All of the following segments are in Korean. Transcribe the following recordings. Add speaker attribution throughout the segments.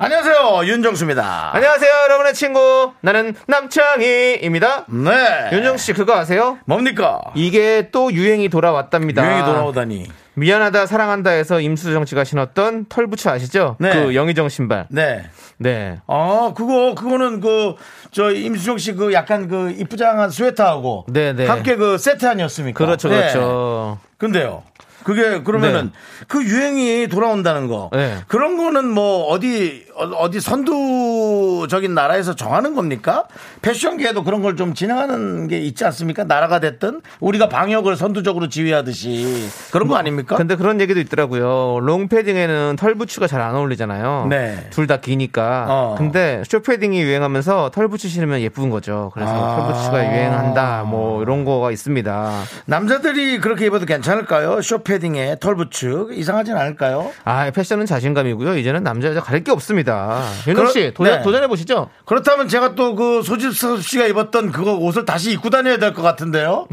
Speaker 1: 안녕하세요 윤정수입니다.
Speaker 2: 아. 안녕하세요, 여러분의 친구. 나는 남창희입니다.
Speaker 1: 네.
Speaker 2: 윤정 씨, 그거 아세요?
Speaker 1: 뭡니까?
Speaker 2: 이게 또 유행이 돌아왔답니다.
Speaker 1: 유행이 돌아오다니.
Speaker 2: 미안하다, 사랑한다 해서 임수정 씨가 신었던 털부츠 아시죠?
Speaker 1: 네.
Speaker 2: 그 영희정 신발.
Speaker 1: 네.
Speaker 2: 네.
Speaker 1: 아 그거 그거는 그 저 임수정 씨 그 약간 그 이쁘장한 스웨터하고
Speaker 2: 네, 네.
Speaker 1: 함께 그 세트 아니었습니까?
Speaker 2: 그렇죠,
Speaker 1: 네.
Speaker 2: 그렇죠.
Speaker 1: 근데요. 그게 그러면은 그 유행이 돌아온다는 거
Speaker 2: 네.
Speaker 1: 그런 거는 뭐 어디 어- 어디 선두적인 나라에서 정하는 겁니까? 패션계에도 그런 걸 좀 진행하는 게 있지 않습니까? 나라가 됐든 우리가 방역을 선두적으로 지휘하듯이 그런 거
Speaker 2: 뭐.
Speaker 1: 아닙니까?
Speaker 2: 근데 그런 얘기도 있더라고요. 롱패딩에는 털부츠가 잘 안 어울리잖아요.
Speaker 1: 네.
Speaker 2: 둘 다 기니까.
Speaker 1: 어.
Speaker 2: 근데 쇼패딩이 유행하면서 털부츠 신으면 예쁜 거죠. 그래서
Speaker 1: 아.
Speaker 2: 털부츠가 유행한다. 뭐 이런 거가 있습니다.
Speaker 1: 남자들이 그렇게 입어도 괜찮을까요? 쇼패딩에 털부츠 이상하진 않을까요?
Speaker 2: 아, 패션은 자신감이고요. 이제는 남자 여자 가릴 게 없습니다. 윤호
Speaker 1: 그럼-
Speaker 2: 씨 도전,
Speaker 1: 네.
Speaker 2: 도전해 보시죠.
Speaker 1: 그렇다면 제가 또 그 소집섭 씨가 입었던 그거 옷을 다시 입고 다녀야 될 것 같은데요.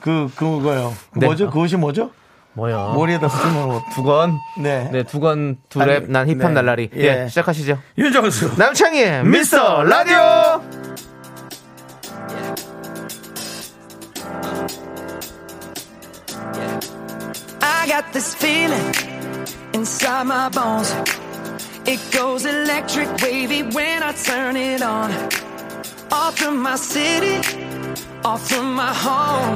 Speaker 1: 그 그거요. 그
Speaker 2: 네.
Speaker 1: 뭐죠? 그것이 뭐죠?
Speaker 2: 뭐요?
Speaker 1: 머리에다 쓰는 옷.
Speaker 2: 두건
Speaker 1: 네.
Speaker 2: 네, 두건
Speaker 1: 아니,
Speaker 2: 두랩 난 힙합
Speaker 1: 네.
Speaker 2: 날라리.
Speaker 1: 예.
Speaker 2: 예, 시작하시죠.
Speaker 1: 윤정수.
Speaker 2: 남창희의 미스터 라디오.
Speaker 3: I got this feeling inside my bones. It goes electric wavy when I turn it on. Off from my city, off from my home.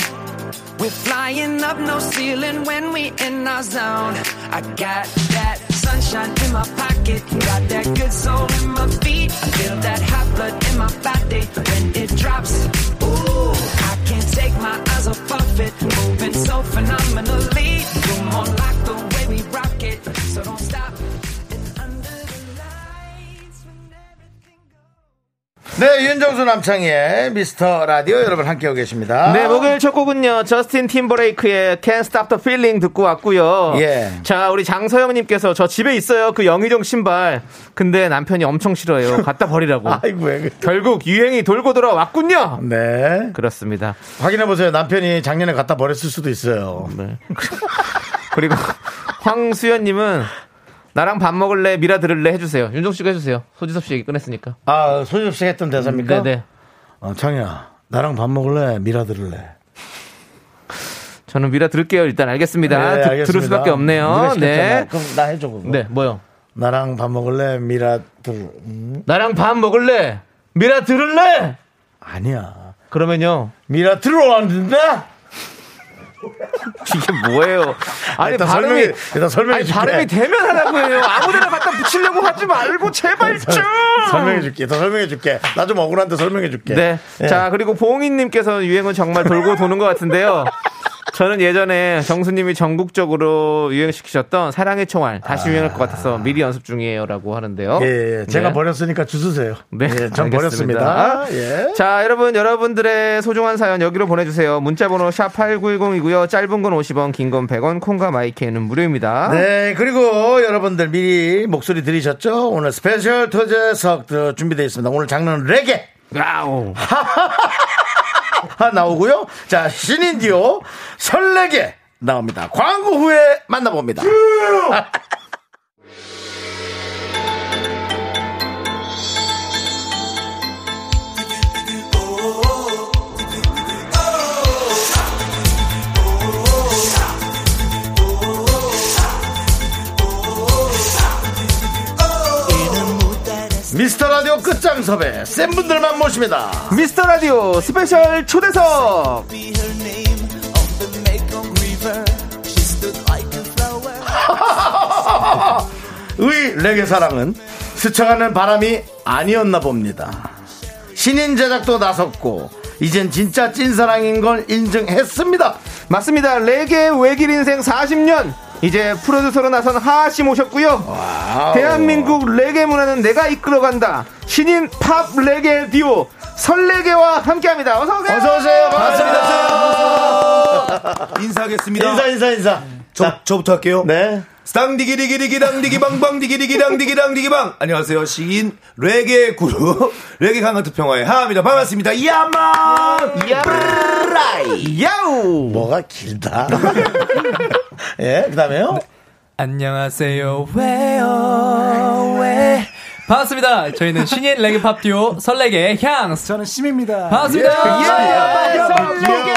Speaker 3: We're flying up no ceiling when we in our zone. I got that sunshine in my pocket, got that good soul in my feet. I feel that hot blood in my body when it drops. Ooh, I can't take my eyes off of it, moving so phenomenally. Come on, like the way we rock it, so don't stop. And under the lights, when everything goes.
Speaker 1: 네, 윤정수 남창희의 미스터 라디오 여러분 함께하고 계십니다.
Speaker 2: 네, 목요일 첫 곡은요. 저스틴 팀버레이크의 Can't Stop the Feeling 듣고 왔고요.
Speaker 1: 예.
Speaker 2: 자, 우리 장서영 님께서 저 집에 있어요. 그 영희정 신발. 근데 남편이 엄청 싫어요. 갖다 버리라고.
Speaker 1: 아이고, 왜 그래.
Speaker 2: 결국 유행이 돌고 돌아왔군요.
Speaker 1: 네.
Speaker 2: 그렇습니다.
Speaker 1: 확인해 보세요. 남편이 작년에 갖다 버렸을 수도 있어요.
Speaker 2: 네. 그리고 황수연님은 나랑 밥 먹을래 미라 들을래 해주세요. 윤종 씨가 해주세요. 소지섭 씨 얘기 끝냈으니까. 음,
Speaker 1: 아, 소집 씨 했던 대사입니까?
Speaker 2: 네네.
Speaker 1: 어, 창희야, 나랑 밥 먹을래? 미라 들을래?
Speaker 2: 저는 미라 들을게요. 일단 알겠습니다.
Speaker 1: 네,
Speaker 2: 들-
Speaker 1: 알겠습니다.
Speaker 2: 들을 수밖에
Speaker 1: 네가
Speaker 2: 없네요.
Speaker 1: 시켰잖아.
Speaker 2: 네.
Speaker 1: 그럼 나 해줘, 그거.
Speaker 2: 네 뭐요?
Speaker 1: 나랑 밥 먹을래? 미라 들 음,
Speaker 2: 나랑 밥 먹을래 미라 들을래?
Speaker 1: 아니야.
Speaker 2: 그러면요.
Speaker 1: 미라 들어왔는데?
Speaker 2: 이게 뭐예요? 아니
Speaker 1: 일단
Speaker 2: 발음이
Speaker 1: 설명해- 일단 설명해
Speaker 2: 아니,
Speaker 1: 줄게.
Speaker 2: 발음이 되면 하라고 해요. 아무데나 갖다 붙이려고 하지 말고 제발 좀.
Speaker 1: 설명해 줄게. 더 설명해 줄게. 나 좀 억울한데 설명해 줄게.
Speaker 2: 네.
Speaker 1: 예.
Speaker 2: 자, 그리고 봉인님께서 유행은 정말 돌고 도는 것 같은데요. 저는 예전에 정수님이 전국적으로 유행시키셨던 사랑의 총알 다시 유행할 것 같아서 미리 연습 중이에요라고 하는데요.
Speaker 1: 예, 예. 제가
Speaker 2: 네.
Speaker 1: 버렸으니까 주스세요.
Speaker 2: 네,
Speaker 1: 예, 전
Speaker 2: 알겠습니다.
Speaker 1: 버렸습니다. 예.
Speaker 2: 자, 여러분, 여러분들의 소중한 사연 여기로 보내주세요. 문자번호 샵8910이고요. 짧은 건 50원, 긴 건 100원, 콩과 마이크는 무료입니다.
Speaker 1: 네, 그리고 여러분들 미리 목소리 들으셨죠? 오늘 스페셜 토제석 준비되어 있습니다. 오늘 장르는 레게
Speaker 2: 와우.
Speaker 1: 하 나오고요. 자, 신인디오 설레게 나옵니다. 광고 후에 만나봅니다. 미스터 라디오 끝장 섭외 센 분들만 모십니다.
Speaker 2: 미스터 라디오 스페셜 초대석!
Speaker 1: 의 레게 사랑은 스쳐가는 바람이 아니었나 봅니다. 신인 제작도 나섰고 이젠 진짜 찐사랑인 걸 인증했습니다.
Speaker 2: 맞습니다. 레게 외길 인생 40년! 이제 프로듀서로 나선 하하 씨 모셨고요. 대한민국 레게 문화는 내가 이끌어간다. 신인 팝 레게 듀오 설레게와 함께합니다. 어서 오세요.
Speaker 1: 어서 오세요. 반갑습니다.
Speaker 4: 인사하겠습니다.
Speaker 1: 인사 인사 인사.
Speaker 4: 저,
Speaker 1: 자,
Speaker 4: 저부터 할게요.
Speaker 1: 네.
Speaker 4: 스당디기리기리기당디기방방디기리기당디기방디기방 안녕하세요. 시인 레게 그룹 레게 강한트 평화의 하입니다. 반갑습니다. 야만
Speaker 2: 야라이 야우.
Speaker 1: 뭐가 길다. 예, 그다음에요.
Speaker 5: 네. 안녕하세요. 왜요? 왜? 반갑습니다. 저희는 신인 레게팝 듀오 설레게 향스. 저는 심입니다.
Speaker 3: 예,
Speaker 5: 반갑습니다.
Speaker 2: 예,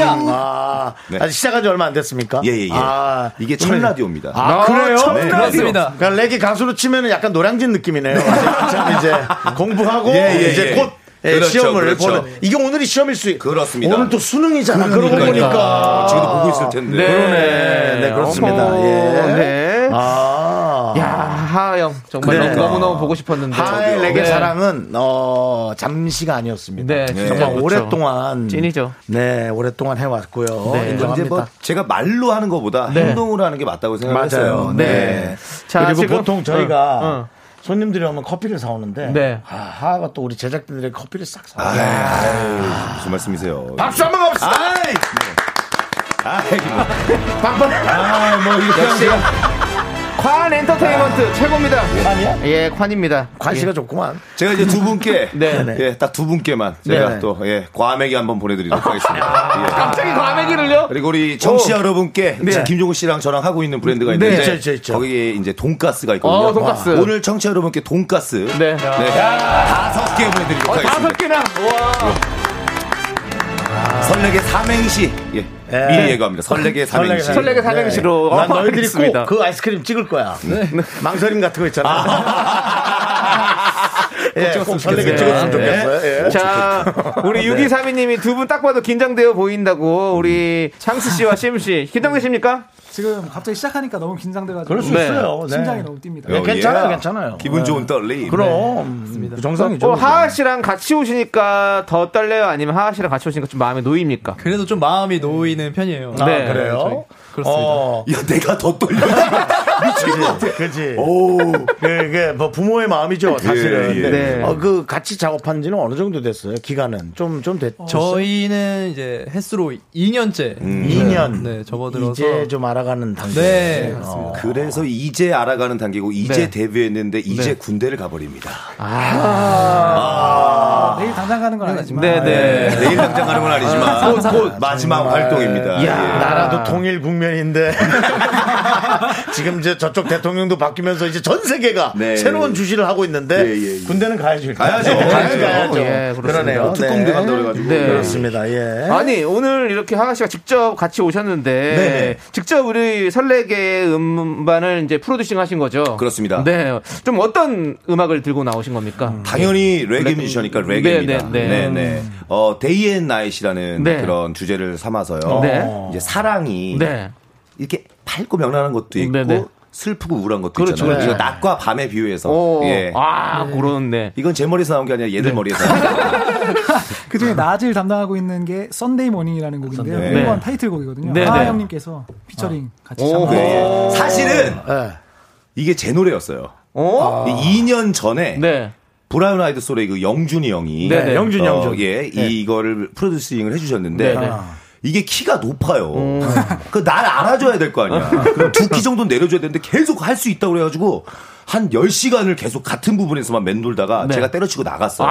Speaker 1: 아, 아직 시작한 지 얼마 안 됐습니까?
Speaker 4: 네. 예, 예, 예.
Speaker 1: 아,
Speaker 4: 이게 첫 라디오입니다.
Speaker 1: 아, 그래요? 네.
Speaker 5: 그렇습니다.
Speaker 1: 그러니까 레게 가수로 치면은 약간 노량진 느낌이네요. 참 이제 공부하고
Speaker 4: 예, 예,
Speaker 1: 이제
Speaker 4: 예.
Speaker 1: 곧 예,
Speaker 4: 그렇죠,
Speaker 1: 시험을
Speaker 4: 그렇죠.
Speaker 1: 보는 이게 오늘이 시험일 수 있-
Speaker 4: 그렇습니다.
Speaker 1: 오늘 또 수능이잖아. 그러고
Speaker 4: 그러니까.
Speaker 1: 보니까
Speaker 4: 지금도 보고 있을 텐데.
Speaker 1: 그러네. 네, 그렇습니다.
Speaker 2: 어머,
Speaker 1: 예.
Speaker 2: 네.
Speaker 1: 아.
Speaker 2: 야, 하영 정말
Speaker 1: 그러니까.
Speaker 2: 너무너무 보고 싶었는데.
Speaker 1: 하의 아, 레게
Speaker 2: 네.
Speaker 1: 사랑은 어 잠시가 아니었습니다.
Speaker 2: 네, 진짜
Speaker 1: 정말
Speaker 2: 그렇죠.
Speaker 1: 오랫동안
Speaker 2: 찐이죠.
Speaker 1: 네, 오랫동안 해왔고요.
Speaker 2: 네.
Speaker 4: 이제 뭐
Speaker 1: 인정합니다.
Speaker 4: 제가 말로 하는 것보다
Speaker 2: 네.
Speaker 4: 행동으로 하는 게 맞다고
Speaker 1: 맞아요.
Speaker 4: 생각했어요.
Speaker 2: 네. 자,
Speaker 1: 그리고
Speaker 2: 지금- 어.
Speaker 1: 보통
Speaker 4: 어,
Speaker 1: 저희가
Speaker 2: 응, 응.
Speaker 1: 손님들이 오면 커피를 사오는데
Speaker 2: 네.
Speaker 1: 아, 하하가 또 우리 제작진들이 커피를 싹 사.
Speaker 4: 아,
Speaker 1: 와요.
Speaker 4: 아유, 무슨 말씀이세요?
Speaker 1: 박수 한번 갑시다. 네.
Speaker 4: 아이! 아이, 뭐.
Speaker 1: 박박
Speaker 4: 아, 뭐, 이렇게 하면 돼요.
Speaker 2: 관 엔터테인먼트 최고입니다.
Speaker 1: 아니야?
Speaker 2: 예, 관입니다.
Speaker 1: 아. 관시가 좋구만.
Speaker 4: 제가 이제 두 분께
Speaker 2: 네, 네.
Speaker 4: 예, 딱 두 분께만 제가
Speaker 1: 네.
Speaker 4: 또 예, 과메기 한번 보내드리도록 하겠습니다. 예.
Speaker 2: 아, 갑자기 과메기를요? 네.
Speaker 4: 그리고 우리 정씨 여러분께 지금 김종국 씨랑 저랑 하고 있는 브랜드가 있는데
Speaker 1: 있죠, 있죠, 있죠.
Speaker 4: 거기에 이제 돈가스가 있거든요.
Speaker 2: 어, 돈가스.
Speaker 4: 와. 오늘 청취 여러분께 돈가스
Speaker 2: 네. 어,
Speaker 4: 다섯 개 보내드리도록
Speaker 2: 다섯
Speaker 4: 하겠습니다.
Speaker 2: 개나. 와.
Speaker 4: 설레게 삼행시 예,
Speaker 1: 예.
Speaker 4: 미리 예고합니다.
Speaker 1: 설레게 네.
Speaker 4: 설레게 삼행시
Speaker 1: 삼행시.
Speaker 4: 네.
Speaker 2: 설레게 사명시로.
Speaker 1: 난 너희들이 꼭
Speaker 2: 알겠습니다.
Speaker 1: 그 아이스크림 찍을 거야. 네. 망설임 같은 거 있잖아. 예, 꼭 설레게 찍었으면 좋겠어요. 예.
Speaker 2: 네.
Speaker 1: 네.
Speaker 2: 자, 우리 6232님이 두 분 딱 봐도 긴장되어 보인다고
Speaker 1: 음.
Speaker 2: 우리 창수 씨와 심 씨. 긴장되십니까?
Speaker 5: 지금 갑자기 시작하니까 너무 긴장돼가지고
Speaker 1: 그럴 수
Speaker 2: 네.
Speaker 1: 있어요. 네.
Speaker 5: 심장이 너무 뜁니다.
Speaker 1: 네,
Speaker 4: 어,
Speaker 1: 괜찮아요,
Speaker 4: 예.
Speaker 1: 괜찮아요.
Speaker 4: 기분
Speaker 1: 네.
Speaker 4: 좋은 떨림. 네.
Speaker 1: 그럼 그 정상이죠.
Speaker 2: 어, 하하 씨랑 같이 오시니까 더 떨려요? 아니면 하하 씨랑 같이 오시니까 좀 마음에 놓입니까?
Speaker 5: 그래도 좀 마음이 놓이는 편이에요.
Speaker 1: 아,
Speaker 2: 네.
Speaker 1: 그래요?
Speaker 5: 그렇습니다.
Speaker 1: 어,
Speaker 4: 야, 내가 더 떨려.
Speaker 1: 미친 것 같아. 그지. 그게 뭐 부모의 마음이죠, 사실은.
Speaker 4: 예, 예.
Speaker 2: 네.
Speaker 1: 어, 그 같이 작업한 지는 어느 정도 됐어요? 기간은 좀 좀 됐죠.
Speaker 5: 어, 저희는 이제 횟수로 2년째
Speaker 1: 음. 2년.
Speaker 5: 네, 접어들어서.
Speaker 1: 이제 좀 알아가는 단계.
Speaker 5: 네,
Speaker 1: 어.
Speaker 4: 그래서 이제 알아가는 단계고
Speaker 2: 네.
Speaker 4: 이제 데뷔했는데 이제 군대를 가버립니다.
Speaker 5: 내일 당장 가는 건 아니지만
Speaker 2: 네, 네.
Speaker 4: 아.
Speaker 1: 예.
Speaker 4: 내일 당장 가는 건 아니지만 곧 마지막 활동입니다. 예.
Speaker 1: 나라도 통일 국면인데 지금 이제 저쪽 대통령도 바뀌면서 이제 전 세계가
Speaker 4: 네.
Speaker 1: 새로운 주시를 하고 있는데
Speaker 4: 예, 예, 예.
Speaker 1: 군대는 가야죠. 일단.
Speaker 4: 가야죠.
Speaker 1: 네,
Speaker 4: 가야죠.
Speaker 1: 가야죠.
Speaker 2: 예, 그렇습니다.
Speaker 1: 그러네요.
Speaker 4: 특공대 간다 그래가지고.
Speaker 2: 네.
Speaker 1: 그렇습니다. 예.
Speaker 2: 아니 오늘 이렇게 하하 씨가 직접 같이 오셨는데
Speaker 4: 네.
Speaker 2: 직접 우리 설레게 음반을 이제 프로듀싱 하신 거죠?
Speaker 4: 그렇습니다.
Speaker 2: 네, 좀 어떤 음악을 들고 나오신 겁니까?
Speaker 4: 당연히 레게 뮤지션이니까 레게입니다.
Speaker 2: 네,
Speaker 4: 네,
Speaker 2: 네, 네.
Speaker 4: 네. 어, 데이 앤 나잇이라는
Speaker 2: 네.
Speaker 4: 그런 주제를 삼아서요.
Speaker 2: 네.
Speaker 4: 이제 사랑이
Speaker 2: 네,
Speaker 4: 이렇게 밝고 명랑한 것도 있고
Speaker 2: 네, 네.
Speaker 4: 슬프고 우울한 것도
Speaker 2: 그렇죠,
Speaker 4: 있잖아요.
Speaker 2: 그렇죠.
Speaker 4: 이거 낮과 밤에 비유해서.
Speaker 2: 오,
Speaker 4: 예.
Speaker 2: 아 그런 네.
Speaker 4: 이건 제 머리에서 나온 게 아니라 얘들 머리에서.
Speaker 6: 그 중에 낮을 담당하고 있는 게 썬데이 모닝이라는 곡인데요.
Speaker 4: 네. 아.
Speaker 6: 이번 타이틀곡이거든요.
Speaker 2: 네,
Speaker 6: 하하
Speaker 2: 네.
Speaker 6: 형님께서 피처링 같이
Speaker 2: 오,
Speaker 6: 참여하셨어요.
Speaker 4: 네. 사실은
Speaker 1: 예.
Speaker 4: 이게 제 노래였어요.
Speaker 2: 어?
Speaker 4: 2년 전에
Speaker 2: 네,
Speaker 4: 브라운 아이드 소울의 그 영준이 형이
Speaker 2: 네네. 네.
Speaker 1: 영준이
Speaker 4: 어,
Speaker 1: 형죠.
Speaker 4: 예, 이거를 프로듀싱을 해주셨는데
Speaker 2: 네네.
Speaker 4: 이게 키가 높아요. 그 날 알아줘야 될 거 아니야. 그럼 두 키 정도 내려줘야 되는데 계속 할 수 있다고 그래가지고 한 10시간을 계속 같은 부분에서만 맴돌다가
Speaker 2: 네.
Speaker 4: 제가 때려치고 나갔어요.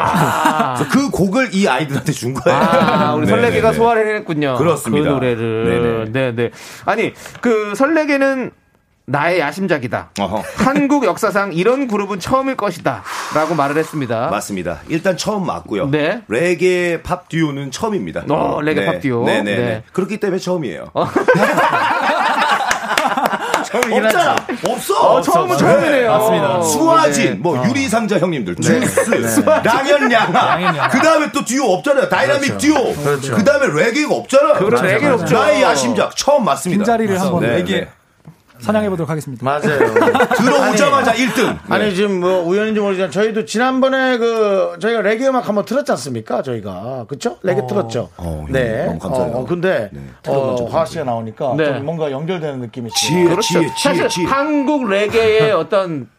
Speaker 4: 그래서 그 곡을 이 아이들한테 준 거예요.
Speaker 2: 아, 우리
Speaker 4: 네네네.
Speaker 2: 설레게가 소화를 했군요.
Speaker 4: 그렇습니다.
Speaker 2: 그 노래를. 네, 네. 아니 그 설레게는 나의 야심작이다.
Speaker 4: 어허.
Speaker 2: 한국 역사상 이런 그룹은 처음일 것이다라고 말을 했습니다.
Speaker 4: 맞습니다. 일단 처음 맞고요.
Speaker 2: 네.
Speaker 4: 레게 팝 듀오는 처음입니다.
Speaker 2: 어, 레게 팝 듀오.
Speaker 4: 네, 네, 네.
Speaker 2: 네. 어.
Speaker 4: 그렇기 때문에 처음이에요. 처음이긴 없잖아. 없어.
Speaker 2: 어, 처음은 처음이네요. 어, 네. 맞습니다.
Speaker 4: 수아진, 뭐 유리상자 형님들,
Speaker 2: 네.
Speaker 4: 주스, 네. 랑현양아. 그 다음에 또 듀오 없잖아요. 다이나믹
Speaker 6: 그렇죠.
Speaker 4: 듀오. 그 다음에 레게가 없잖아요.
Speaker 2: 그렇죠. 레게는 없죠.
Speaker 4: 나의 야심작 처음 맞습니다.
Speaker 6: 빈자리를 한번
Speaker 4: 네,
Speaker 6: 레게
Speaker 4: 네.
Speaker 6: 선양해 보도록 하겠습니다.
Speaker 1: 맞아요.
Speaker 4: 들어오자마자 1등.
Speaker 1: 네, 어.
Speaker 4: 네.
Speaker 1: 아니 지금 뭐 우연인지 모르지만 저희도 지난번에 그 저희가 레게 음악 한번 들었지 않습니까? 저희가 그쵸? 레게 틀었죠.
Speaker 4: 어, 형님,
Speaker 1: 네.
Speaker 4: 너무 감사해요.
Speaker 1: 어, 근데
Speaker 4: 네.
Speaker 1: 어, 화하 씨가 나오니까
Speaker 2: 네.
Speaker 1: 좀 뭔가 연결되는 느낌이
Speaker 4: 지혜,
Speaker 1: 있어요.
Speaker 2: 그렇죠.
Speaker 4: 지혜, 지혜,
Speaker 2: 사실
Speaker 4: 지혜.
Speaker 2: 한국 레게의 어떤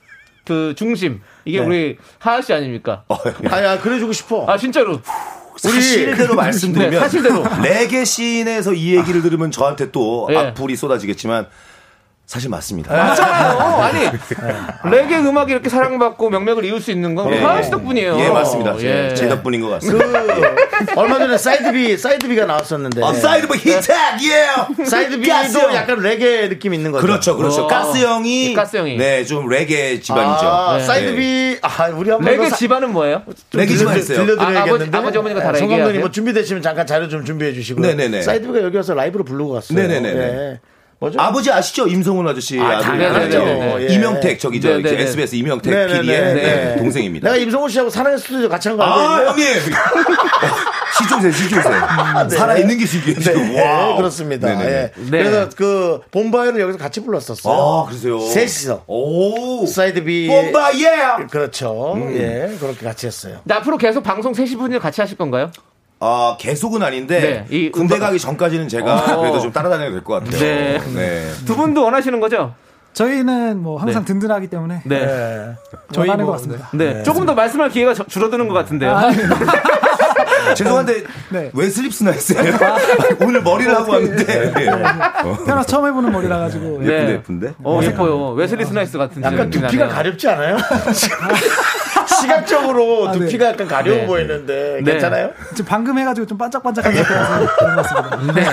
Speaker 2: 그 중심
Speaker 4: 네.
Speaker 2: 이게 우리 하하 씨 아닙니까?
Speaker 4: 어, 예.
Speaker 1: 아야 그래주고 싶어.
Speaker 2: 아 진짜로
Speaker 4: 사실대로 말씀드리면
Speaker 2: 네, 사실대로.
Speaker 4: 레게 씬에서 이 얘기를 들으면 저한테 또
Speaker 2: 예.
Speaker 4: 악플이 쏟아지겠지만 사실 맞습니다. 예.
Speaker 2: 맞아요. 아니 레게 음악이 이렇게 사랑받고 명맥을 이을 수 있는 건 우리
Speaker 4: 예.
Speaker 2: 그 하하 씨 덕분이에요.
Speaker 4: 예, 맞습니다.
Speaker 2: 예.
Speaker 4: 제 덕분인 것 같습니다.
Speaker 1: 얼마 전에 사이드비 사이드비가 나왔었는데 네.
Speaker 4: 아, 사이드바 히트액 예. 가스
Speaker 1: 사이드비도
Speaker 4: 형.
Speaker 1: 약간 레게 느낌 있는 거죠.
Speaker 4: 그렇죠, 그렇죠.
Speaker 2: 어.
Speaker 4: 가스 형이
Speaker 2: 예, 가스 형이.
Speaker 4: 네, 좀 레게 집안이죠.
Speaker 1: 아,
Speaker 2: 네.
Speaker 1: 사이드비 아 우리 한번
Speaker 2: 레게 집안은 뭐예요?
Speaker 4: 레게 집안 있어요.
Speaker 1: 들려드려야겠는데
Speaker 2: 아, 아버지, 아버지, 어머니가 다
Speaker 1: 송
Speaker 2: 얘기해야
Speaker 1: 감독님
Speaker 2: 돼요?
Speaker 1: 뭐 준비되시면 잠깐 자료 좀 준비해 주시고요.
Speaker 4: 네네네.
Speaker 1: 사이드비가 여기 와서 라이브로 부르고 갔어요.
Speaker 4: 네네네.
Speaker 1: 네. 뭐죠?
Speaker 4: 아버지 아시죠? 임성훈 아저씨.
Speaker 1: 아,
Speaker 4: 아들.
Speaker 1: 당연하죠.
Speaker 4: 네, 네, 네.
Speaker 1: 예.
Speaker 4: 이명택, 저기 저
Speaker 2: 네, 네, 네.
Speaker 4: SBS 이명택
Speaker 1: 네, 네,
Speaker 4: PD의
Speaker 1: 네, 네.
Speaker 4: 동생입니다.
Speaker 1: 내가 임성훈 씨하고 사랑의 스튜디오 같이 한 거 알고
Speaker 4: 아,
Speaker 1: 있나요?
Speaker 4: 형님! 시중세, 시중세. 살아있는 게 신기해요. 지금.
Speaker 1: 네,
Speaker 4: 와우.
Speaker 1: 그렇습니다.
Speaker 4: 네네네.
Speaker 1: 예.
Speaker 2: 네.
Speaker 1: 그래서 그 본바이를 여기서 같이
Speaker 4: 아,
Speaker 1: 불렀었어요.
Speaker 4: 그러세요?
Speaker 1: 셋이서.
Speaker 4: 오.
Speaker 1: 사이드비
Speaker 4: 뽐바, 예!
Speaker 1: 그렇죠. 예, 그렇게 같이 했어요.
Speaker 2: 나 앞으로 계속 방송 3시 분을 같이 하실
Speaker 1: 뭐-
Speaker 2: 건가요?
Speaker 4: 아, 계속은 아닌데,
Speaker 2: 네, 이
Speaker 4: 군대
Speaker 2: 음반-
Speaker 4: 가기 전까지는 제가
Speaker 2: 어.
Speaker 4: 그래도 좀 따라다녀야 될 것 같아요.
Speaker 2: 네.
Speaker 4: 네.
Speaker 2: 두 분도 원하시는 거죠?
Speaker 6: 저희는 뭐 항상 든든하기 때문에
Speaker 2: 네. 네.
Speaker 1: 예.
Speaker 6: 저희 뭐, 하는 것 같습니다.
Speaker 4: 네.
Speaker 6: 아,
Speaker 2: 조금 더 말씀할 기회가 저- 줄어드는 것 같은데요.
Speaker 4: 죄송한데,
Speaker 6: 네.
Speaker 4: 왜 슬립스나 했어요? 오늘 머리를 하고 왔는데. 네. 어,
Speaker 6: 태어나서 처음 해보는 머리라 가지고
Speaker 2: 네.
Speaker 4: 예쁜데, 예쁜데?
Speaker 2: 어, 예뻐요. 웨슬리 스나이스 같은
Speaker 1: 약간
Speaker 2: 느낌이
Speaker 1: 두피가
Speaker 2: 나네요.
Speaker 1: 가렵지 않아요? 시각적으로
Speaker 6: 아, 네.
Speaker 1: 두피가 약간 가려워
Speaker 2: 네.
Speaker 1: 보이는데
Speaker 2: 네.
Speaker 1: 괜찮아요?
Speaker 6: 지금 방금 해가지고 좀 반짝반짝한 것 같아서 그런 것 같습니다. 네.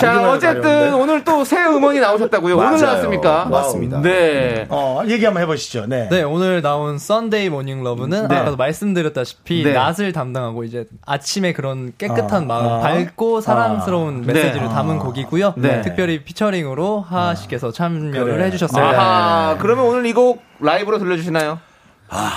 Speaker 2: 자,
Speaker 1: 두피가
Speaker 2: 어쨌든
Speaker 1: 가려운데.
Speaker 2: 오늘 또 새 음원이 나오셨다고요. 오늘
Speaker 4: 맞아요.
Speaker 2: 나왔습니까?
Speaker 4: 맞습니다.
Speaker 2: 네.
Speaker 1: 어, 얘기 한번 해보시죠. 네.
Speaker 5: 네, 오늘 나온 썬데이 모닝 러브는 아까도 말씀드렸다시피
Speaker 2: 네.
Speaker 5: 낮을 담당하고 이제 아침에 그런 깨끗한
Speaker 1: 아,
Speaker 5: 마음,
Speaker 1: 아.
Speaker 5: 밝고 사랑스러운 메시지를
Speaker 2: 아.
Speaker 5: 담은 곡이고요.
Speaker 2: 네.
Speaker 5: 특별히 피처링으로 하하 씨께서 참여를
Speaker 1: 그래요.
Speaker 5: 해주셨어요. 네.
Speaker 2: 아하, 그러면 오늘 이 곡 라이브로 들려주시나요?
Speaker 4: 아.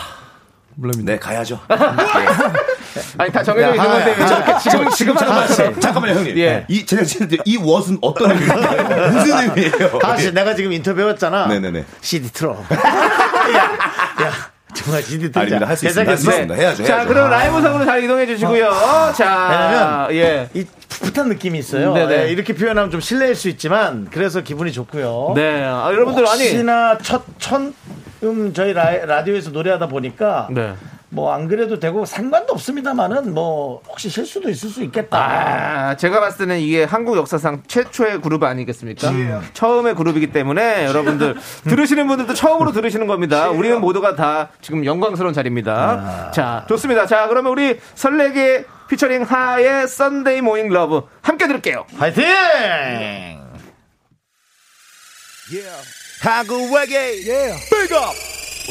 Speaker 4: 네, 가야죠.
Speaker 2: 아니, 다 정해져 있는 건데. 왜 이렇게 지금, 지금 하는
Speaker 4: 잠깐만,
Speaker 2: 말씀.
Speaker 4: 잠깐만요, 형님.
Speaker 2: 예.
Speaker 4: 이, 제작진한테 이 워스는 어떤 의미예요? 무슨 의미예요? 네.
Speaker 1: 아, 씨, 내가 지금 인터뷰 했잖아.
Speaker 4: 네네네.
Speaker 1: CD 틀어. 야, 야, 정말 CD 틀자.
Speaker 4: 아닙니다. 할수 있습니다. 할수
Speaker 1: 괜찮겠어?
Speaker 4: 있습니다. 해야죠.
Speaker 2: 네. 자,
Speaker 4: 해야죠.
Speaker 2: 그럼 라이브석으로 잘 이동해 주시고요. 자,
Speaker 1: 아. 왜냐면
Speaker 2: 예. 음,
Speaker 1: 이 풋풋한 느낌이 있어요.
Speaker 2: 네네.
Speaker 1: 예, 이렇게 표현하면 좀 실례일 수 있지만 그래서 기분이 좋고요.
Speaker 2: 네. 아, 여러분들, 아니.
Speaker 1: 혹시나 첫, 첫 음, 저희 라, 라디오에서 노래하다 보니까
Speaker 2: 네.
Speaker 1: 뭐 안 그래도 되고 상관도 없습니다만은 뭐 혹시 실수도 있을 수 있겠다.
Speaker 2: 아, 제가 봤을 때는 이게 한국 역사상 최초의 그룹 아니겠습니까? 처음의 그룹이기 때문에 여러분들 들으시는 분들도 처음으로 들으시는 겁니다. 우리는 모두가 다 지금 영광스러운
Speaker 1: 아.
Speaker 2: 자리입니다. 자, 좋습니다. 자, 그러면 우리 설레게 피처링 하의 썬데이 모잉 러브 함께 들을게요.
Speaker 1: 파이팅!
Speaker 4: 한국 외계 백업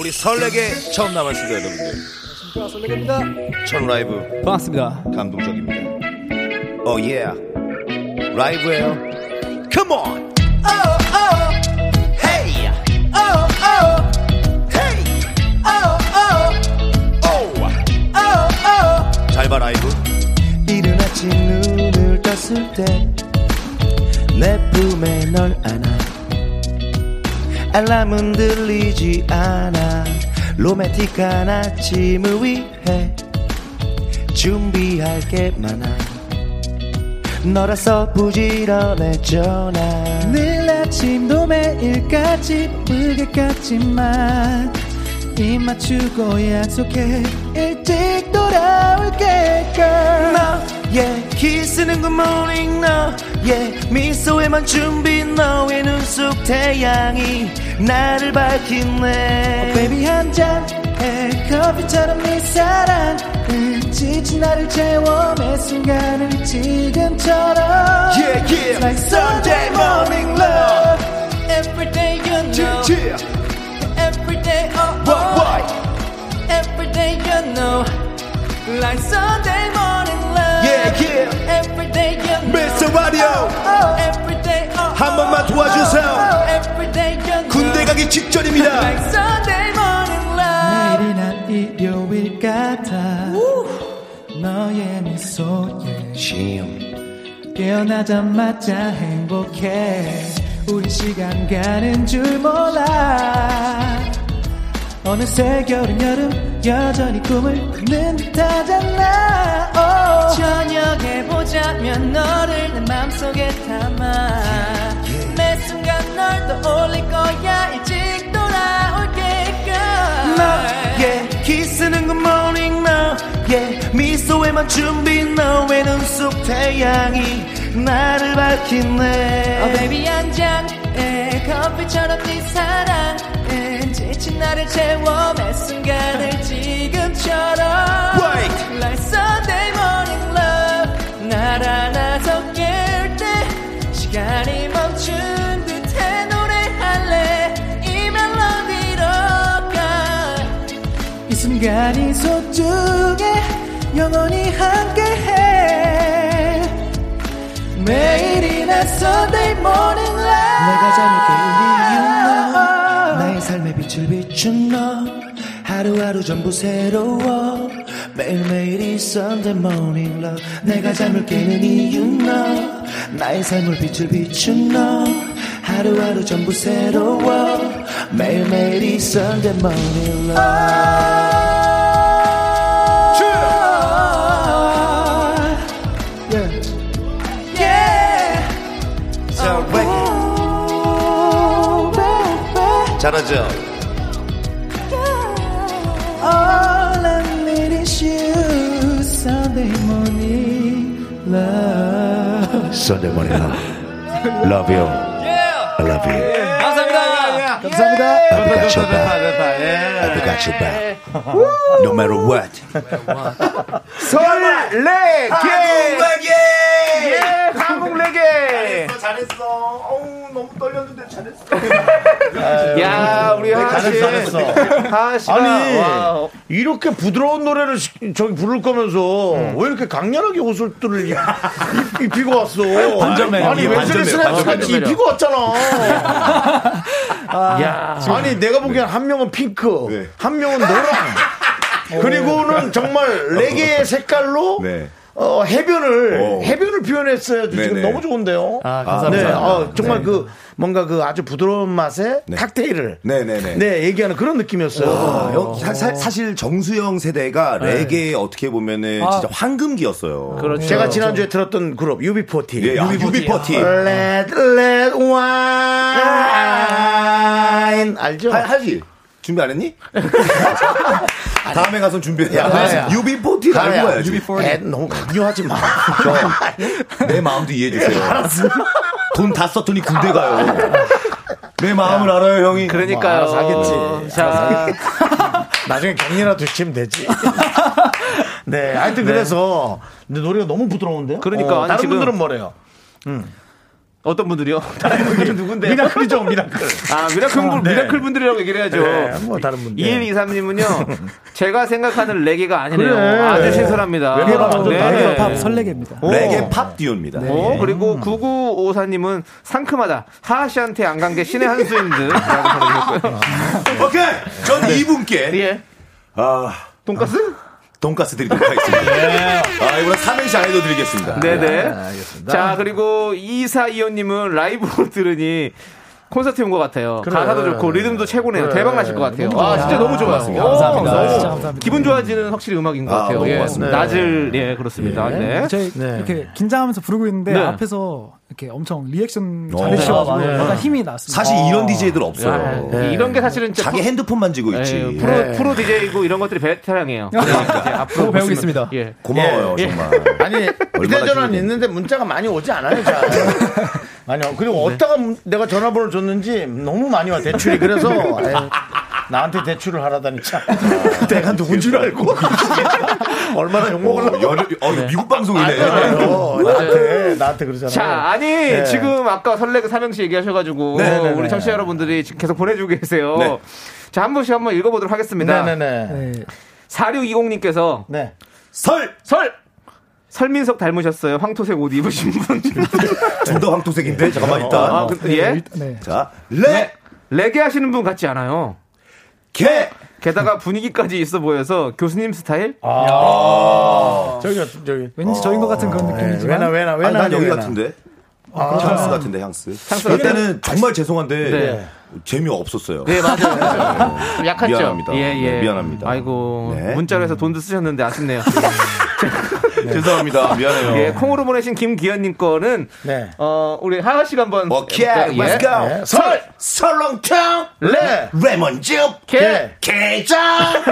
Speaker 4: 우리 설레게 처음 나왔습니다 여러분들 진짜 설레입니다 첫 라이브
Speaker 5: 반갑습니다.
Speaker 4: 감동적입니다 오 예 라이브예요 Come on
Speaker 3: Oh, oh.
Speaker 4: 잘봐 라이브
Speaker 3: 이른 아침 눈을 떴을 때 내 품에 널 안아 알람은 들리지 않아 로맨틱한 아침을 위해 준비할 게 많아 너라서 부지런해져 난늘 아침도 매일같이 무게같지만 입 맞추고 약속해 일찍 돌아올게 girl 너의 키스는 굿모닝 너의 미소에만 준비 너의 눈 속 태양이 나를 밝히네 oh, baby 한잔해 커피처럼 네 사랑은 지친 나를 채워 매 순간을 지금처럼
Speaker 4: Yeah, yeah.
Speaker 3: It's like Sunday morning love Every day you know Every day oh, oh. Every day you know Like Sunday morning love
Speaker 4: Yeah, yeah.
Speaker 3: Every day you know
Speaker 4: Mr. Radio
Speaker 3: oh, Every day oh,
Speaker 4: 한 번만 도와주세요
Speaker 3: oh, Every day you know
Speaker 4: 군대 가기 직전입니다
Speaker 3: Like Sunday morning
Speaker 6: 내일이나
Speaker 3: love
Speaker 6: 일요일 같아 너의 미소에
Speaker 4: um,
Speaker 3: 시험
Speaker 6: 깨어나자마자 행복해 우리 시간 가는 줄 몰라 어느새 겨울 여름 여전히 꿈을 꾸는 듯하잖아
Speaker 3: 저녁에 보자면 너를 내 맘속에 담아 매 순간 널 떠올릴 거야 일찍 돌아올게 girl
Speaker 6: 너의 키스는 굿모닝 너의 미소에만 준비 너의 눈속 태양이 나를 밝히네
Speaker 3: Oh baby 한잔에 커피처럼 네 사랑은 지친 나를 채워 매 순간을 지금처럼 Like Sunday morning love 날 안아서 깰 때 시간이 멈춘 듯해 노래할래 이 멜로디로 가
Speaker 6: 이 순간이 소중해 영원히 함께해 매일이 나 Sunday morning light 내가 잠을 깨우는 이유 너 나의 삶에 빛을 비춘 너 하루하루 전부 새로워 매일매일이 Sunday morning love 내가 잠을 깨는 이유 너 나의 삶을 빛을 비춘 너 하루하루 전부 새로워 매일매일이 Sunday morning love Yeah.
Speaker 4: 어. 잘하죠. 어,
Speaker 6: All I need is you Sunday morning love
Speaker 4: Sunday morning love. Love you. I love you.
Speaker 1: 예.
Speaker 2: 예.
Speaker 4: I've got your back. I've got your back.
Speaker 2: 네.
Speaker 4: No matter what.
Speaker 2: 설레게! 네, 예! 한국 레게!
Speaker 4: 잘했어. 어우, 너무 떨렸는데 잘했어.
Speaker 2: 야, 우리 하하 씨.
Speaker 1: 잘했어.
Speaker 2: 하하 씨가
Speaker 1: 네, 아니
Speaker 2: 와,
Speaker 1: 이렇게 부드러운 노래를 시- 저기 부를 거면서 왜 이렇게 강렬하게 옷을들을 입- 입히고 왔어?
Speaker 4: 반전 매력이야,
Speaker 1: 아니
Speaker 4: 반전
Speaker 1: 웨슬리
Speaker 4: 매력,
Speaker 1: 스나이프스
Speaker 4: 반전
Speaker 1: 같이
Speaker 2: 매력.
Speaker 1: 입히고 왔잖아. 야, 아니 내가 보기엔 한 명은 핑크,
Speaker 4: 네.
Speaker 1: 한 명은 노랑. 그리고는 정말 레게의 색깔로
Speaker 4: 네.
Speaker 1: 어, 해변을
Speaker 4: 오.
Speaker 1: 해변을 표현했어요. 지금
Speaker 4: 네네.
Speaker 1: 너무 좋은데요.
Speaker 5: 아, 감사합니다.
Speaker 1: 네, 어, 정말 그 뭔가 그 아주 부드러운 맛의
Speaker 4: 네.
Speaker 1: 칵테일을
Speaker 4: 네네네.
Speaker 1: 네, 얘기하는 그런 느낌이었어요. 네.
Speaker 4: 아, 여기 사, 실 정수영 세대가 아, 레게 어떻게 보면은 진짜 황금기였어요.
Speaker 2: 아. 그렇죠.
Speaker 1: 제가 지난주에 들었던 그룹 UB40.
Speaker 4: 예, 아, 유비퍼티.
Speaker 1: 네.
Speaker 4: 네,
Speaker 1: Red Red
Speaker 4: 아,
Speaker 1: Wine 알죠?
Speaker 4: 하, 하지. 준비 안 했니? 다음에 가서
Speaker 1: 야,
Speaker 4: 준비해야 UB40
Speaker 1: 가라야.
Speaker 4: 달고 와야지. 네.
Speaker 1: 에, 네, 너무 강요하지 마.
Speaker 4: 내 마음도 이해해 주세요. 돈 다 썼더니 군대 가요. 내 마음을 알아요, 형이.
Speaker 2: 그러니까요.
Speaker 1: 알아서 하겠지.
Speaker 2: 자,
Speaker 1: 나중에 갱이라도 치면 되지. 네, 하여튼 그래서 근데 노래가 너무 부드러운데요?
Speaker 2: 그러니까,
Speaker 1: 어,
Speaker 2: 아니,
Speaker 1: 다른
Speaker 2: 지금- 음.
Speaker 1: 분들은 뭐래요?
Speaker 2: 어떤 분들이요? 음. 다른 분들이 누군데?
Speaker 1: 미라클이죠, 미라클.
Speaker 2: 아, 미라클, 분- 미라클 분들이라고 얘기를 해야죠.
Speaker 1: 네, 뭐 다른 분들.
Speaker 2: 2123님은요, 제가 생각하는 레게가 아니네요.
Speaker 1: 그래.
Speaker 2: 아주 신선합니다. 네.
Speaker 1: 외모가 완전 다르게
Speaker 6: 팝 설레게입니다
Speaker 4: 레게 팝 듀오입니다.
Speaker 2: 어, 그리고 9954님은 상큼하다. 하하 씨한테 안 간 게 신의 한 수인 듯. 라고 보내주셨고요.
Speaker 4: 오케이! 네, 전 이분께,
Speaker 2: 예.
Speaker 4: 아,
Speaker 2: 돈가스? 예.
Speaker 4: 돈가스 드리도록 하겠습니다. 아, 이번엔 삼행시 안 해도 드리겠습니다.
Speaker 2: 네네.
Speaker 4: 아,
Speaker 2: 자, 그리고 2425님은 라이브로 들으니 콘서트 온 것 같아요. 가사도 좋고 리듬도 최고네요. 대박 나실 것 같아요.
Speaker 4: 음,
Speaker 2: 아, 진짜 너무 좋았습니다.
Speaker 5: 감사합니다.
Speaker 2: 진짜 감사합니다. 기분 좋아지는 확실히 음악인 것
Speaker 4: 아,
Speaker 2: 같아요.
Speaker 4: 너무
Speaker 2: 예.
Speaker 4: 고맙습니다.
Speaker 2: 낮을, 예, 그렇습니다. 네.
Speaker 6: 저희 이렇게 긴장하면서 부르고 있는데
Speaker 2: 네.
Speaker 6: 앞에서 이렇게 엄청 리액션
Speaker 4: 어.
Speaker 6: 잘해주셔가지고
Speaker 5: 네.
Speaker 6: 약간 힘이 났습니다
Speaker 4: 사실 이런 DJ들
Speaker 2: 아,
Speaker 4: 없어요. 네.
Speaker 2: 이런 게 사실은 진짜
Speaker 4: 자기
Speaker 2: 프로-
Speaker 4: 핸드폰 만지고
Speaker 2: 예,
Speaker 4: 있지. 네.
Speaker 2: 프로 프로 DJ고 이런 것들이 베테랑이에요. 이제 앞으로
Speaker 5: 배우겠습니다.
Speaker 2: 예.
Speaker 4: 고마워요, 정말.
Speaker 1: 아니 휴대전화는
Speaker 4: 기분이
Speaker 1: 있는데 문자가 많이 오지 않아요 잘 아니요 그리고 어디다가 문- 내가 전화번호를 줬는지 너무 많이 와 대출이 그래서 예. 네. 에이, 나한테 대출을 하라다니 참
Speaker 4: 아,
Speaker 1: 내가 누군 줄 알고 얼마나 욕먹을
Speaker 4: 어, 연, 어, 이거 미국 방송이네.
Speaker 1: 알잖아요 나한테 나한테 그러잖아요 네.
Speaker 2: 자, 아니 지금 아까 설레게 삼행시 얘기하셔가지고 우리 청취자 여러분들이 지금 계속 보내주고 계세요.
Speaker 4: 네.
Speaker 2: 자, 한 분씩 한번 읽어보도록 하겠습니다.
Speaker 1: 네네네
Speaker 6: 네.
Speaker 2: 4620님께서
Speaker 1: 네
Speaker 4: 설!
Speaker 2: 설 설민석 닮으셨어요. 황토색 옷 입으신 분.
Speaker 4: 둘 다 황토색인데? 잠깐만, 일단.
Speaker 2: 아, 그, 예.
Speaker 6: 네.
Speaker 4: 자, 레!
Speaker 2: 레게 하시는 분 같지 않아요.
Speaker 4: 게!
Speaker 2: 게다가 분위기까지 있어 보여서 교수님 스타일?
Speaker 1: 저기 저기
Speaker 6: 왠지 저인 것 같은 그런
Speaker 1: 네,
Speaker 6: 느낌이지만
Speaker 1: 왜나 왜나
Speaker 4: 아니, 네.
Speaker 1: 왜나
Speaker 4: 난 여기
Speaker 1: 왜나.
Speaker 4: 같은데. 그 향수 같은데 향수.
Speaker 2: 향수
Speaker 4: 그때는 정말 죄송한데
Speaker 2: 네.
Speaker 4: 재미 없었어요.
Speaker 2: 네 맞아요. 좀 약하죠.
Speaker 4: 미안합니다.
Speaker 2: 예, 예.
Speaker 4: 네, 미안합니다.
Speaker 2: 아이고
Speaker 4: 네.
Speaker 2: 문자로 해서 돈도 쓰셨는데 아쉽네요. 네.
Speaker 4: 죄송합니다. 미안해요.
Speaker 2: 예, 콩으로 보내신 김기현님 거는
Speaker 1: 네.
Speaker 2: 어 우리 하하 씨가 한번
Speaker 4: 오케이,
Speaker 2: 해볼까요? 예.
Speaker 4: let's go.
Speaker 1: 네.
Speaker 4: 설, 설렁탕,
Speaker 1: 레,
Speaker 4: 레몬즙,
Speaker 2: 개.
Speaker 4: 게장.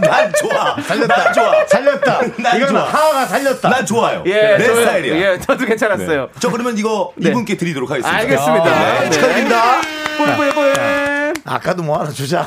Speaker 4: 난 좋아.
Speaker 1: 살렸다.
Speaker 4: 난 좋아.
Speaker 1: 살렸다.
Speaker 4: 난
Speaker 1: 이건
Speaker 4: 좋아.
Speaker 1: 하하가 살렸다.
Speaker 4: 난 좋아요.
Speaker 2: 예,
Speaker 4: 내
Speaker 2: 저는-
Speaker 4: 스타일이야. 네.
Speaker 2: 예, 저도 괜찮았어요.
Speaker 4: 저 그러면 이거 이분께 드리도록 하겠습니다.
Speaker 2: 알겠습니다.
Speaker 4: 네,
Speaker 2: 네.
Speaker 4: 축하드립니다.
Speaker 2: 뿔뿔뿔.
Speaker 1: 아까도 뭐 하나 주자.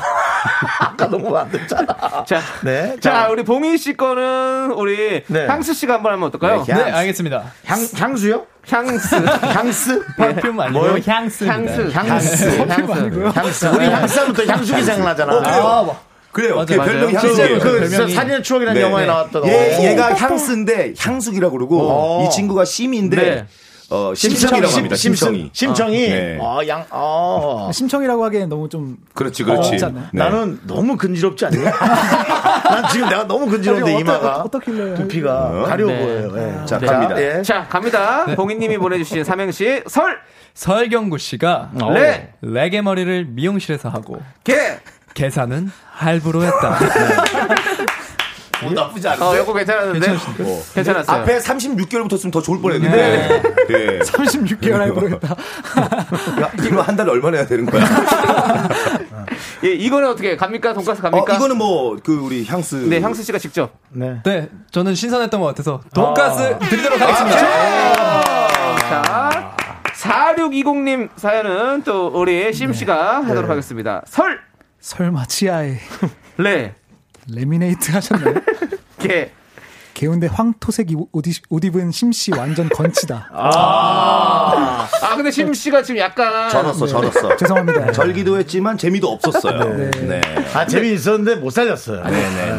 Speaker 1: 아까 너무 안 됐잖아.
Speaker 2: 자,
Speaker 1: 네.
Speaker 2: 자 우리 봉인 씨 거는 우리
Speaker 1: 네.
Speaker 2: 향수 씨가 한번 하면 어떨까요?
Speaker 1: 네, 향-
Speaker 5: 네, 알겠습니다.
Speaker 1: 향, 향수요?
Speaker 2: 향수,
Speaker 4: 네.
Speaker 1: 향수?
Speaker 5: 퍼퓸 아니고
Speaker 1: 뭐요?
Speaker 5: 향수.
Speaker 2: 향수,
Speaker 1: 네. 향수. 아,
Speaker 2: 향수.
Speaker 1: 향수. 우리 향수하면 또 향수기 생각나잖아.
Speaker 4: 그래요.
Speaker 5: 아, 뭐.
Speaker 4: 그래요. 그
Speaker 2: 맞아요.
Speaker 4: 별명이
Speaker 1: 실제로
Speaker 4: 향수예요.
Speaker 1: 그
Speaker 5: 별명이-
Speaker 1: 진짜 사진의 추억이라는
Speaker 4: 네,
Speaker 1: 영화에
Speaker 4: 네.
Speaker 1: 나왔던. 어. 오.
Speaker 4: 얘, 얘가 향수인데 향숙이라고 그러고
Speaker 1: 어.
Speaker 4: 이 친구가 심인데
Speaker 2: 네.
Speaker 4: 어, 심청이라고 합니다. 심청이.
Speaker 1: 심청이.
Speaker 4: 네.
Speaker 1: 아, 양, 아.
Speaker 7: 심청이라고 하기엔 너무 좀
Speaker 4: 그렇지, 그렇지.
Speaker 7: 어, 없지 않나요?
Speaker 4: 네.
Speaker 1: 나는 너무 근지럽지 않냐? 난 지금 내가 너무 근지러운데
Speaker 7: 어떡-
Speaker 1: 이마가.
Speaker 7: 어떡- 어떡길래.
Speaker 1: 두피가 가려
Speaker 2: 네.
Speaker 1: 보여요. 예.
Speaker 4: 자, 갑니다.
Speaker 1: 예.
Speaker 2: 자 갑니다. 봉인님이 보내주신 삼행시 설, 네.
Speaker 5: 설경구 씨가
Speaker 2: 레,
Speaker 5: 레게 머리를 미용실에서 하고
Speaker 2: 아, 개.
Speaker 5: 계산은 할부로 했다.
Speaker 4: 어, 나쁘지
Speaker 2: 어,
Speaker 4: 않은데.
Speaker 2: 이거 괜찮았는데.
Speaker 4: 어.
Speaker 2: 괜찮았어요.
Speaker 4: 앞에 36개월 붙었으면 더 좋을 뻔했는데. 네.
Speaker 7: 36개월 할부로겠다
Speaker 4: 야, 이거 한 달에 얼마나 해야 되는 거야?
Speaker 2: 예, 이거는 어떻게 갑니까? 돈가스
Speaker 4: 어,
Speaker 2: 갑니까?
Speaker 4: 이거는 뭐 그 우리 향수.
Speaker 2: 네, 향수 씨가 직접.
Speaker 1: 네.
Speaker 5: 네, 저는 신선했던 것 같아서 돈가스 드리도록 하겠습니다.
Speaker 2: 어. 아, 자, 4620님 사연은 또 우리 심 씨가 하도록 하겠습니다. 설,
Speaker 7: 설마 치아에
Speaker 2: 레,
Speaker 7: 레미네이트 하셨나요?
Speaker 2: 개.
Speaker 7: 개운대 황토색 이- 옷, 입- 옷 입은 심씨 완전 건치다.
Speaker 2: 아, 근데 심 씨가 지금 약간
Speaker 4: 절었어, 절었어.
Speaker 7: 죄송합니다.
Speaker 4: 절기도 했지만 재미도 없었어요. 네.
Speaker 1: 아, 재미 있었는데 못 살렸어요.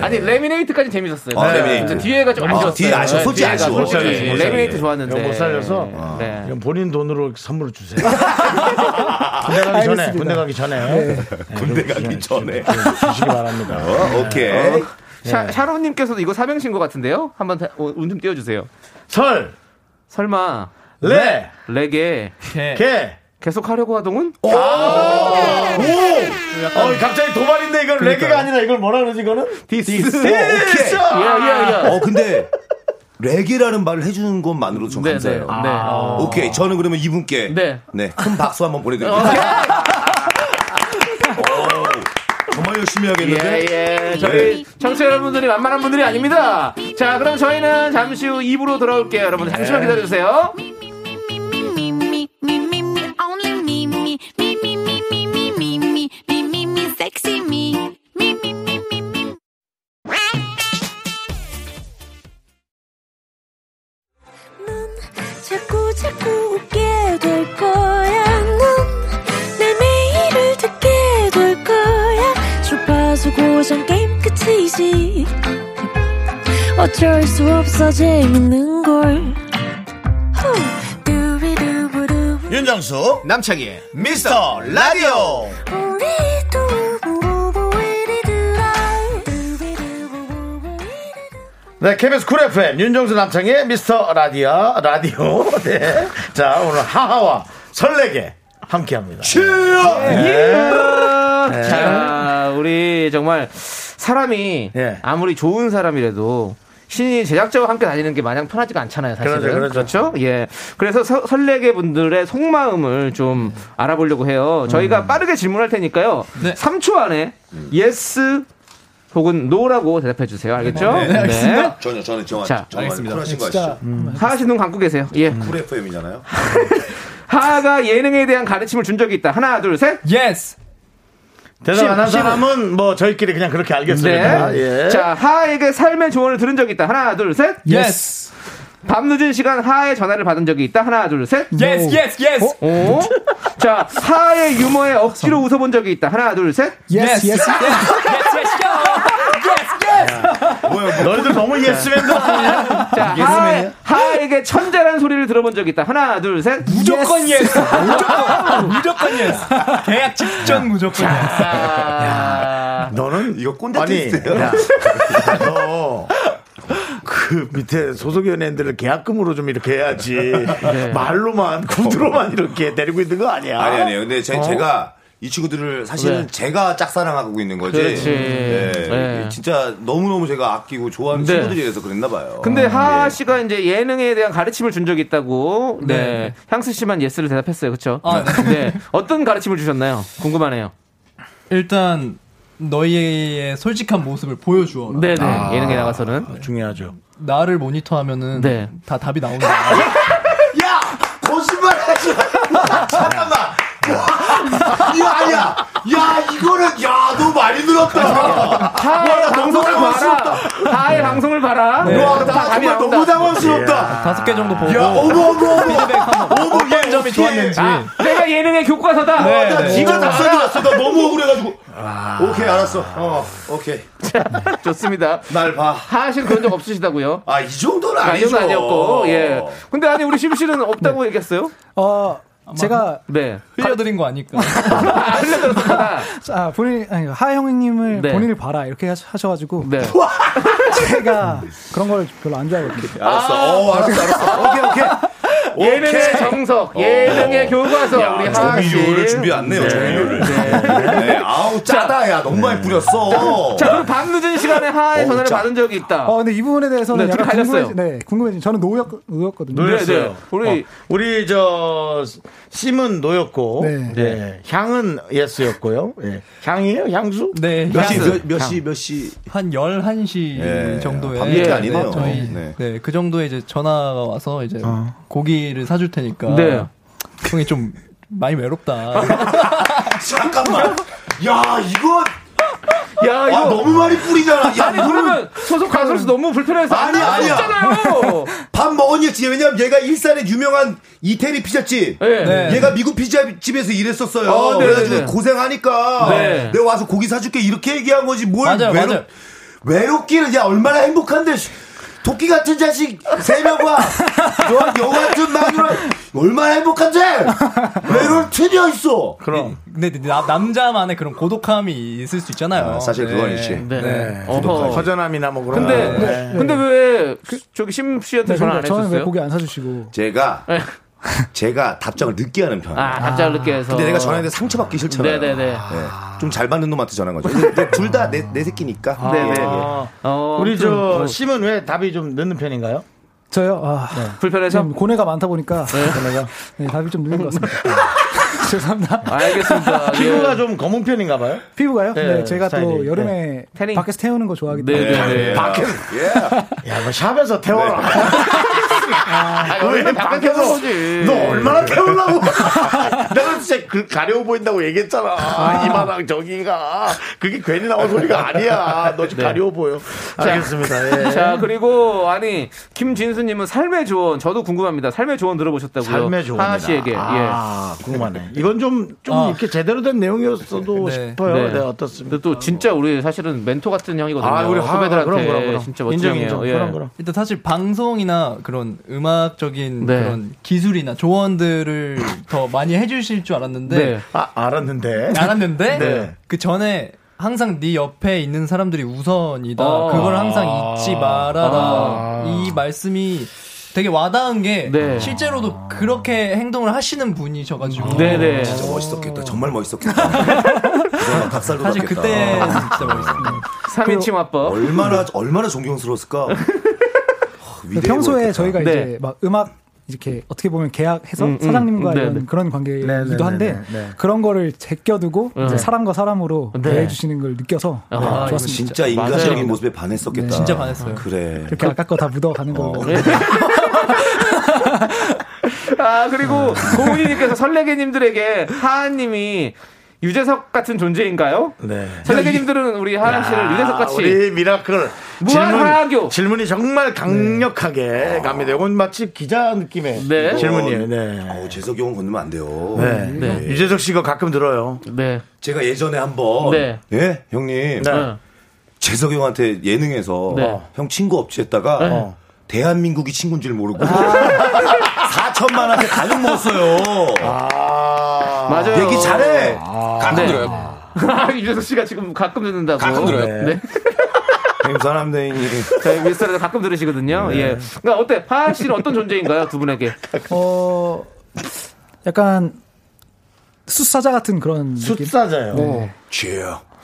Speaker 2: 아니 레미네이트까지 재밌었어요.
Speaker 4: 아,
Speaker 2: 네.
Speaker 4: 레미네이트.
Speaker 2: 근데 뒤에가 좀
Speaker 4: 아,
Speaker 2: 아쉬웠어요. 네,
Speaker 4: 뒤에 아쉬워. 솔직히 아.
Speaker 2: 뒤에가
Speaker 4: 아쉬워.
Speaker 2: 솔직히
Speaker 4: 못 살려서.
Speaker 2: 레미네이트
Speaker 4: 예.
Speaker 2: 좋았는데.
Speaker 1: 이거 못 살려서.
Speaker 2: 네.
Speaker 1: 그럼 본인 돈으로 선물을 주세요. 군대 가기 전에, 군대 가기 전에.
Speaker 7: 네.
Speaker 4: 군대 가기 전에.
Speaker 1: 주시기 바랍니다. 네.
Speaker 4: 어, 오케이.
Speaker 2: 네. 샤, 샤론님께서도 이거 사명신 것 같은데요? 한번 다- 어, 운좀 띄워주세요.
Speaker 1: 설,
Speaker 2: 설마
Speaker 1: 레,
Speaker 2: 레게
Speaker 1: 개.
Speaker 2: 계속 하려고 아! 하동은?
Speaker 1: 어, 갑자기 도발인데 이건 레게가 아니라 이걸 뭐라 그러지 이거는?
Speaker 4: 디스. 오, 오케이.
Speaker 2: 예, 예예예.
Speaker 4: 어, 근데 레게라는 말을 해주는 것만으로도 좀
Speaker 2: 네,
Speaker 4: 감사해요. 아.
Speaker 2: 네, 네. 어.
Speaker 4: 오케이. 저는 그러면 이분께
Speaker 2: 네. 어.
Speaker 4: 큰 박수 한번 보내드립니다. 오, 정말 열심히 하겠는데. 네.
Speaker 2: 예, 예. 저희 청취자 여러분들이 만만한 분들이 아닙니다. 자, 그럼 저희는 잠시 후 2부로 돌아올게요. 여러분,
Speaker 1: 네.
Speaker 2: 잠시만 기다려주세요.
Speaker 8: 자꾸 자꾸 웃게 될 거야. 넌내 매일을 듣게 될 거야. 주파수 고정 게임 끝이지. 어쩔 수 없어 재밌는 걸. 후. 두비두부두.
Speaker 1: 윤정수, 남창희, 미스터 라디오.
Speaker 8: 우리 두부부부 우리 두라. 두비두부부부 우리 두라.
Speaker 1: 네, KBS 쿨 FM, 윤정수 남창희, 미스터 라디아, 라디오. 네. 자, 오늘 하하와 설레게 함께 합니다. 네.
Speaker 2: 예. 자, 우리 정말 사람이
Speaker 1: 예.
Speaker 2: 아무리 좋은 사람이라도 신이 제작자와 함께 다니는 게 마냥 편하지가 않잖아요, 사실은.
Speaker 1: 그렇죠, 그렇죠.
Speaker 2: 예. 그래서 서- 설레게 분들의 속마음을 좀 알아보려고 해요.
Speaker 1: 음.
Speaker 2: 저희가 빠르게 질문할 테니까요.
Speaker 5: 네.
Speaker 2: 3초 안에 예스 혹은 노라고 대답해 주세요. 알겠죠?
Speaker 4: 네, 네,
Speaker 2: 알겠습니다.
Speaker 4: 전혀 저는 정말
Speaker 2: 자,
Speaker 4: 정말 쿨하신 거
Speaker 7: 진짜 음.
Speaker 4: 아시죠?
Speaker 2: 하하 씨눈 감고 계세요. 예.
Speaker 1: 음.
Speaker 4: 쿨 FM이잖아요.
Speaker 2: 하하가 예능에 대한 가르침을 준 적이 있다. 하나, 둘, 셋.
Speaker 5: 예스.
Speaker 1: 대답 안 한
Speaker 2: 심-
Speaker 1: 사람은 뭐 저희끼리 그냥 그렇게 알겠습니다.
Speaker 2: 네.
Speaker 1: 예.
Speaker 2: 자, 하하에게 삶의 조언을 들은 적이 있다. 하나, 둘, 셋.
Speaker 5: 예스.
Speaker 2: 밤늦은 시간 하하의 전화를 받은 적이 있다. 하나, 둘, 셋.
Speaker 5: 예스. 예스. 예스.
Speaker 2: 오. 자, 하하의 유머에 억지로 웃어본 적이 있다. 하나, 둘, 셋.
Speaker 7: 예스, 예스.
Speaker 4: 뭐야, 뭐.
Speaker 1: 너희들 너무 예스맨들 아니야?
Speaker 2: 자, 하하, 하하에게 천재란 소리를 들어본 적이 있다. 하나, 둘, 셋.
Speaker 5: 무조건 예스. 무조건. 무조건 예스. 계약 직전 무조건 예스.
Speaker 2: 아,
Speaker 1: 너는
Speaker 4: 이거 꼰대
Speaker 1: 아니,
Speaker 4: 테스트예요.
Speaker 1: 야, 너 그 밑에 소속 연예인들을 계약금으로 좀 이렇게 해야지
Speaker 2: 네.
Speaker 1: 말로만 구두로만 이렇게 데리고 있는 거 아니야?
Speaker 4: 아니 아니요. 근데 제,
Speaker 1: 어?
Speaker 4: 가이 친구들을 사실은
Speaker 1: 네.
Speaker 4: 제가 짝사랑하고 있는 거지.
Speaker 2: 그렇지.
Speaker 4: 네.
Speaker 2: 네.
Speaker 4: 진짜 너무너무 제가 아끼고 좋아하는
Speaker 2: 네.
Speaker 4: 친구들이라서 그랬나 봐요. 음, 예.
Speaker 2: 근데 하하 씨가 이제 예능에 대한 가르침을 준 적이 있다고. 네. 향수 씨만 예스를 대답했어요. 그렇죠? 네. 어떤 가르침을 주셨나요? 궁금하네요.
Speaker 5: 일단 너희의 솔직한 모습을 보여주어.
Speaker 2: 네, 네.
Speaker 4: 아,
Speaker 2: 예능에 나가서는
Speaker 1: 중요하죠.
Speaker 5: 나를 모니터하면은
Speaker 2: 네.
Speaker 5: 다 답이 나온다.
Speaker 4: 야! 거짓말 하지 마! 잠깐만! 야, 야! 야, 이거는, 야, 너 많이 늘었다!
Speaker 2: 하하의
Speaker 4: 와, 나 아, 너무
Speaker 2: 방송을 봐라.
Speaker 4: 당황스럽다!
Speaker 2: 하하의 방송을 봐라.
Speaker 5: 네.
Speaker 4: 와,
Speaker 2: 다
Speaker 4: 나
Speaker 2: 답이
Speaker 4: 정말
Speaker 2: 나온다.
Speaker 4: 너무 당황스럽다!
Speaker 5: 다섯 개 정도 보고
Speaker 4: 야, 어머, 어머, 어머!
Speaker 5: 피드백 한번.
Speaker 4: 어머, 예,
Speaker 5: 어떤 점이 좋았는지.
Speaker 2: 아. 네. 내가 예능의 교과서다.
Speaker 5: 네, 네.
Speaker 4: 진짜 답사들었어. 나 너무 억울해가지고.
Speaker 2: 아.
Speaker 4: 오케이, 알았어. 어, 오케이.
Speaker 2: 좋습니다.
Speaker 4: 날 봐.
Speaker 2: 하하 씨는 그런 적 없으시다고요?
Speaker 4: 아, 이 정도는
Speaker 2: 아니요,
Speaker 4: 아니죠.
Speaker 2: 아니었고. 예. 근데 아니 우리 심 씨는
Speaker 6: 네.
Speaker 2: 없다고 얘기했어요?
Speaker 7: 어, 제가
Speaker 2: 네.
Speaker 5: 흘려드린 거 아니까.
Speaker 2: 흘려들었다.
Speaker 7: 자, 본인 아니 하 형님을
Speaker 2: 네.
Speaker 7: 본인을 봐라 이렇게 하셔- 하셔가지고
Speaker 2: 네.
Speaker 7: 제가 그런 걸 별로 안 좋아하거든요.
Speaker 4: 알았어. 어, 알았어, 알았어. 오케이, 오케이. 어.
Speaker 2: 예능의 정석, 예능의 교과서 우리 하하 씨.
Speaker 4: 조미료를 준비 안 내요, 조미료를. 네, 아우, 짜다, 야. 너무
Speaker 1: 네.
Speaker 4: 많이 뿌렸어.
Speaker 2: 자, 그럼 밤늦은 시간에 하하의
Speaker 4: 어,
Speaker 2: 전화를
Speaker 4: 짜.
Speaker 2: 받은 적이 있다.
Speaker 7: 어, 근데 이 부분에 대해서는
Speaker 2: 네, 둘이
Speaker 7: 약간
Speaker 2: 갈렸어요.
Speaker 7: 궁금해지, 네, 궁금해지. 저는 노였 노였거든요.
Speaker 2: 노였-
Speaker 1: 노였어요.
Speaker 2: 네. 우리-
Speaker 1: 어, 우리 저 심은 노였고,
Speaker 7: 네.
Speaker 1: 예, 향은 예스였고요. 예. 향이에요, 향수?
Speaker 5: 네.
Speaker 4: 몇 시,
Speaker 5: 향수.
Speaker 4: 몇, 몇 시, 몇 시.
Speaker 5: 한 11시
Speaker 4: 예,
Speaker 5: 정도에
Speaker 4: 밤늦게
Speaker 5: 네,
Speaker 4: 아니네요.
Speaker 5: 저희
Speaker 4: 네. 어.
Speaker 5: 네. 그 정도에 이제 전화가 와서 이제 고기를 사줄 테니까
Speaker 2: 네.
Speaker 5: 형이 좀 많이 외롭다.
Speaker 4: 잠깐만. 야, 이거.
Speaker 2: 야,
Speaker 4: 아,
Speaker 2: 이거
Speaker 4: 너무 많이 뿌리잖아. 야,
Speaker 2: 아니 그러면 소속 가수로서 너무 불편해서 안
Speaker 4: 아니야,
Speaker 2: 나올 수
Speaker 4: 아니야.
Speaker 2: 없잖아요.
Speaker 4: 밥 먹었지. 왜냐면 얘가 일산에 유명한 이태리 피자집.
Speaker 2: 예.
Speaker 5: 네.
Speaker 4: 얘가 미국 피자집에서 일했었어요.
Speaker 2: 어, 네,
Speaker 4: 그래가지고
Speaker 2: 네, 네.
Speaker 4: 고생하니까
Speaker 2: 네.
Speaker 4: 내가 와서 고기 사줄게 이렇게 얘기한 거지 뭘
Speaker 5: 맞아요,
Speaker 4: 외롭
Speaker 5: 맞아요.
Speaker 4: 외롭기는 야 얼마나 행복한데 씨. 토끼 같은 자식 세 명과 너한 여 같은 마누라 얼마나 행복한데 외로울 틈이 있어.
Speaker 1: 그럼.
Speaker 5: 근데 나- 남자만의 그런 고독함이 있을 수 있잖아요.
Speaker 4: 아, 사실 그건 있지.
Speaker 2: 네.
Speaker 1: 어.
Speaker 2: 어허. 네.
Speaker 1: 허전함이나 뭐 그런
Speaker 2: 근데
Speaker 1: 거.
Speaker 5: 네.
Speaker 2: 근데 왜 그,
Speaker 1: 그-
Speaker 2: 저기 심 씨한테
Speaker 7: 네,
Speaker 2: 전화 안
Speaker 1: 그러니까
Speaker 7: 근데 저는 왜
Speaker 2: 해줬어요?
Speaker 7: 고기 안 사주시고
Speaker 4: 제가
Speaker 2: 예.
Speaker 4: 제가 답장을 늦게 하는 편이에요.
Speaker 2: 아, 답장을 늦게 해서.
Speaker 4: 근데 내가 전화했는데 상처받기 싫잖아요.
Speaker 2: 네네네. 음.
Speaker 4: 좀 잘 받는 놈한테 전화한 거죠. 둘 다 내 내 새끼니까.
Speaker 2: 아, 네네.
Speaker 4: 예, 예.
Speaker 1: 어,
Speaker 2: 어,
Speaker 1: 우리
Speaker 2: 좀,
Speaker 1: 저
Speaker 2: 어,
Speaker 1: 심은 왜 답이 좀 늦는 편인가요?
Speaker 7: 저요. 아,
Speaker 2: 불편해서.
Speaker 7: 좀 고뇌가 많다 보니까 내가 네, 답이 좀 늦은 것 같습니다. 죄송합니다.
Speaker 2: 알겠습니다.
Speaker 1: 피부가
Speaker 2: 예.
Speaker 1: 좀 검은 편인가 봐요.
Speaker 7: 피부가요? 네,
Speaker 1: 네,
Speaker 7: 제가 또
Speaker 1: 스타일이.
Speaker 7: 여름에
Speaker 2: 태닝.
Speaker 7: 밖에서 태우는 거 좋아하기
Speaker 2: 네,
Speaker 7: 때문에
Speaker 2: 네,
Speaker 1: 예.
Speaker 2: 네.
Speaker 4: 밖에서 예.
Speaker 1: 야, 뭐 샵에서 태워라.
Speaker 2: 아,
Speaker 1: 왜
Speaker 2: 여기는 밖에 태우는
Speaker 1: 밖에서
Speaker 2: 거지.
Speaker 1: 너 얼마나 태우려고? 내가 진짜 그 가려워 보인다고 얘기했잖아. 이마랑 저기가 그게 괜히 나온 소리가 아니야. 너 지금 가려워 보여. 알겠습니다. 예.
Speaker 2: 네. 자 그리고 아니 김진수님은 삶의 조언 저도 궁금합니다. 삶의 조언 들어보셨다고요?
Speaker 1: 삶의 조언이다.
Speaker 2: 하하 씨에게 예.
Speaker 1: 아, 궁금하네. 이건 좀 좀
Speaker 5: 아.
Speaker 1: 이렇게 제대로 된 내용이었어도
Speaker 5: 네.
Speaker 1: 싶어요.
Speaker 2: 네.
Speaker 1: 네, 어떻습니까?
Speaker 2: 근데 또 진짜 우리 사실은 멘토 같은 형이거든요.
Speaker 4: 아,
Speaker 2: 후배들한테 네, 진짜 멋진
Speaker 1: 인정,
Speaker 2: 형이에요.
Speaker 1: 인정.
Speaker 2: 예.
Speaker 1: 그럼, 그럼.
Speaker 5: 일단 사실 방송이나 그런 음악적인
Speaker 2: 네.
Speaker 5: 그런 기술이나 조언들을 더 많이 해주실 줄 알았는데
Speaker 2: 네.
Speaker 1: 아, 알았는데.
Speaker 5: 알았는데
Speaker 1: 네.
Speaker 5: 그 전에 항상 네 옆에 있는 사람들이 우선이다.
Speaker 2: 아.
Speaker 5: 그걸 항상 잊지 말아라. 이 말씀이 되게 와닿은 게
Speaker 2: 네.
Speaker 5: 실제로도 그렇게 행동을 하시는 분이셔가지고
Speaker 2: 네네.
Speaker 4: 진짜 멋있었겠다. 정말 멋있었겠다. 그래서 닭살도
Speaker 5: 사실
Speaker 4: 났겠다. 그
Speaker 5: 그때 진짜 멋있었어요.
Speaker 2: 삼인칭 화법.
Speaker 4: 얼마나 얼마나 존경스러웠을까. 어, 위대해
Speaker 7: 그러니까 평소에
Speaker 4: 보였겠다.
Speaker 7: 저희가
Speaker 2: 네.
Speaker 7: 이제 막 음악 이렇게 어떻게 보면 계약해서
Speaker 2: 음, 음,
Speaker 7: 사장님과
Speaker 2: 음, 네,
Speaker 7: 이런
Speaker 2: 네.
Speaker 7: 그런
Speaker 1: 네, 네, 네,
Speaker 7: 관계이기도 한데
Speaker 1: 네, 네.
Speaker 7: 그런 거를 제껴두고
Speaker 2: 네.
Speaker 7: 이제 사람과 사람으로
Speaker 2: 네.
Speaker 7: 대해주시는 걸 느껴서 네,
Speaker 2: 아,
Speaker 7: 좋았습니다. 네,
Speaker 4: 진짜 인간적인
Speaker 2: 맞아요.
Speaker 4: 모습에 반했었겠다.
Speaker 5: 진짜 반했어요.
Speaker 4: 그래.
Speaker 7: 이렇게 아까 거 다 묻어가는 걸로
Speaker 2: 아 그리고 고은이님께서 설레게님들에게 하하님이 유재석 같은 존재인가요?
Speaker 1: 네.
Speaker 2: 설레게님들은 우리 하하 씨를 유재석 같이
Speaker 1: 우리 미라클
Speaker 2: 무한 화학교.
Speaker 1: 질문이 정말 강력하게
Speaker 4: 네. 아.
Speaker 1: 갑니다. 이건 마치 기자 느낌의
Speaker 2: 네.
Speaker 1: 질문이에요. 네.
Speaker 4: 어, 재석이 형 건너면 안 돼요.
Speaker 1: 네.
Speaker 2: 네.
Speaker 1: 유재석 씨가 가끔 들어요.
Speaker 2: 네.
Speaker 4: 제가 예전에 한번
Speaker 2: 네.
Speaker 4: 예 형님
Speaker 1: 네.
Speaker 2: 어.
Speaker 4: 재석이 형한테 예능에서
Speaker 2: 네.
Speaker 4: 형 친구 없이 했다가 어, 대한민국이 친구인 줄 모르고 4천만 원한테 가격 먹었어요.
Speaker 1: 아,
Speaker 2: 맞아요.
Speaker 4: 얘기 잘해.
Speaker 5: 가끔
Speaker 2: 네.
Speaker 5: 들어요.
Speaker 2: 유재석 씨가 지금 가끔 듣는다고.
Speaker 5: 가끔 들어요.
Speaker 2: 네. 김선남대인이 저희 윗사람들 가끔 들으시거든요. 예. 그러니까 어때? 파하 씨는 어떤 존재인가요? 두 분에게.
Speaker 7: 어, 약간 숫사자 같은 그런
Speaker 1: 숫사자요.
Speaker 2: 어.
Speaker 7: 네.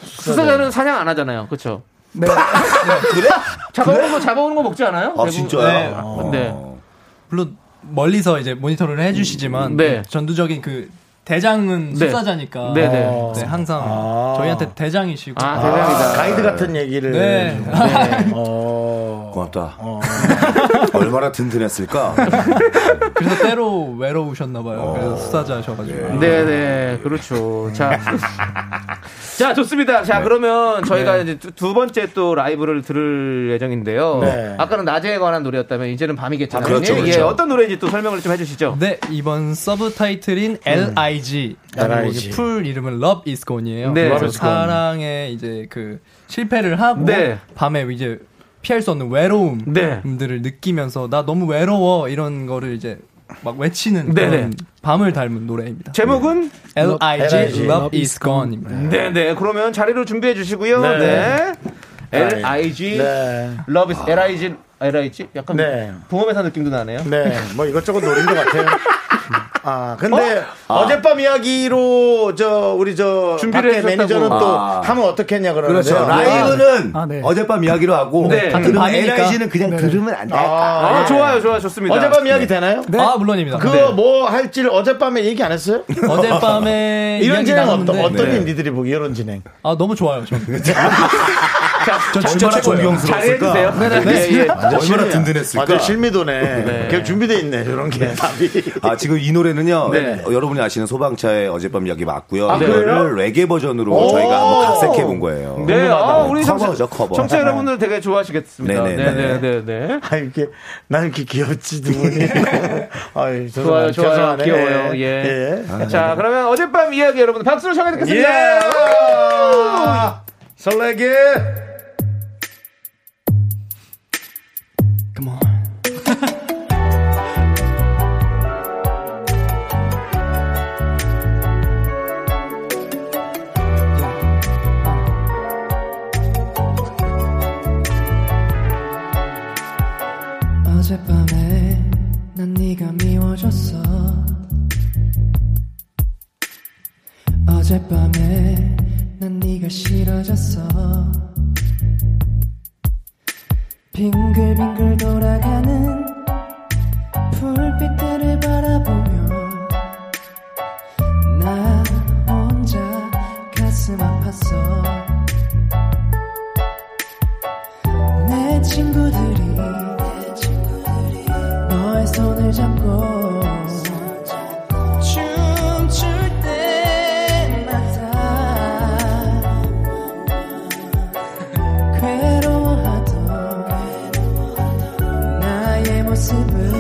Speaker 2: 수사자는 사냥 안 하잖아요. 그렇죠?
Speaker 7: 네.
Speaker 2: 그래? 잡아오는 거 잡아오는 거 먹지 않아요? 대부분. 네.
Speaker 5: 네. 물론 멀리서 이제 모니터를 해주시지만
Speaker 2: 네.
Speaker 5: 전두적인 그 대장은
Speaker 2: 네.
Speaker 5: 수사자니까
Speaker 2: 네, 네.
Speaker 5: 어, 네, 항상 저희한테 대장이시고
Speaker 2: 아, 대장이다.
Speaker 1: 아. 가이드 같은 얘기를.
Speaker 5: 네.
Speaker 4: 고맙다. 얼마나 든든했을까?
Speaker 5: 그래서 때로 외로우셨나 봐요. 그래서 수사자셔가지고.
Speaker 2: 어. 네, 네, 그렇죠. 자, 자 좋습니다. 자 그러면 저희가
Speaker 5: 네.
Speaker 2: 이제 두, 두 번째 또 라이브를 들을 예정인데요.
Speaker 5: 네.
Speaker 2: 아까는 낮에 관한 노래였다면 이제는 밤이겠잖아요.
Speaker 5: 아, 그렇죠,
Speaker 2: 예,
Speaker 5: 그렇죠.
Speaker 2: 예, 어떤 노래인지 또 설명을 좀 해주시죠.
Speaker 5: 네, 이번 서브 타이틀인 LIG.
Speaker 2: LIG.
Speaker 5: 네, 그 풀 이름은 Love is Gone이에요.
Speaker 2: 네.
Speaker 5: 그래서
Speaker 2: Love is Gone.
Speaker 5: 사랑에 이제 그 실패를 하고
Speaker 2: 네.
Speaker 5: 밤에 이제 피할 수 없는 외로움들을 느끼면서 나 너무 외로워 이런 거를 이제 막 외치는
Speaker 2: 네,
Speaker 5: 그런
Speaker 2: 네.
Speaker 5: 밤을 닮은 노래입니다.
Speaker 2: 제목은
Speaker 5: LIG, Love is Gone입니다.
Speaker 2: 네, 네. 그러면 자리를 준비해 주시고요.
Speaker 5: 네.
Speaker 2: 네. LIG
Speaker 1: 네.
Speaker 2: Love is LIG LIG 약간
Speaker 1: 네.
Speaker 2: 부모회사 느낌도 나네요.
Speaker 1: 네, 뭐 이것저것 노린 것 같아요. 아, 근데
Speaker 2: 어?
Speaker 1: 어? 젯밤 이야기로 저 우리 저
Speaker 4: 준비를
Speaker 1: 밖에
Speaker 4: 해줬다고.
Speaker 1: 매니저는 또
Speaker 4: 아.
Speaker 1: 하면 어떻게 했냐 그러는데
Speaker 4: 그렇죠.
Speaker 2: 아, 네.
Speaker 4: 라이브는
Speaker 5: 네.
Speaker 4: 어젯밤 이야기로 하고
Speaker 1: 네.
Speaker 4: 들으면
Speaker 1: 밤이니까.
Speaker 4: LIG는 그냥 들으면 안 돼.
Speaker 1: 아, 네. 어젯밤
Speaker 2: 네.
Speaker 1: 이야기 되나요?
Speaker 4: 네.
Speaker 5: 아, 물론입니다.
Speaker 1: 네. 그거 뭐 할지 를 어젯밤에 얘기 안 했어요?
Speaker 5: 어젯밤에
Speaker 1: 이런
Speaker 5: 이야기
Speaker 1: 진행 어떤
Speaker 5: 나눴는데.
Speaker 1: 어떤
Speaker 5: 네.
Speaker 1: 니들이 보기 이런 진행?
Speaker 5: 아 너무 좋아요. 저
Speaker 2: 자,
Speaker 1: 진짜 최고예요.
Speaker 5: 네네.
Speaker 4: 얼마나 든든했을까?
Speaker 1: 완전 아, 실미도네.
Speaker 4: 네.
Speaker 1: 걔 준비돼 있네 이런 게 답이.
Speaker 4: 아, 지금 이 노래는요.
Speaker 1: 네.
Speaker 4: 어, 여러분이 아시는 소방차의 어젯밤 이야기 맞고요.
Speaker 2: 아, 그래요?
Speaker 4: 이거를 레게 버전으로
Speaker 2: 오!
Speaker 4: 저희가 한번 각색해 본 거예요.
Speaker 2: 네, 아, 우리
Speaker 4: 커버죠,
Speaker 2: 청취자,
Speaker 4: 커버. 아.
Speaker 2: 청취자 여러분들 되게 좋아하시겠습니다.
Speaker 4: 네네,
Speaker 2: 네네네.
Speaker 4: 네네.
Speaker 1: 아 이렇게 나 이렇게 귀엽지 두 분이. 아이,
Speaker 2: 네. 좋아요, 좋아요.
Speaker 1: 죄송합니다. 죄송하네.
Speaker 2: 귀여워요. 예. 자, 그러면 어젯밤 이야기 여러분 박수로 청해 듣겠습니다.
Speaker 1: 아, 네. 예. 아. 설레게.
Speaker 3: 어젯밤에 난 네가 미워졌어 어젯밤에 난 네가 싫어졌어 빙글빙글 돌아가는 불빛들을 바라보며 나 혼자 가슴 아팠어 내 친구들이 너의 손을 잡고 춤출 때마다 괴로워하던 나의 모습을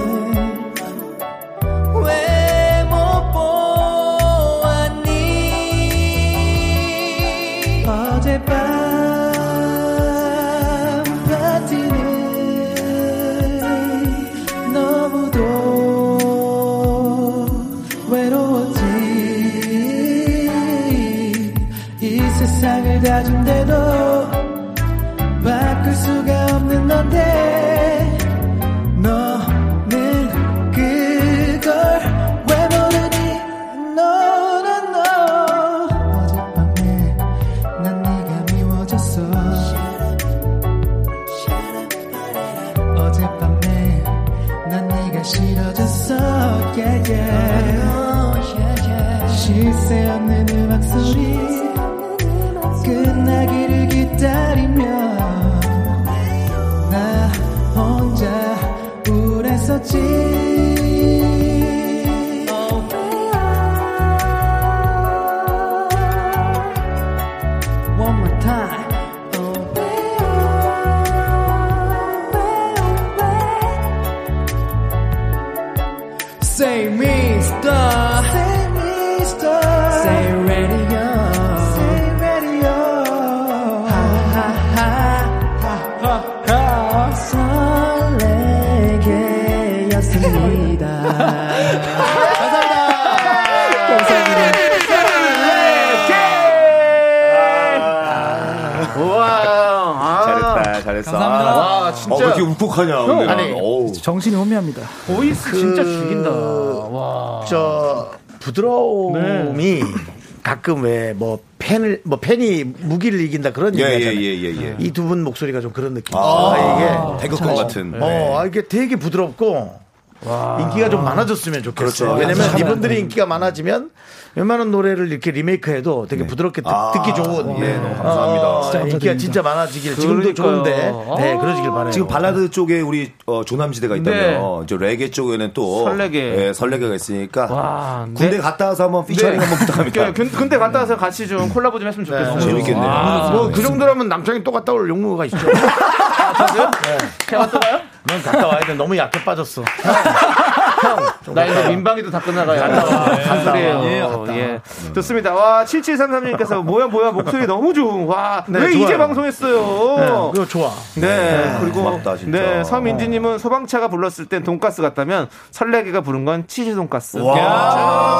Speaker 3: 왜 못 보았니 어젯밤 파티는 너무도 외로웠지 이 세상을 다 준대도 바꿀 수가 없는 건데 너는 그걸 왜 모르니 너는 너 어젯밤에 난 네가 미워졌어 어젯밤에 난 네가 싫어졌어 yeah, yeah. 실세 없는 음악 소리 끝나기를 기다리며 나 혼자 우울했었지 Oh. One more time. Say mister. Say mister. Say radio. Say radio. Ha ha ha ha ha ha. 설레게였습니다.
Speaker 2: 와, 예. 아.
Speaker 4: 잘했다, 어, 왜 이렇게 울컥하냐. 근데 난, 어우.
Speaker 7: 정신이 혼미합니다. 그
Speaker 2: 보이스 진짜 죽인다.
Speaker 4: 아.
Speaker 1: 저
Speaker 4: 네.
Speaker 1: 부드러움이 가끔 왜 뭐 팬을 뭐 팬이 무기를 이긴다 그런
Speaker 4: 예,
Speaker 1: 얘기하잖아요.
Speaker 4: 예, 예, 예, 예.
Speaker 1: 이 두 분 목소리가 좀 그런 느낌.
Speaker 4: 아,
Speaker 1: 이게
Speaker 4: 태극권
Speaker 1: 어,
Speaker 4: 같은.
Speaker 1: 어, 아, 이게 되게 부드럽고 인기가 좀 많아졌으면 좋겠어요.
Speaker 4: 그렇죠.
Speaker 1: 왜냐면
Speaker 4: 참.
Speaker 1: 이분들이 인기가 많아지면 웬만한 노래를 이렇게 리메이크해도 되게 부드럽게 듣,
Speaker 4: 아,
Speaker 1: 듣기 좋은
Speaker 4: 예, 너무 감사합니다.
Speaker 1: 아, 진짜 인기가 진짜 많아지길 지금도 좋은데 네 그러시길 바래요.
Speaker 4: 어. 지금 발라드 쪽에 우리 어, 조남지대가 있다면 저 레게 쪽에는 또
Speaker 2: 설레게.
Speaker 4: 예, 설레게가 있으니까
Speaker 2: 와,
Speaker 4: 군대
Speaker 2: 네.
Speaker 4: 갔다 와서 한번 피처링 한번 부탁합니다.
Speaker 2: 근데 갔다 와서 같이 좀 콜라보 좀 했으면 아, 좋겠어요.
Speaker 4: 재밌겠네요.
Speaker 1: 뭐그 정도라면 남창이 또 갔다 올 용무가 있죠.
Speaker 2: 아, 네. 제가 또 가요?
Speaker 1: 넌 갔다 와야 돼. 너무 약해 빠졌어.
Speaker 2: 나 이제 민방위도 다 끝나가요. 네,
Speaker 1: 갔다 와. 예,
Speaker 2: 간소리예요. 예.
Speaker 4: 음.
Speaker 2: 좋습니다. 와, 7733님께서 뭐야 뭐야 목소리 너무 좋은. 와,
Speaker 4: 네,
Speaker 2: 왜 이제
Speaker 1: 좋아요.
Speaker 2: 방송했어요?
Speaker 1: 그거 좋아.
Speaker 2: 네, 그리고
Speaker 4: 고맙다, 진짜. 어.
Speaker 2: 네 서민지님은 소방차가 불렀을 땐 돈가스 같다면 설레기가 부른 건 치즈 돈가스.
Speaker 4: 와.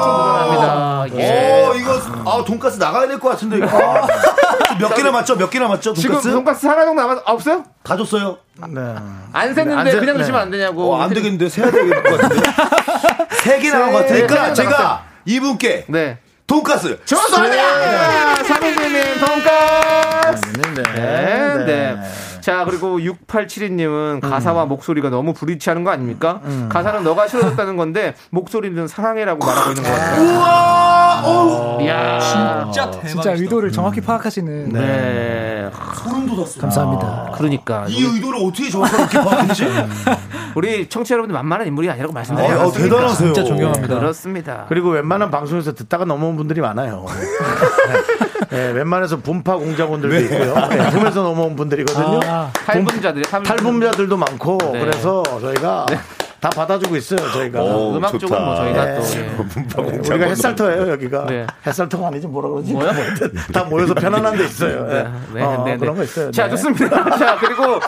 Speaker 2: 자, 칭찬합니다. 아, 예.
Speaker 4: 오, 이거 아 돈가스 나가야 될 것 같은데. 아, 몇 개나 맞죠? 몇 개나 맞죠?
Speaker 2: 지금
Speaker 4: 돈가스
Speaker 2: 돈가스 하나 정도 남았 아, 없어요?
Speaker 4: 다 줬어요.
Speaker 2: 안 샜는데
Speaker 1: 안 샜-
Speaker 2: 그냥
Speaker 1: 네.
Speaker 2: 드시면 안 되냐고.
Speaker 4: 어, 안 되겠는데 세야 될 것 같은데. 세개 나온 것 같으니까
Speaker 2: 개
Speaker 4: 제가 이분께
Speaker 2: 네.
Speaker 4: 돈가스
Speaker 2: 예.
Speaker 1: 예,
Speaker 2: 좋습니다. 사민지님 돈가스.
Speaker 1: 네.
Speaker 2: 네. 자, 그리고 6872님은 가사와 목소리가 너무 불일치하는 거 아닙니까? 가사는 너가 싫어졌다는 건데, 목소리는 사랑해라고 말하고 있는 것 같아요.
Speaker 4: 우와, 어,
Speaker 2: 이야. 진짜
Speaker 7: 진짜 의도를 정확히 파악하시는
Speaker 2: 네.
Speaker 4: 음. 소름 돋았어.
Speaker 7: 감사합니다.
Speaker 2: 그러니까.
Speaker 4: 이 의도를 어떻게 저한테 이렇게 봤는지.
Speaker 2: 우리 청취자 여러분들 만만한 인물이 아니라고 말씀드려요.
Speaker 4: 어, 대단하세요.
Speaker 5: 진짜 존경합니다.
Speaker 2: 그렇습니다.
Speaker 1: 그리고 웬만한 방송에서 듣다가 넘어온 분들이 많아요. 네, 웬만해서 분파 공작원들도 있고요. 네, 품에서 넘어온 분들이거든요.
Speaker 2: 아, 탈분자들이
Speaker 1: 탈북자들도 많고
Speaker 2: 네.
Speaker 1: 그래서 저희가 다 받아주고 있어요. 저희가
Speaker 4: 오,
Speaker 2: 음악 쪽은 뭐 저희가
Speaker 1: 네.
Speaker 2: 또. 예.
Speaker 1: 우리가 햇살터예요 여기가
Speaker 2: 네.
Speaker 1: 햇살터가 아니지 뭐라 그러지?
Speaker 2: 뭐야?
Speaker 1: 다 모여서 편안한 데 있어요. 네.
Speaker 2: 네,
Speaker 1: 어,
Speaker 2: 네, 네.
Speaker 1: 그런 거 있어요.
Speaker 2: 자,
Speaker 1: 네.
Speaker 2: 좋습니다. 자, 그리고.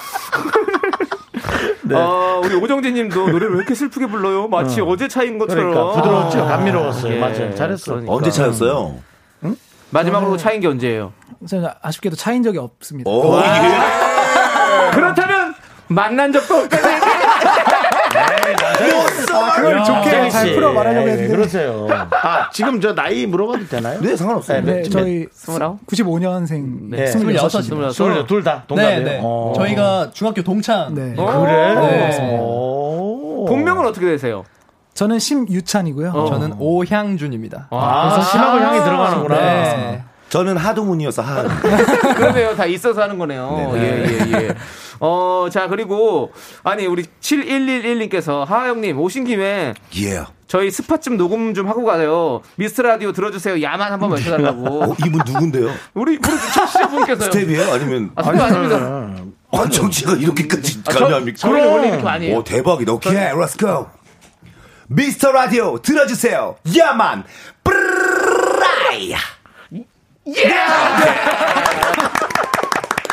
Speaker 1: 네.
Speaker 2: 어, 우리 오정진 님도 노래를 왜 이렇게 슬프게 불러요? 마치 어. 제 차인 것처럼.
Speaker 1: 그러니까 부드러웠죠. 감미로웠어요.
Speaker 2: 예,
Speaker 1: 맞아요. 잘했어.
Speaker 2: 그러니까.
Speaker 4: 언제 차였어요?
Speaker 2: 마지막으로 차인 게 언제예요?
Speaker 7: 저는 아쉽게도 차인 적이 없습니다.
Speaker 4: 오, 아. 이게
Speaker 2: 그렇다면 만난 적도 없다니.
Speaker 4: 네,
Speaker 2: 아,
Speaker 1: 아,
Speaker 7: 그걸 좋게
Speaker 1: 정희
Speaker 7: 잘
Speaker 1: 씨.
Speaker 7: 풀어 말하려고
Speaker 1: 네,
Speaker 7: 했는데
Speaker 1: 그러세요. 아 지금 저 나이 물어봐도 되나요?
Speaker 4: 네, 상관없어요.
Speaker 7: 네, 저희
Speaker 2: 스물아홉?
Speaker 7: 95년생
Speaker 2: 네.
Speaker 7: 26입니다.
Speaker 2: 스물여섯.
Speaker 1: 둘, 둘다 동갑이에요.
Speaker 5: 네, 네.
Speaker 1: 어.
Speaker 5: 저희가 중학교
Speaker 2: 어.
Speaker 5: 동창.
Speaker 7: 네.
Speaker 1: 그래.
Speaker 5: 네.
Speaker 1: 오.
Speaker 2: 본명은 어떻게 되세요? 어.
Speaker 7: 저는 심유찬이고요.
Speaker 5: 저는 오향준입니다.
Speaker 1: 아, 심하고 향이
Speaker 2: 뭐
Speaker 1: 들어가는구나.
Speaker 5: 네.
Speaker 4: 저는 하동훈이어서 하.
Speaker 2: 그러네요. 다 있어서 하는 거네요. 예, 예, 예. 어, 자, 그리고, 아니, 우리 7111님께서, 하하영님, 오신 김에
Speaker 4: 예.
Speaker 2: 저희 스팟 좀 녹음 좀 하고 가요. 미스 라디오 들어주세요. 야만 한번
Speaker 4: 어,
Speaker 2: 외쳐달라고.
Speaker 4: 이분 누군데요?
Speaker 2: 우리, 우리 청취자분께서요.
Speaker 4: 스텝이에요? 아니면
Speaker 2: 아, 스텝 아닙니다. 아,
Speaker 4: 아, 정치가 이렇게까지 가능합니까?
Speaker 2: 저는 원래 이렇게 많이 해요.
Speaker 4: 오, 대박이다. 오케이, let's go. 미스터 라디오 들어주세요. 야만. 브라이. 예!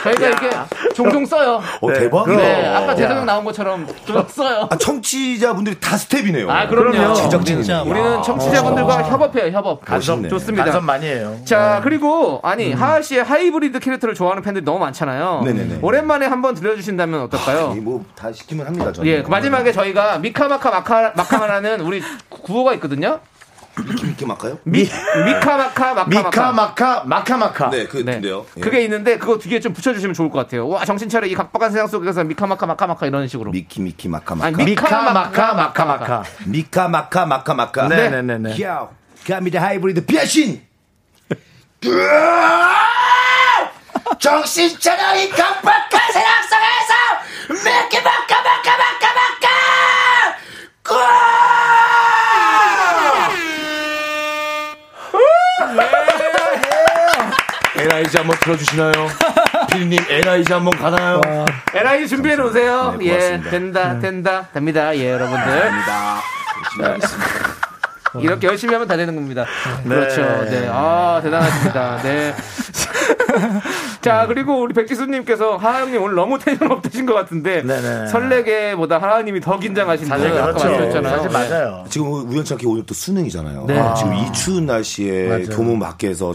Speaker 2: 저희가 이렇게 종종 써요.
Speaker 4: 어, 대박.
Speaker 2: 네, 아까 재성 나온 것처럼 좀 써요.
Speaker 4: 아, 청취자분들이 다 스텝이네요. 뭐. 어,
Speaker 2: 아, 그럼요.
Speaker 4: 제작진.
Speaker 5: 진짜
Speaker 4: 아,
Speaker 2: 우리는 청취자분들과 협업해요, 협업.
Speaker 4: 멋있네.
Speaker 2: 좋습니다.
Speaker 1: 간섭 많이 해요.
Speaker 2: 자, 그리고, 아니, 하하 씨의 하이브리드 캐릭터를 좋아하는 팬들이 너무 많잖아요.
Speaker 4: 음. 네네네. 아,
Speaker 2: 오랜만에 한번 들려주신다면 어떨까요?
Speaker 4: 뭐다 시키면 합니다. 저는.
Speaker 2: 예, 그 마지막에 저희가 미카마카 마카, 마카마라는 우리 구호가 있거든요.
Speaker 4: 이렇게 막아요?
Speaker 2: 미, 미카마카 마카마카.
Speaker 1: 미카 마카 마카마카.
Speaker 4: 예. 네, 그
Speaker 2: 네.
Speaker 4: 근데요. 예.
Speaker 2: 그게 있는데 그거 뒤에 좀 붙여주시면 좋을 것 같아요. 와 정신 차려 이 각박한 세상 속에서 미카마카 마카마카 이런 식으로.
Speaker 4: 미키 미키 마카 마카.
Speaker 2: 아니,
Speaker 1: 미카 마카 마카 마카.
Speaker 4: 미카 마카 마카 마카.
Speaker 1: 네, 네, 네, 네.
Speaker 4: 야, 갑니다 하이브리드 변신. 정신 차려 이 강박한 세상 속에서 미키 마카 마카 마카 마카.
Speaker 9: NIG 한번 틀어주시나요? 피디님 NIG 한번 가나요?
Speaker 2: 에라이 준비해 놓으세요.
Speaker 4: 네,
Speaker 2: 예,
Speaker 4: 고맙습니다.
Speaker 2: 된다, 된다, 됩니다.
Speaker 9: 네.
Speaker 2: 예,
Speaker 1: 아.
Speaker 2: 여러분들 네.
Speaker 4: 네.
Speaker 2: 이렇게 열심히 하면 다 되는 겁니다. 그렇죠. 네, 아 대단하십니다. 네. 자, 그리고 우리 백지수님께서 하하님 오늘 너무 텐션 없으신 것 같은데 설레게보다 하하님이 더 긴장하신
Speaker 4: 사실
Speaker 2: 듯 아까
Speaker 4: 그렇죠.
Speaker 2: 말씀하셨잖아요. 네.
Speaker 4: 사실 맞아요. 지금 그 우연찮게 오늘 또 수능이잖아요. 아, 지금 이 추운 날씨에
Speaker 1: 맞아요.
Speaker 4: 교문 밖에서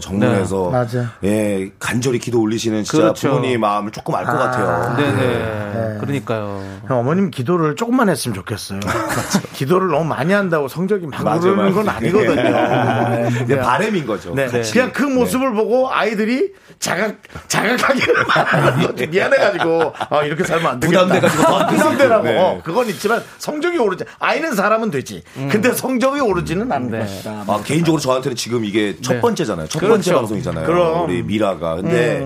Speaker 1: 네.
Speaker 4: 정문에서
Speaker 1: 맞아요.
Speaker 4: 예 간절히 기도 올리시는 진짜
Speaker 1: 그렇죠.
Speaker 4: 부모님의 마음을 조금 알 것
Speaker 1: 아,
Speaker 4: 같아요.
Speaker 2: 네네. 그러니까요.
Speaker 1: 형, 어머님 기도를 조금만 했으면 좋겠어요. 기도를 너무 많이 한다고 성적이 막
Speaker 4: 맞아요,
Speaker 1: 오르는 건
Speaker 4: 맞아요.
Speaker 1: 아니거든요.
Speaker 4: 네.
Speaker 1: 네.
Speaker 4: 그냥 바램인 거죠.
Speaker 1: 네.
Speaker 4: 같이.
Speaker 1: 그냥 그 모습을 보고 아이들이 자각 자각하기를 바라는 거죠. 미안해가지고 아, 이렇게 살면 안 되겠다.
Speaker 4: 예. 부담돼가지고 더안 되지.
Speaker 1: 부담되라고.
Speaker 4: 네.
Speaker 1: 어, 그건 있지만 성적이 오르지. 아이는 사람은 되지.
Speaker 4: 음.
Speaker 1: 근데 성적이 오르지는
Speaker 2: 네.
Speaker 1: 않는 것이다.
Speaker 4: 아, 개인적으로 저한테는 지금 이게 첫
Speaker 1: 네.
Speaker 4: 번째잖아요. 첫
Speaker 1: 그렇죠.
Speaker 4: 번째 방송이잖아요.
Speaker 1: 그럼.
Speaker 4: 우리 미라가. 근데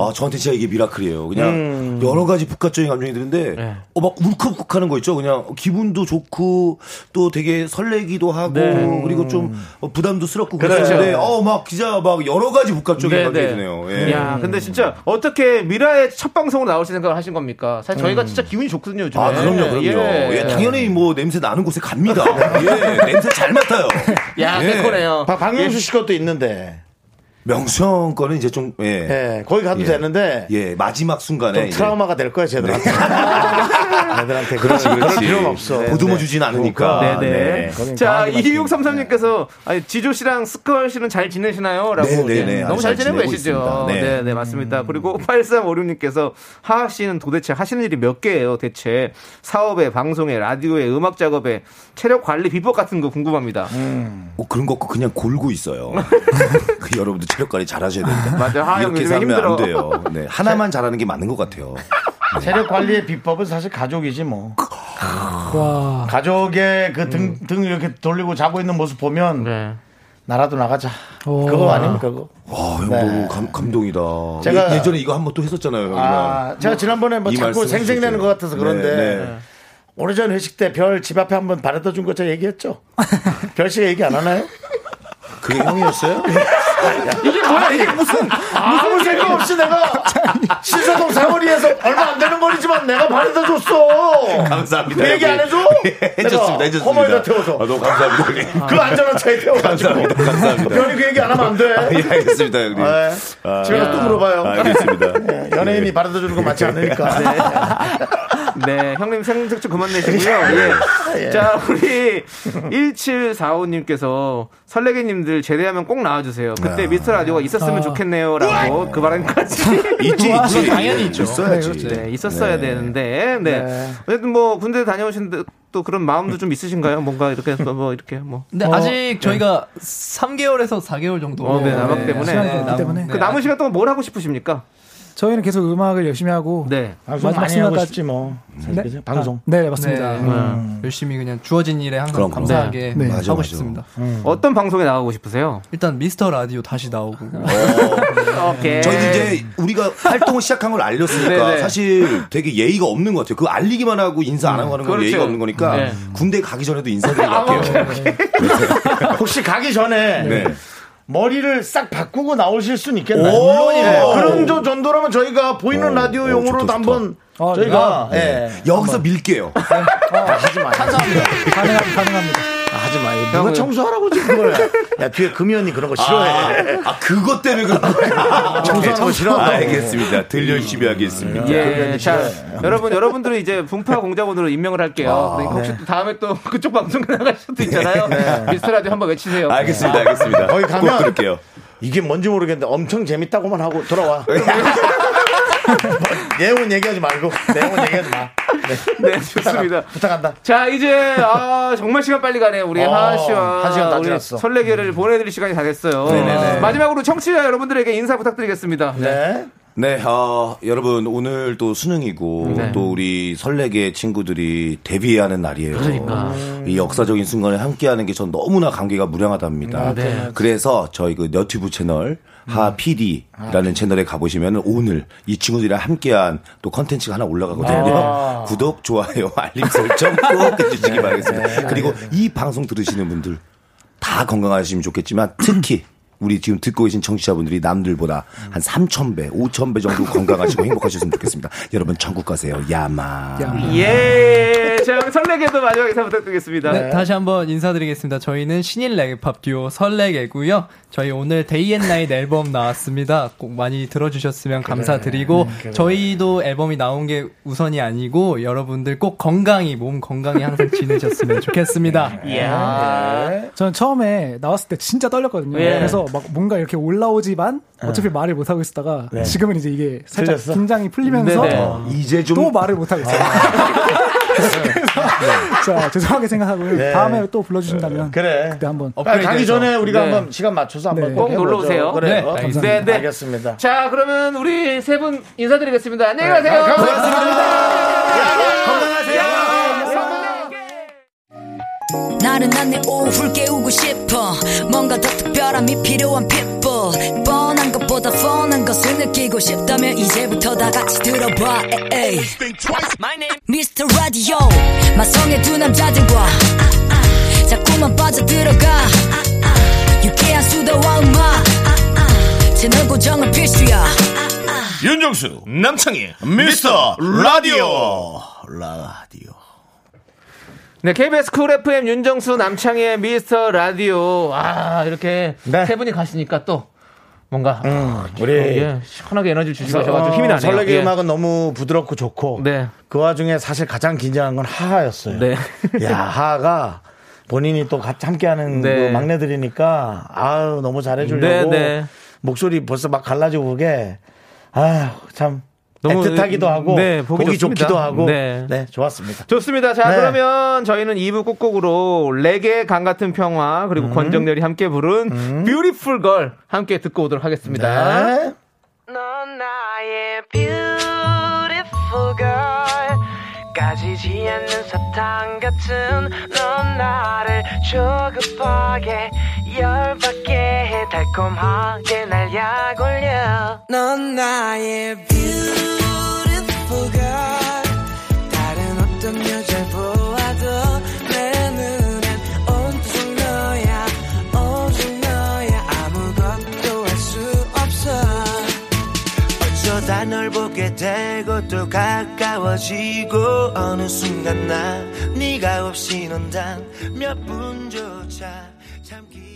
Speaker 4: 아, 저한테 진짜 이게 미라클이에요. 뭐 그냥
Speaker 1: 음.
Speaker 4: 여러 가지 복합적인 감정이 드는데 어, 막 울컥욱컥하는 거 있죠. 그냥 기분도 좋고 또 되게 설레기도 하고
Speaker 1: 네.
Speaker 4: 그리고 좀 어, 부담도 스럽고
Speaker 2: 그렇죠.
Speaker 4: 그랬는데 어, 막 기자 막 여러 가지 복합적인
Speaker 2: 네,
Speaker 4: 감정이
Speaker 2: 네.
Speaker 4: 드네요. 예.
Speaker 2: 야, 근데 진짜 어떻게 미라의 첫 방송으로 나오실 생각을 하신 겁니까? 사실 저희가
Speaker 4: 음.
Speaker 2: 진짜 기분이 좋거든요, 요즘에.
Speaker 4: 아, 그럼요, 그럼요. 예, 당연히 뭐 냄새 나는 곳에 갑니다. 예, 냄새 잘 맡아요.
Speaker 2: 야,
Speaker 4: 네.
Speaker 2: 네, 새콤해요.
Speaker 1: 박-
Speaker 4: 예.
Speaker 1: 박명수 씨 것도 있는데.
Speaker 4: 명수 형 거는 이제 좀, 예.
Speaker 1: 예, 거기 가도
Speaker 4: 예.
Speaker 1: 되는데.
Speaker 4: 예, 마지막 순간에.
Speaker 1: 좀
Speaker 4: 이제
Speaker 1: 트라우마가 될 거야, 쟤들한테. 애들한테.
Speaker 4: 그렇지,
Speaker 1: 그럴- 그럴
Speaker 4: 그렇지.
Speaker 1: 필요는 없어.
Speaker 4: 보듬어 주진 않으니까.
Speaker 2: 네네. 그러니까. 자, 2633님께서 아니, 지조 씨랑 스컬 씨는 잘 지내시나요? 라고.
Speaker 4: 네, 네,
Speaker 2: 예.
Speaker 4: 네.
Speaker 2: 너무
Speaker 4: 아주
Speaker 2: 잘
Speaker 4: 잘
Speaker 2: 지내고
Speaker 4: 지내고
Speaker 2: 계시죠.
Speaker 4: 있습니다.
Speaker 2: 네.
Speaker 4: 네.
Speaker 2: 네, 맞습니다. 그리고 8356님께서 하하 씨는 도대체 하시는 일이 몇 개예요, 대체? 사업에, 방송에, 라디오에, 음악 작업에, 체력 관리 비법 같은 거 궁금합니다.
Speaker 1: 음.
Speaker 4: 뭐 그런 거 그냥 골고 있어요. 그 여러분들 체력 관리 잘 하셔야 됩니다.
Speaker 2: 맞아요. 하영
Speaker 4: 이렇게
Speaker 2: 요즘에
Speaker 4: 살면
Speaker 2: 힘들어.
Speaker 4: 안 돼요. 네. 하나만 잘하는 게 맞는 것 같아요.
Speaker 1: 체력 관리의 비법은 사실 가족이지 뭐. 가족의 그 등 등 이렇게 돌리고 자고 있는 모습 보면 나라도 나가자. 그거 아닙니까 그거?
Speaker 4: 와, 형
Speaker 1: 네.
Speaker 4: 너무 감, 감동이다.
Speaker 1: 제가-
Speaker 4: 예- 예전에 이거 한 번 또 했었잖아요, 형이랑.
Speaker 1: 아, 제가 지난번에 뭐
Speaker 4: 이
Speaker 1: 자꾸
Speaker 4: 말씀을
Speaker 1: 생생내는
Speaker 4: 주세요.
Speaker 1: 것 같아서 그런데
Speaker 4: 네, 네.
Speaker 1: 오래전 회식 때 별 집 앞에 한번 바래다 준 것처럼 얘기했죠. 별 씨가 얘기 안 하나요?
Speaker 4: 그게 형이었어요?
Speaker 1: 이게 뭐야 이게 무슨 아무 생각 없이 내가 신사동 사거리에서 얼마 안 되는 거리지만 내가 바래다 줬어.
Speaker 4: 감사합니다.
Speaker 1: 그 얘기 안 해줘?
Speaker 4: 예, 해줬습니다. 해줬습니다.
Speaker 1: 코마에다 태워서.
Speaker 4: 아, 너무 감사합니다. 형님.
Speaker 1: 그 안전한 차에 태워가지고.
Speaker 4: 감사합니다. 감사합니다.
Speaker 1: 별이 그 얘기 안 하면 안 돼.
Speaker 4: 아, 예, 알겠습니다, 형님.
Speaker 1: 네.
Speaker 4: 아,
Speaker 1: 집에 가서 또 물어봐요.
Speaker 4: 알겠습니다.
Speaker 1: 예, 연예인이 바래다 주는 거 맞지 않으니까.
Speaker 2: 그러니까. 네, 형님 생색 좀 그만 내시고요. 예.
Speaker 1: 예.
Speaker 2: 자, 우리 1745님께서 설레게님들 제대하면 꼭 나와주세요. 그때
Speaker 4: 아.
Speaker 2: 미스터 라디오가 있었으면 좋겠네요. 라고 그 바람까지.
Speaker 4: 있지,
Speaker 2: 와,
Speaker 4: 있지.
Speaker 2: 아, 당연히 있죠.
Speaker 4: 있어야지.
Speaker 2: 네, 그렇죠. 네, 있었어야
Speaker 4: 네.
Speaker 2: 되는데. 네.
Speaker 5: 네.
Speaker 2: 어쨌든 뭐 군대 다녀오신 듯. 또 그런 마음도 좀 있으신가요? 뭔가 이렇게 해서 뭐 이렇게 뭐.
Speaker 5: 근데
Speaker 2: 어,
Speaker 5: 아직 저희가 3개월에서 4개월 정도
Speaker 2: 어, 네, 남았기
Speaker 5: 네,
Speaker 2: 때문에.
Speaker 5: 시간이
Speaker 2: 네,
Speaker 5: 남았기 때문에.
Speaker 2: 그 남은 시간 동안 뭘 하고 싶으십니까?
Speaker 7: 저희는 계속 음악을 열심히 하고
Speaker 2: 네.
Speaker 1: 방송 아, 많이 하고
Speaker 7: 순간까지-
Speaker 1: 싶지 뭐. 사실
Speaker 7: 네?
Speaker 1: 그죠? 방송.
Speaker 7: 아, 네, 맞습니다.
Speaker 5: 네. 음. 열심히 그냥 주어진 일에 항상
Speaker 4: 그럼, 음. 그럼.
Speaker 5: 감사하게
Speaker 7: 네. 네.
Speaker 4: 맞아,
Speaker 5: 하고
Speaker 4: 맞아.
Speaker 5: 싶습니다.
Speaker 2: 어떤 방송에 나가고 싶으세요?
Speaker 5: 일단 미스터 라디오 다시
Speaker 7: 아.
Speaker 5: 나오고
Speaker 2: 오케이.
Speaker 4: 저희 이제 우리가 활동을 시작한 걸 알렸으니까
Speaker 2: 네네.
Speaker 4: 사실 되게 예의가 없는 것 같아요. 그거 알리기만 하고 인사 안 하고 하는 건
Speaker 2: 그렇죠.
Speaker 4: 예의가 없는 거니까
Speaker 2: 네.
Speaker 4: 군대 가기 전에도 인사드린 것 같아요.
Speaker 1: 혹시 가기 전에
Speaker 4: 네.
Speaker 1: 머리를 싹 바꾸고 나오실 수는 있겠나요?
Speaker 4: 오!
Speaker 1: 물론이래요. 그런 저 정도라면 저희가 보이는
Speaker 4: 오, 오,
Speaker 1: 라디오용으로도
Speaker 4: 좋다,
Speaker 1: 한번
Speaker 2: 아,
Speaker 7: 좋다.
Speaker 1: 저희가
Speaker 4: 네.
Speaker 1: 예.
Speaker 4: 여기서
Speaker 2: 어,
Speaker 4: 밀게요.
Speaker 1: 아, 하지 마요.
Speaker 7: 가능합, 가능합니다.
Speaker 1: 아, 하지 마요. 누가 청소하라고 지금 그걸. 야, 뒤에 금연이 그런 거 싫어해.
Speaker 4: 아, 아, 그것 때문에 그런 거예요.
Speaker 1: 청소하는 거 싫어한다고.
Speaker 4: 아, 알겠습니다. 들 열심히 하겠습니다.
Speaker 2: 예, 자, 여러분, 여러분들은 이제 분파 공작원으로 임명을 할게요. 그러니까 혹시 또 다음에 또 그쪽 방송에 나갈 수도 있잖아요. 미스터 라디오 한번 외치세요.
Speaker 4: 네, 알겠습니다. 알겠습니다.
Speaker 1: 거기 가면-
Speaker 4: 꼭 들을게요.
Speaker 1: 이게 뭔지 모르겠는데 엄청 재밌다고만 하고 돌아와. 뭐, 내용은 얘기하지 말고. 내용은 얘기하지 마.
Speaker 2: 네, 좋습니다.
Speaker 1: 부탁한다.
Speaker 2: 자, 이제, 아, 정말 시간 빨리 가네요. 우리
Speaker 1: 어,
Speaker 2: 하하 씨와.
Speaker 1: 한 시간 다
Speaker 2: 우리
Speaker 1: 지났어.
Speaker 2: 설레게를 보내드릴 시간이 다 됐어요.
Speaker 4: 네네네.
Speaker 2: 마지막으로 청취자 여러분들에게 인사 부탁드리겠습니다.
Speaker 1: 네.
Speaker 4: 네, 어, 여러분 오늘 또 수능이고
Speaker 2: 네.
Speaker 4: 또 우리 설레게 친구들이 데뷔하는 날이에요. 이 역사적인 순간에 함께하는 게 전 너무나 감개가 무량하답니다. 그래서 저희 그 너튜브 채널 하 PD라는 채널에 가보시면 오늘 이 친구들이랑 함께한 또 컨텐츠가 하나 올라가거든요. 구독, 좋아요, 알림 설정 꼭 해주시기 바라겠습니다. 그리고 이 방송 들으시는 분들 다 건강하시면 좋겠지만 특히 우리 지금 듣고 계신 청취자분들이 남들보다 한 3,000배, 5,000배 정도 건강하시고 행복하셨으면 좋겠습니다. 여러분, 천국 가세요. 야마.
Speaker 2: 예, 자, 설레게도 마지막 인사 부탁드리겠습니다.
Speaker 5: 네, 다시 한번 인사드리겠습니다. 저희는 신일 레게팝 듀오 설레게고요. 저희 오늘 데이앤나잇 앨범 나왔습니다. 꼭 많이 들어주셨으면 감사드리고
Speaker 7: 음,
Speaker 5: 저희도 앨범이 나온 게 우선이 아니고 여러분들 꼭 건강히 몸 건강히 항상 지내셨으면 좋겠습니다.
Speaker 7: 예.
Speaker 1: 예.
Speaker 7: 전 처음에 나왔을 때 진짜 떨렸거든요.
Speaker 5: 예.
Speaker 7: 그래서 막 뭔가 이렇게 올라오지만 어차피 말을 못 하고 있었다가
Speaker 1: 예. 네.
Speaker 7: 지금은 이제 이게 살짝
Speaker 1: 틀렸어?
Speaker 7: 긴장이 풀리면서
Speaker 1: 네네. 어, 이제 좀- 아.
Speaker 7: 또 말을 못 하고 있어요. 그래서 자 죄송하게 생각하고요.
Speaker 1: 네.
Speaker 7: 다음에 또 불러주신다면
Speaker 1: 그래.
Speaker 7: 그때 한번
Speaker 1: 아니, 가기 전에 우리가
Speaker 7: 네.
Speaker 1: 한번 시간 맞춰서 한번
Speaker 7: 네.
Speaker 1: 꼭
Speaker 7: 꼭 놀러
Speaker 1: 해보죠.
Speaker 7: 오세요.
Speaker 2: 네,
Speaker 1: 그래요.
Speaker 2: 알겠습니다.
Speaker 1: 네,
Speaker 2: 네.
Speaker 1: 알겠습니다.
Speaker 2: 자, 그러면 우리 세 분 인사드리겠습니다. 안녕히 가세요.
Speaker 10: 네, 나른한 내 오후를 깨우고 싶어 뭔가 더 특별함이 필요한 people 뻔한 것보다 뻔한 것을 느끼고 싶다면 이제부터 다 같이 들어봐 에이. Mr. Radio 마성의 두 남자들과 자꾸만 빠져들어가 유쾌한 수다와 음악 채널 고정은 필수야
Speaker 4: 윤정수 남창희 미스터 라디오 라디오
Speaker 2: 네, KBS 쿨 FM 윤정수 남창희의 미스터 라디오. 아, 이렇게
Speaker 1: 네.
Speaker 2: 세 분이 가시니까 또 뭔가
Speaker 1: 음, 우리
Speaker 2: 예, 시원하게 에너지를 주시고 하셔가지고 힘이 나네요.
Speaker 1: 어, 설레기
Speaker 2: 예. 네.
Speaker 1: 음악은 너무 부드럽고 좋고 그 와중에 사실 가장 긴장한 건 하하였어요. 야 하하가 본인이 또 같이 함께하는
Speaker 2: 네.
Speaker 1: 그 막내들이니까 아유 너무 잘해주려고
Speaker 2: 네, 네.
Speaker 1: 목소리 벌써 막 갈라지고 그게 아참
Speaker 2: 너무
Speaker 1: 애틋하기도 하고
Speaker 2: 네,
Speaker 1: 보기,
Speaker 2: 보기 좋습니다.
Speaker 1: 좋기도 하고
Speaker 2: 네.
Speaker 1: 네, 좋았습니다.
Speaker 2: 좋습니다. 자,
Speaker 1: 네.
Speaker 2: 그러면 저희는 2부 꾹꾹으로 레게 강 같은 평화 그리고
Speaker 1: 음.
Speaker 2: 권정렬이 함께 부른 뷰티풀 걸 함께 듣고 오도록 하겠습니다.
Speaker 1: 네.
Speaker 11: 넌 나의 beautiful girl 까지지 않는 사탕 같은 넌 나를 조급하게 열받게 해 달콤하게 날 약올려
Speaker 12: 넌 나의 beautiful girl 다른 어떤 여자 보아도 내 눈엔 온통 너야 오직 너야 아무것도 할 수 없어
Speaker 13: 어쩌다 널 보게 되고 또 가까워지고 어느 순간 나 네가 없이 넌단몇 분조차 참기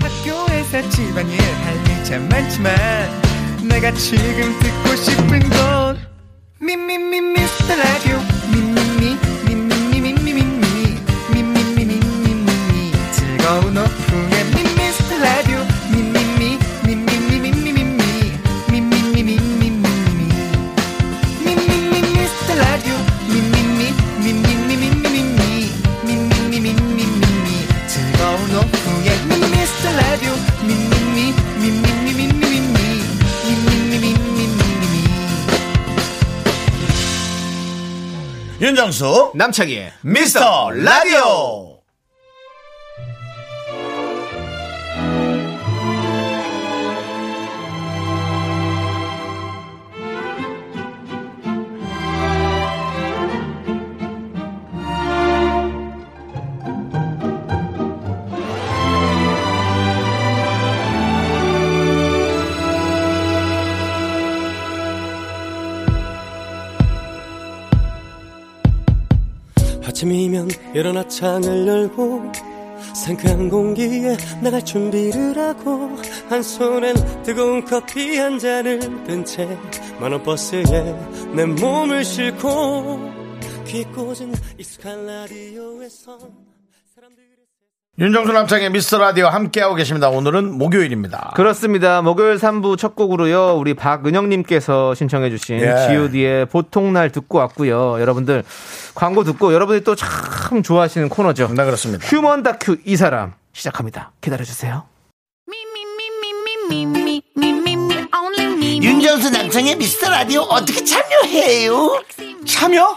Speaker 3: 학교에서 집안일 할 일 참 많지만 내가 지금 듣고 싶은 건 미미미 미스터 라디오 미미미 미미미미미미 미미미미미미미 즐거운 오후에 미스터 라디오 미미미 미미미미미미 미미미미미미미 미미미 미스터 라디오 미미미 미미미미미미 미미미미미미 즐거운 오후에 미스터 라디오 미미미 미미미미미미 미미미미미미미
Speaker 4: 윤정수 남창희 미스터 라디오
Speaker 14: 아침이면 일어나 창을 열고 상쾌한 공기에 나갈 준비를 하고 한 손엔 뜨거운 커피 한 잔을 든 채 만원 버스에 내 몸을 싣고 귀 꽂은 익숙한 라디오에서
Speaker 1: 윤정수 남창의 미스터 라디오 함께하고 계십니다. 오늘은 목요일입니다.
Speaker 2: 아. 그렇습니다. 목요일 3부 첫 곡으로요. 우리 박은영님께서 신청해주신
Speaker 1: 예.
Speaker 2: G.O.D의 보통 날 듣고 왔고요. 여러분들 광고 듣고 여러분들이 또 참 좋아하시는 코너죠.
Speaker 1: 네 그렇습니다.
Speaker 2: 휴먼 다큐 이 사람 시작합니다. 기다려주세요.
Speaker 15: 윤정수 남성의 미스터 라디오 어떻게 참여해요? 참여?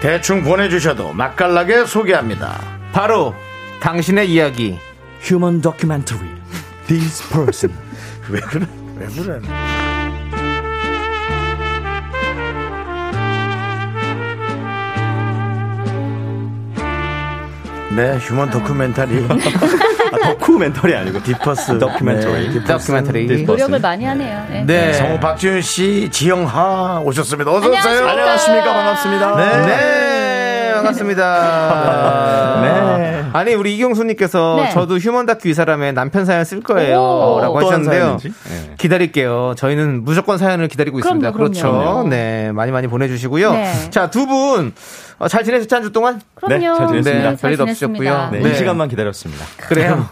Speaker 1: 대충 보내주셔도 맛깔나게 소개합니다.
Speaker 2: 바로 당신의 이야기
Speaker 6: 휴먼 다큐멘터리 This Person
Speaker 1: 왜 그래? 왜 그래? 네, 휴먼 다큐멘터리. 다큐멘터리 아, 아니고 디퍼스
Speaker 2: 다큐멘터리. 다큐멘터리.
Speaker 16: 네, 노력을 많이 하네요. 네.
Speaker 1: 네, 성우 박지윤 씨, 지영하 오셨습니다. 어서 오세요.
Speaker 16: 안녕하십니까. 안녕하십니까.
Speaker 2: 반갑습니다.
Speaker 1: 네.
Speaker 2: 네, 반갑습니다. 네. 아니 우리 이경수님께서
Speaker 1: 네.
Speaker 2: 저도 휴먼 다큐 이 사람의 남편 사연 쓸
Speaker 1: 오.
Speaker 2: 거예요라고
Speaker 1: 어떠한
Speaker 2: 하셨는데요.
Speaker 1: 사연인지?
Speaker 2: 기다릴게요. 저희는 무조건 사연을 기다리고
Speaker 1: 그럼요,
Speaker 2: 있습니다. 그렇죠.
Speaker 1: 그럼요.
Speaker 2: 네, 많이 많이 보내주시고요.
Speaker 16: 네.
Speaker 2: 자두 분 어, 잘 지내셨죠 한 주 동안?
Speaker 16: 그럼요. 네, 잘 지냈습니다.
Speaker 2: 네, 별일
Speaker 16: 잘 지냈습니다.
Speaker 2: 없으셨고요.
Speaker 16: 네, 이
Speaker 9: 시간만
Speaker 2: 기다렸습니다. 그래요.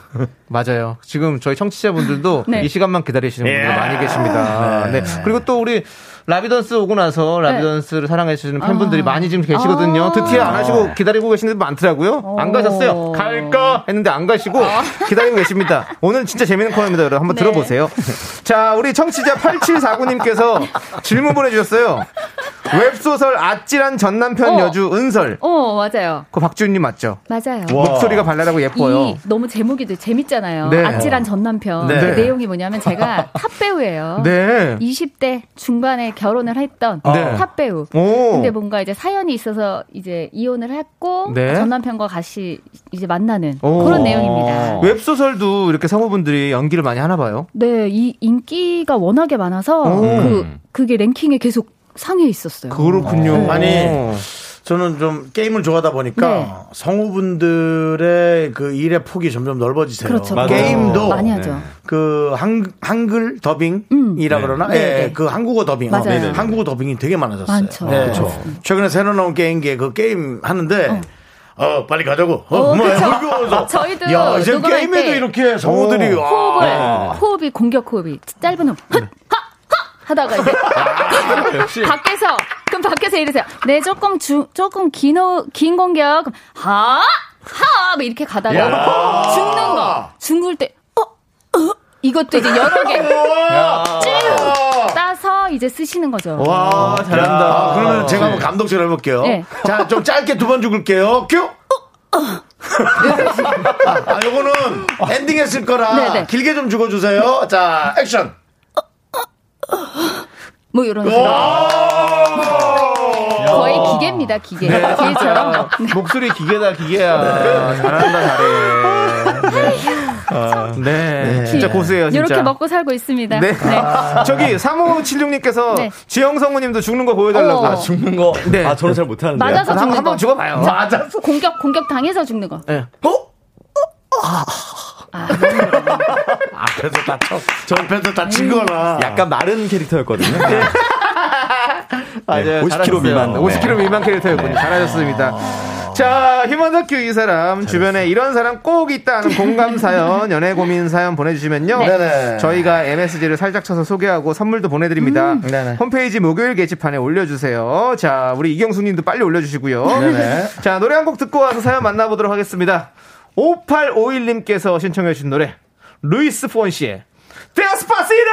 Speaker 2: 맞아요. 지금 저희 청취자분들도
Speaker 9: 네.
Speaker 2: 이 시간만 기다리시는 분들
Speaker 9: 예.
Speaker 2: 많이 계십니다.
Speaker 9: 네.
Speaker 2: 네. 그리고 또 우리 라비던스 오고 나서 라비던스를 사랑해주시는
Speaker 16: 아.
Speaker 2: 팬분들이 많이 지금 계시거든요.
Speaker 9: 아.
Speaker 2: 드티에 안
Speaker 16: 네.
Speaker 2: 하시고 기다리고 계신 분 많더라고요. 안 가셨어요. 갈까 했는데 안 가시고
Speaker 16: 어.
Speaker 2: 기다리고 계십니다. 오늘 진짜 재밌는 코너입니다, 여러분.
Speaker 16: 네.
Speaker 2: 한번 들어보세요. 자, 우리 청취자 8749님께서 질문 보내주셨어요. 웹소설 아찔한 전 남편
Speaker 16: 어.
Speaker 2: 여주 은설.
Speaker 16: 어, 맞아요.
Speaker 2: 그 박지훈님 맞죠?
Speaker 16: 맞아요.
Speaker 2: 목소리가 발랄하고 예뻐요.
Speaker 16: 이 너무 제목이 재밌잖아요.
Speaker 2: 네.
Speaker 16: 아찔한 전 남편.
Speaker 2: 네.
Speaker 16: 그 내용이 뭐냐면 제가 탑 배우예요.
Speaker 2: 네.
Speaker 16: 20대 중반에 결혼을 했던
Speaker 2: 네.
Speaker 16: 탑 배우.
Speaker 2: 오.
Speaker 16: 근데 뭔가 이제 사연이 있어서 이제 이혼을 했고
Speaker 2: 네.
Speaker 16: 전 남편과 같이 이제 만나는
Speaker 2: 오.
Speaker 16: 그런 내용입니다.
Speaker 2: 웹소설도 이렇게 성우분들이 연기를 많이 하나 봐요.
Speaker 16: 네, 이 인기가 워낙에 많아서
Speaker 2: 오. 음.
Speaker 16: 그 그게 랭킹에 계속 상위에 있었어요. 네.
Speaker 2: 그렇군요.
Speaker 1: 아니 저는 좀 게임을 좋아하다 보니까
Speaker 16: 네.
Speaker 1: 성우분들의 그 일의 폭이 점점 넓어지세요.
Speaker 16: 그렇죠. 맞아요.
Speaker 1: 게임도
Speaker 16: 많이 하죠. 네.
Speaker 1: 그 한, 한글 더빙이라 그러나
Speaker 16: 네,
Speaker 1: 예,
Speaker 16: 네.
Speaker 1: 그 한국어 더빙.
Speaker 16: 맞아요.
Speaker 1: 네네네. 한국어 더빙이 되게 많아졌어요.
Speaker 16: 많죠.
Speaker 1: 네.
Speaker 16: 그렇죠.
Speaker 1: 최근에 새로 나온 게임기에 그 게임 하는데 어. 빨리 가자고. 어,
Speaker 16: 어,
Speaker 1: 뭐야,
Speaker 16: 그쵸.
Speaker 1: 무거워서.
Speaker 16: 저희도
Speaker 1: 야, 이제
Speaker 16: 녹음할
Speaker 1: 게임에도
Speaker 16: 때
Speaker 1: 이렇게 성우들이. 와.
Speaker 16: 호흡을
Speaker 1: 아.
Speaker 16: 호흡이 공격 호흡이 짧은 호흡
Speaker 1: 네.
Speaker 16: 헛, 하, 하 하다가 이제
Speaker 9: 역시.
Speaker 16: 밖에서 그럼 밖에서 이러세요. 네 조금 주, 조금 긴긴 공격 그럼 하. 하! 뭐 이렇게 가다가
Speaker 9: 야.
Speaker 16: 죽는 거 죽을 때 어, 어, 이것도 이제 여러 개
Speaker 1: 야.
Speaker 16: 쭉 따서 이제 쓰시는 거죠.
Speaker 1: 와, 잘한다.
Speaker 2: 아,
Speaker 1: 그러면 제가
Speaker 16: 네.
Speaker 1: 한번 감독처럼 해볼게요.
Speaker 16: 아, 네.
Speaker 1: 자, 좀 짧게 두 번 죽을게요. 큐! 아, 요거는 엔딩 했을 거라
Speaker 16: 네, 네.
Speaker 1: 길게 좀 죽어주세요. 자, 액션.
Speaker 16: 뭐 이런 식으로. 거의 기계입니다, 기계.
Speaker 1: 네.
Speaker 16: 기계처럼.
Speaker 2: 목소리 기계다 기계야.
Speaker 16: 네.
Speaker 2: 잘한다 잘해.
Speaker 16: 아,
Speaker 2: 네. 네. 진짜 고수예요 진짜.
Speaker 16: 이렇게 먹고 살고 있습니다.
Speaker 2: 네. 저기 3576님께서
Speaker 16: 네.
Speaker 2: 지영성우님도 죽는 거 보여달라고.
Speaker 16: 어. 아,
Speaker 2: 죽는 거. 네. 아 저는 잘 못하는데.
Speaker 16: 맞아서 죽는 거.
Speaker 2: 한번 죽어봐요.
Speaker 16: 자, 공격, 공격 당해서 죽는 거.
Speaker 2: 네.
Speaker 1: 앞에서 아, 다쳐. 저 앞에서
Speaker 2: 음.
Speaker 1: 다친 거라.
Speaker 9: 약간 마른 캐릭터였거든요.
Speaker 1: 예.
Speaker 2: 맞아요.
Speaker 9: 50kg
Speaker 2: 잘하셨어요.
Speaker 9: 미만. 네.
Speaker 2: 50kg 미만 캐릭터였군요. 잘하셨습니다. 자, 휴먼다큐 이 사람 주변에 이런 사람 꼭 있다 하는 공감 사연, 연애 고민 사연 보내주시면요.
Speaker 1: 네. 네네.
Speaker 2: 저희가 MSG를 살짝 쳐서 소개하고 선물도 보내드립니다. 홈페이지 목요일 게시판에 올려주세요. 자, 우리 이경수님도 빨리 올려주시고요.
Speaker 1: 네네.
Speaker 2: 자, 노래 한 곡 듣고 와서 사연 만나보도록 하겠습니다. 5851님께서 신청해주신 노래, 루이스 폰시의 데스파시노!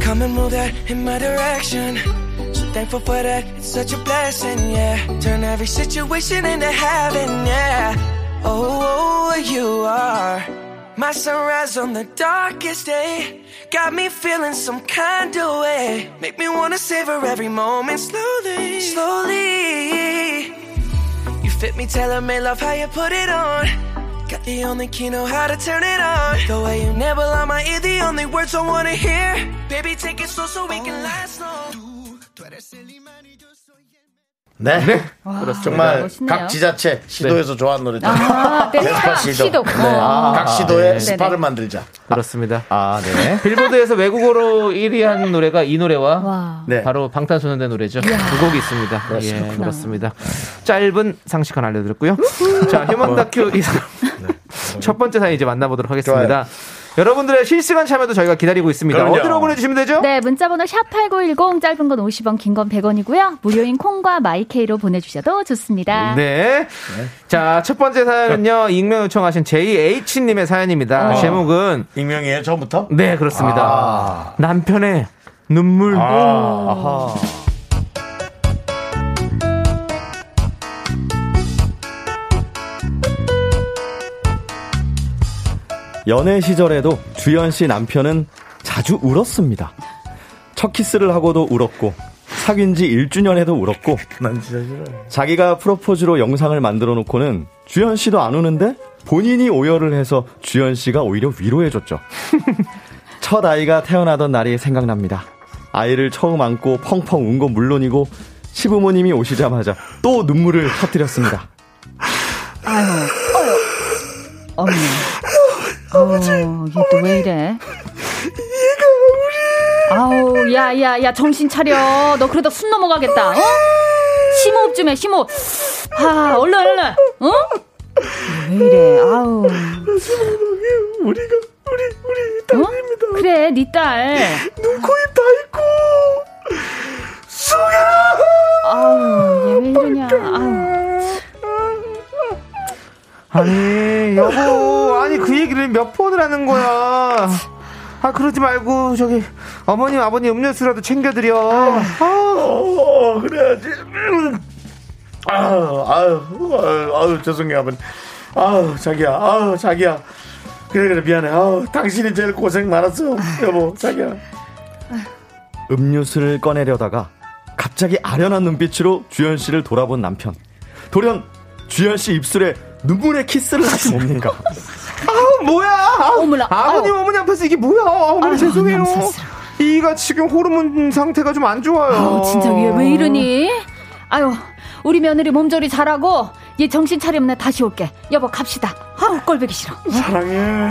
Speaker 12: Come and move that in my direction. So thankful for that, it's such a blessing, yeah. Turn every situation into heaven, yeah. Oh, oh, you are my sunrise on the darkest day. Got me feeling some kind of way. Make me wanna savor every moment slowly, slowly. You fit me, tell me love how you put it on. Got the only key, know how to turn it on. The way you never lie, my ear, the only words I wanna hear. Baby, take it slow so we can last long.
Speaker 1: 네.
Speaker 2: 그렇습니다. 네.
Speaker 1: 정말
Speaker 16: 멋있네요.
Speaker 1: 각 지자체 시도에서 좋아하는 노래죠.
Speaker 16: 아, 네. 시도.
Speaker 1: 네.
Speaker 16: 아.
Speaker 1: 각 시도에
Speaker 2: 네.
Speaker 1: 스파를 만들자.
Speaker 2: 그렇습니다. 아, 네. 빌보드에서 외국어로 1위한 노래가 이 노래와
Speaker 1: 네.
Speaker 2: 바로 방탄소년단 노래죠. 두 곡이 있습니다. 그 예, 그렇습니다. 짧은 상식은 알려드렸고요. 자, 휴먼 다큐 이 사람. 첫 번째 사연 이제 만나보도록 하겠습니다. 여러분들의 실시간 참여도 저희가 기다리고 있습니다.
Speaker 16: 그럼요.
Speaker 2: 어디로 보내주시면 되죠?
Speaker 16: 네, 문자번호 샵8910 짧은 건 50원, 긴 건 100원이고요. 무료인 콩과 마이케이로 보내주셔도 좋습니다.
Speaker 2: 네. 자, 첫 번째 사연은요, 익명 요청하신 JH님의 사연입니다.
Speaker 1: 어.
Speaker 2: 아. 제목은.
Speaker 1: 익명이에요, 처음부터?
Speaker 2: 네, 그렇습니다.
Speaker 1: 아.
Speaker 2: 남편의 눈물.
Speaker 1: 아.
Speaker 17: 연애 시절에도 주연 씨 남편은 자주 울었습니다. 첫 키스를 하고도 울었고 사귄 지 1주년에도 울었고
Speaker 1: 난 진짜 싫어.
Speaker 17: 자기가 프로포즈로 영상을 만들어 놓고는 주연 씨도 안 우는데 본인이 오열을 해서 주연 씨가 오히려 위로해 줬죠. 첫 아이가 태어나던 날이 생각납니다. 아이를 처음 안고 펑펑 운 건 물론이고 시부모님이 오시자마자 또 눈물을 터뜨렸습니다.
Speaker 16: 아유, 어휴. 어머니. 아버지. 이게 또 왜 이래? 얘가 아우, 야, 야, 야, 정신 차려. 너 그러다 숨 넘어가겠다. 어? 심호흡 좀 해, 심호흡. 아, 얼른, 얼른. 어? 왜 이래, 아우.
Speaker 8: 우리가 우리 우리
Speaker 16: 딸입니다. 어? 그래, 네 딸.
Speaker 8: 눈, 코, 입 다 있고 수야
Speaker 16: 아우, 얘 왜 이러냐. 아우.
Speaker 2: 아니, 여보, 아니, 그 얘기를 몇 번을 하는 거야. 아, 그러지 말고, 저기, 어머님, 아버님 음료수라도 챙겨드려.
Speaker 1: 어, 그래야지. 아유, 아유, 아유, 아유, 죄송해요, 아버님. 아유, 자기야, 아유, 자기야. 그래, 그래, 미안해. 아유, 당신이 제일 고생 많았어. 여보, 자기야.
Speaker 17: 음료수를 꺼내려다가 갑자기 아련한 눈빛으로 주연 씨를 돌아본 남편. 돌연 주연 씨 입술에 눈물의 키스를 하지 뭡니까?
Speaker 2: 아우, 뭐야! 아우, 아버님, 어머니 앞에서 이게 뭐야! 어머니,
Speaker 16: 아유,
Speaker 2: 죄송해요.
Speaker 16: 남사스러워.
Speaker 2: 이가 지금 호르몬 상태가 좀 안 좋아요.
Speaker 16: 아우, 어, 진짜 얘 왜 이러니? 아유, 우리 며느리 몸조리 잘하고, 얘 정신 차리면 나 다시 올게. 여보, 갑시다. 아우, 꼴보기 싫어.
Speaker 1: 사랑해.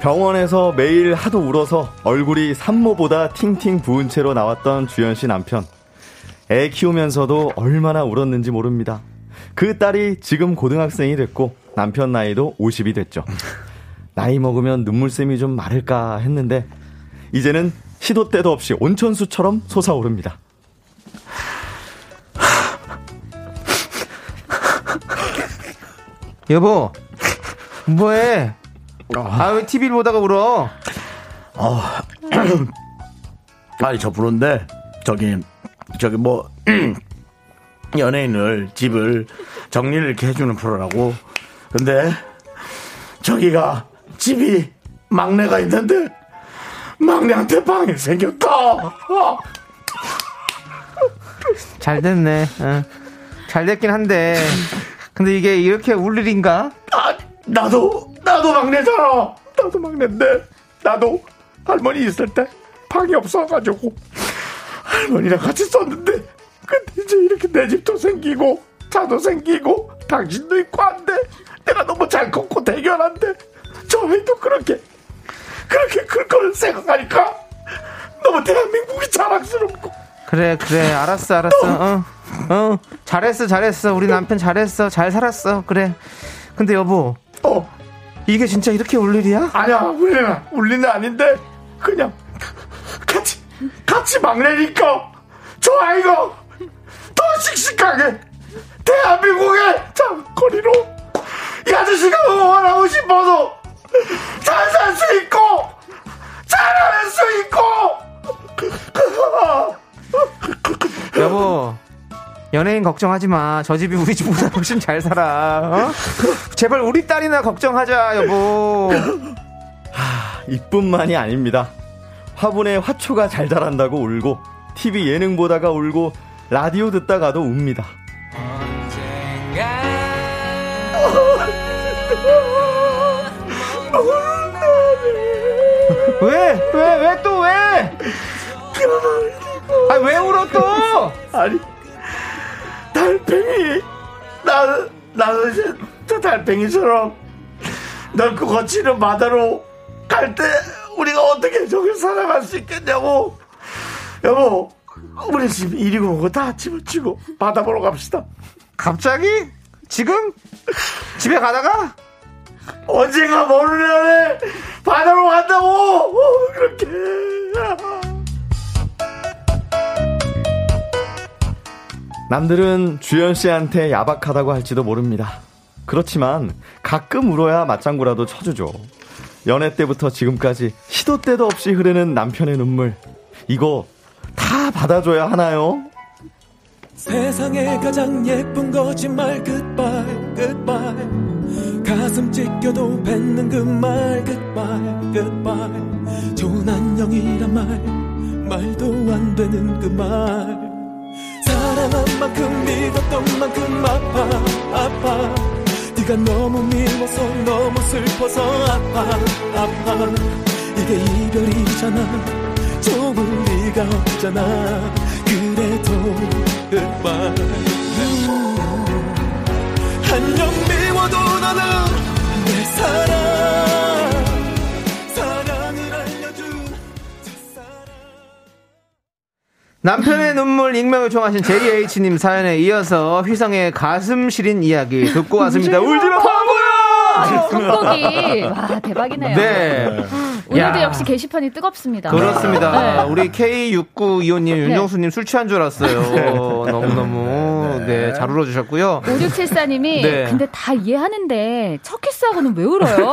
Speaker 17: 병원에서 매일 하도 울어서 얼굴이 산모보다 팅팅 부은 채로 나왔던 주연 씨 남편. 애 키우면서도 얼마나 울었는지 모릅니다. 그 딸이 지금 고등학생이 됐고 남편 나이도 50이 됐죠. 나이 먹으면 눈물샘이 좀 마를까 했는데 이제는 시도 때도 없이 온천수처럼 솟아오릅니다.
Speaker 2: 여보, 뭐해? 아, 왜 TV를 보다가 울어?
Speaker 1: 어, 아니 저 부른데 저기 저기 뭐 연예인을 집을 정리를 이렇게 해주는 프로라고 근데 저기가 집이 막내가 있는데 막내한테 방이 생겼다 어.
Speaker 2: 잘 됐네. 응. 잘 됐긴 한데. 근데 이게 이렇게 울 일인가?
Speaker 1: 아, 나도 나도 막내잖아 나도 막내인데 나도 할머니 있을 때 방이 없어가지고 할머니랑 같이 썼는데 근데 이제 이렇게 내 집도 생기고 차도 생기고 당신도 있고 한데 내가 너무 잘 컸고 대견한데 저희도 그렇게 그렇게 클 거를 생각하니까 너무 대한민국이 자랑스럽고
Speaker 2: 그래, 그래. 알았어, 알았어. 어. 어. 잘했어, 잘했어. 우리 남편 잘했어. 잘 살았어. 그래. 근데 여보.
Speaker 1: 어.
Speaker 2: 이게 진짜 이렇게 울 일이야?
Speaker 1: 아니야 울리는 울리는 아닌데 그냥 같이 같이 막내니까 저 아이가 더 씩씩하게 대한민국의 장거리로 이 아저씨가 응원하고 싶어서 잘 살 수 있고 잘할 수 있고
Speaker 2: 여보. 연예인 걱정하지 마. 저 집이 우리 집보다 훨씬 잘 살아. 어? 제발 우리 딸이나 걱정하자, 여보.
Speaker 17: 이뿐만이 아닙니다. 화분에 화초가 잘 자란다고 울고, TV 예능 보다가 울고, 라디오 듣다가도 웁니다.
Speaker 2: 왜? 왜? 왜 또 왜? 아 왜 울어 또?
Speaker 1: 아니 달팽이 나 나도 이제 저 달팽이처럼 넓고 거치는 바다로 갈 때 우리가 어떻게 저길 살아갈 수 있겠냐고 여보 우리 집 이리고 오고 다 집어치고 바다 보러 갑시다
Speaker 2: 갑자기? 지금? 집에 가다가?
Speaker 8: 언젠가 모르는 날에 바다로 간다고 어, 그렇게
Speaker 17: 남들은 주현 씨한테 야박하다고 할지도 모릅니다. 그렇지만 가끔 울어야 맞장구라도 쳐주죠. 연애 때부터 지금까지 시도 때도 없이 흐르는 남편의 눈물. 이거 다 받아줘야 하나요?
Speaker 6: 세상에 가장 예쁜 거짓말 goodbye goodbye 가슴 찢겨도 뱉는 그 말 goodbye goodbye 좋은 안녕이란 말 말도 안 되는 그 말 사랑한 만큼 믿었던 만큼 아파 아파 네가 너무 미워서 너무 슬퍼서 아파 아파 이게 이별이잖아 좋은 리가 없잖아 그래도 goodbye 안녕 미워도 나는 내 사랑 사랑을 알려준
Speaker 2: 남편의 눈물 익명 요청하신 제리 H님 사연에 이어서 휘성의 가슴 시린 이야기 듣고 왔습니다. 울지마 바보야!
Speaker 16: 속보기. 와, 대박이네요.
Speaker 2: 네.
Speaker 16: 오늘도
Speaker 2: 야.
Speaker 16: 역시 게시판이 뜨겁습니다.
Speaker 2: 그렇습니다.
Speaker 16: 네.
Speaker 2: 우리 K6925님,
Speaker 16: 네.
Speaker 2: 윤정수님 술 취한 줄 알았어요. 너무너무, 네, 잘 울어주셨고요.
Speaker 16: 5674님이
Speaker 2: 네.
Speaker 16: 근데 다 이해하는데 첫 키스하고는 왜 울어요?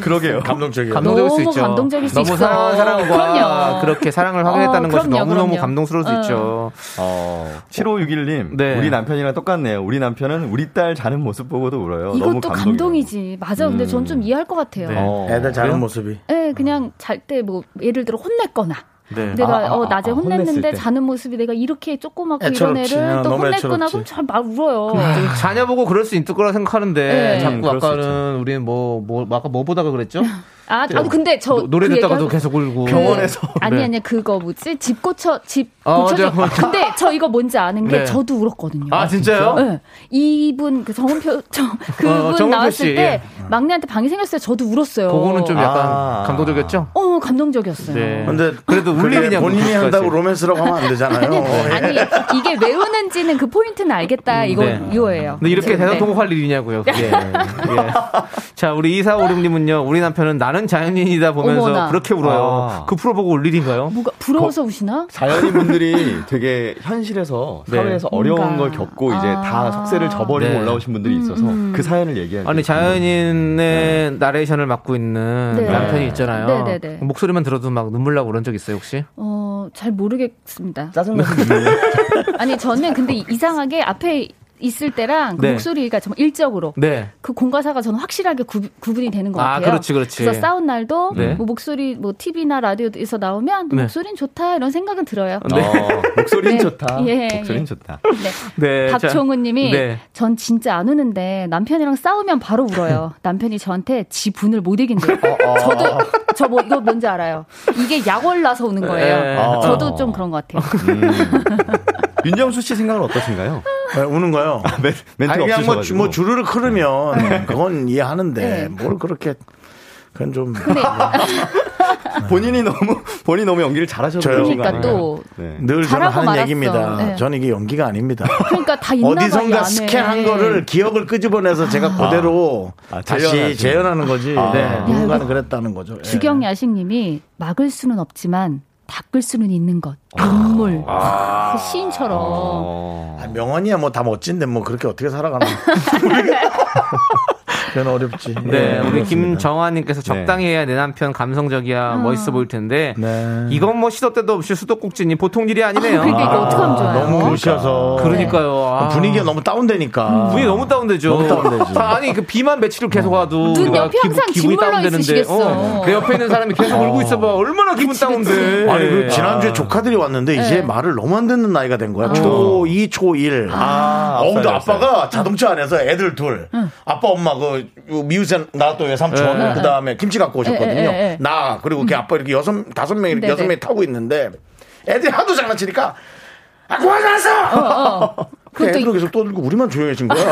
Speaker 2: 그러게요.
Speaker 1: 감동적이에요.
Speaker 2: 감동적일 수
Speaker 16: 너무
Speaker 2: 있죠.
Speaker 16: 감동적일 수
Speaker 2: 너무
Speaker 16: 있어.
Speaker 2: 사랑한 사람과
Speaker 16: 그럼요.
Speaker 2: 그렇게 사랑을
Speaker 16: 어,
Speaker 2: 확인했다는 것이
Speaker 16: 그럼요,
Speaker 2: 너무너무
Speaker 16: 그럼요.
Speaker 2: 감동스러울 수
Speaker 16: 어.
Speaker 2: 있죠.
Speaker 17: 어. 7561님,
Speaker 2: 네.
Speaker 17: 우리 남편이랑 똑같네요. 우리 남편은 우리 딸 자는 모습 보고도 울어요. 네. 너무
Speaker 16: 이것도
Speaker 17: 감동.
Speaker 16: 감동이지. 맞아. 근데 전 좀 이해할 것 같아요.
Speaker 1: 어. 애들 자는 모습이.
Speaker 16: 예, 그냥 잘 때 뭐 예를 들어 혼냈거나
Speaker 1: 네.
Speaker 16: 내가
Speaker 1: 아, 아,
Speaker 16: 어,
Speaker 1: 아,
Speaker 16: 낮에
Speaker 1: 아, 혼냈을
Speaker 16: 혼냈는데
Speaker 1: 때.
Speaker 16: 자는 모습이 내가 이렇게 조그맣고
Speaker 2: 애처롭지.
Speaker 16: 이런
Speaker 2: 아,
Speaker 16: 애를 또
Speaker 2: 너무
Speaker 16: 혼냈거나
Speaker 2: 애처롭지. 네.
Speaker 16: 그럼 잘 막 울어요.
Speaker 2: 자녀 보고 그럴 수 있을 거라 생각하는데
Speaker 16: 네. 음,
Speaker 2: 자꾸
Speaker 16: 그럴 수
Speaker 2: 아까는 우리는 뭐, 뭐 아까 뭐 보다가 그랬죠?
Speaker 16: 아, 아 근데 저
Speaker 2: 노- 노래
Speaker 16: 그
Speaker 2: 듣다가도
Speaker 16: 얘기하고-
Speaker 2: 계속 울고
Speaker 16: 아니
Speaker 2: 네.
Speaker 16: 아니 그거 뭐지 집 고쳐 집
Speaker 2: 아,
Speaker 16: 고쳐지
Speaker 2: 맞아요.
Speaker 16: 근데 저 이거 뭔지 아는 게
Speaker 2: 네.
Speaker 16: 저도 울었거든요.
Speaker 2: 아, 진짜요?
Speaker 16: 네. 이분 그 정은표 저 그분
Speaker 2: 어, 정은표
Speaker 16: 나왔을
Speaker 2: 씨,
Speaker 16: 때
Speaker 2: 예.
Speaker 16: 막내한테 방이 생겼을 때 저도 울었어요.
Speaker 2: 그거는 좀 약간 네.
Speaker 1: 아.
Speaker 2: 감동적이었죠?
Speaker 16: 어 감동적이었어요.
Speaker 1: 근데
Speaker 2: 그래도 울
Speaker 1: 그게
Speaker 2: 일이냐고
Speaker 1: 본인이
Speaker 2: 그것까지.
Speaker 1: 한다고 로맨스라고 하면 안 되잖아요.
Speaker 16: 아니,
Speaker 17: 네.
Speaker 1: 예.
Speaker 16: 아니 이게 왜 우는지는 그 포인트는 알겠다 이거
Speaker 2: 네.
Speaker 16: 이거예요.
Speaker 2: 근데 이렇게
Speaker 16: 네.
Speaker 2: 대선 통곡할 일이냐고요. 그게. 예. 자, 우리 2456님은요. 우리 남편은 나는 자연인이다 보면서
Speaker 16: 어머나.
Speaker 2: 그렇게 울어요. 그 프로보고 울 일인가요?
Speaker 16: 뭐가 부러워서 우시나?
Speaker 17: 자연인 분들이 되게 현실에서
Speaker 2: 네.
Speaker 17: 사회에서 어려운
Speaker 16: 뭔가. 아.
Speaker 17: 걸 겪고 이제 다 속세를 저버리고
Speaker 2: 네.
Speaker 17: 올라오신 분들이
Speaker 16: 음,
Speaker 17: 있어서 그 사연을 얘기할
Speaker 2: 아니
Speaker 17: 때
Speaker 2: 자연인의 나레이션을 맡고 있는
Speaker 16: 네.
Speaker 2: 남편이 있잖아요.
Speaker 16: 네, 네, 네.
Speaker 2: 목소리만 들어도 막 눈물 나고 그런 적 있어요 혹시?
Speaker 16: 어잘 모르겠습니다. 짜증나. 아니 저는 근데 이상하게 앞에 있을 때랑 그
Speaker 2: 네.
Speaker 16: 목소리가 정말 일적으로
Speaker 2: 네.
Speaker 16: 그 공과사가 저는 확실하게 구, 분이 되는 것
Speaker 2: 아,
Speaker 16: 같아요.
Speaker 2: 그렇지, 그렇지.
Speaker 16: 래서 싸운 날도
Speaker 2: 네.
Speaker 16: 뭐 목소리 뭐 TV나 라디오에서 나오면
Speaker 2: 네.
Speaker 16: 목소리는 좋다 이런 생각은 들어요.
Speaker 2: 네.
Speaker 16: 목소리는 네. 좋다. 예, 목소리는 예.
Speaker 17: 좋다.
Speaker 2: 네. 자,
Speaker 16: 박종훈님이
Speaker 2: 네.
Speaker 16: 전 진짜 안 우는데 남편이랑 싸우면 바로 울어요. 남편이 저한테 지 분을 못 이긴대요. 저도 저 뭐 이거 뭔지 알아요. 이게 약 올라서 우는
Speaker 17: 네.
Speaker 16: 거예요.
Speaker 17: 아.
Speaker 16: 저도 좀 그런 것 같아요.
Speaker 17: 윤정수 씨 생각은 어떠신가요?
Speaker 1: 네, 우는가요?
Speaker 17: 멘, 멘트가
Speaker 1: 아니 그냥 뭐,
Speaker 17: 없으셔가지고. 네.
Speaker 1: 뭐 주르륵 흐르면 그건
Speaker 16: 네.
Speaker 1: 이해하는데 뭘 그렇게 그건 좀 네.
Speaker 17: 본인이 너무 본인 이 너무 연기를 잘하셔서
Speaker 1: 저요.
Speaker 16: 그러니까 또
Speaker 17: 네.
Speaker 1: 늘 저는
Speaker 16: 잘하고
Speaker 1: 하는
Speaker 16: 말았어.
Speaker 1: 얘기입니다.
Speaker 16: 네.
Speaker 1: 저는 이게 연기가 아닙니다.
Speaker 16: 그러니까 다 있나 봐요.
Speaker 1: 어디선가
Speaker 16: 안에. 네.
Speaker 1: 스캔한 거를 기억을 끄집어내서 제가 그대로
Speaker 17: 아, 재현하지.
Speaker 1: 다시 재현하는 거지.
Speaker 17: 아.
Speaker 1: 네.
Speaker 17: 야,
Speaker 1: 누군가는 그랬다는 거죠. 예.
Speaker 16: 네. 주경 야식님이 막을 수는 없지만 닦을 수는 있는 것. 눈물.
Speaker 17: 아.
Speaker 16: 그 시인처럼.
Speaker 2: 어.
Speaker 1: 아, 명언이야 뭐 다 멋진데 뭐 그렇게 어떻게 살아가나. 그건 어렵지.
Speaker 2: 네,
Speaker 1: 예,
Speaker 2: 우리
Speaker 1: 그렇습니다.
Speaker 2: 김정환님께서
Speaker 1: 네.
Speaker 2: 적당히 해야 내 남편
Speaker 16: 아.
Speaker 2: 감성적이야 멋있어 보일 텐데
Speaker 1: 네.
Speaker 2: 이건 뭐 시도 때도 없이 수도꼭지니 보통 일이 아니네요.
Speaker 16: 아, 그러니까 이거 어떡하면 좋아요?
Speaker 1: 너무 무시해서.
Speaker 2: 그러니까요. 아.
Speaker 1: 분위기가 너무 다운되니까.
Speaker 2: 분이 너무 다운되죠.
Speaker 1: 너무 어. 다운되지.
Speaker 2: 아, 아니 그 비만 며칠을 계속 와도
Speaker 16: 눈
Speaker 2: 우리가
Speaker 16: 옆에 항상
Speaker 2: 기분이
Speaker 16: 짓물러
Speaker 2: 다운되는데
Speaker 16: 있으시겠어.
Speaker 2: 내 옆에 있는 사람이 계속
Speaker 1: 어.
Speaker 2: 울고 있어봐 얼마나 기분 다운돼.
Speaker 1: 아니 그 지난주에 조카들이 왔는데 이제
Speaker 2: 네.
Speaker 1: 말을 너무 안 듣는 나이가 된 거야. 초2 초1.
Speaker 17: 아,
Speaker 1: 어, 근데
Speaker 17: 앞서요, 앞서요.
Speaker 1: 아빠가 자동차 안에서 애들 둘. 아빠 엄마 그 미우새 나왔던 외삼촌
Speaker 17: 네.
Speaker 1: 그다음에 김치 갖고 오셨거든요.
Speaker 17: 네, 네, 네.
Speaker 1: 나 그리고 걔 아빠 이렇게 여섯 다섯 명 이렇게
Speaker 17: 네,
Speaker 1: 여섯
Speaker 17: 네.
Speaker 1: 명이 타고 있는데 애들이 하도 장난치니까 아 그만 나서.
Speaker 16: 그것도
Speaker 1: 애들 계속 떠들고 우리만 조용해진 거야.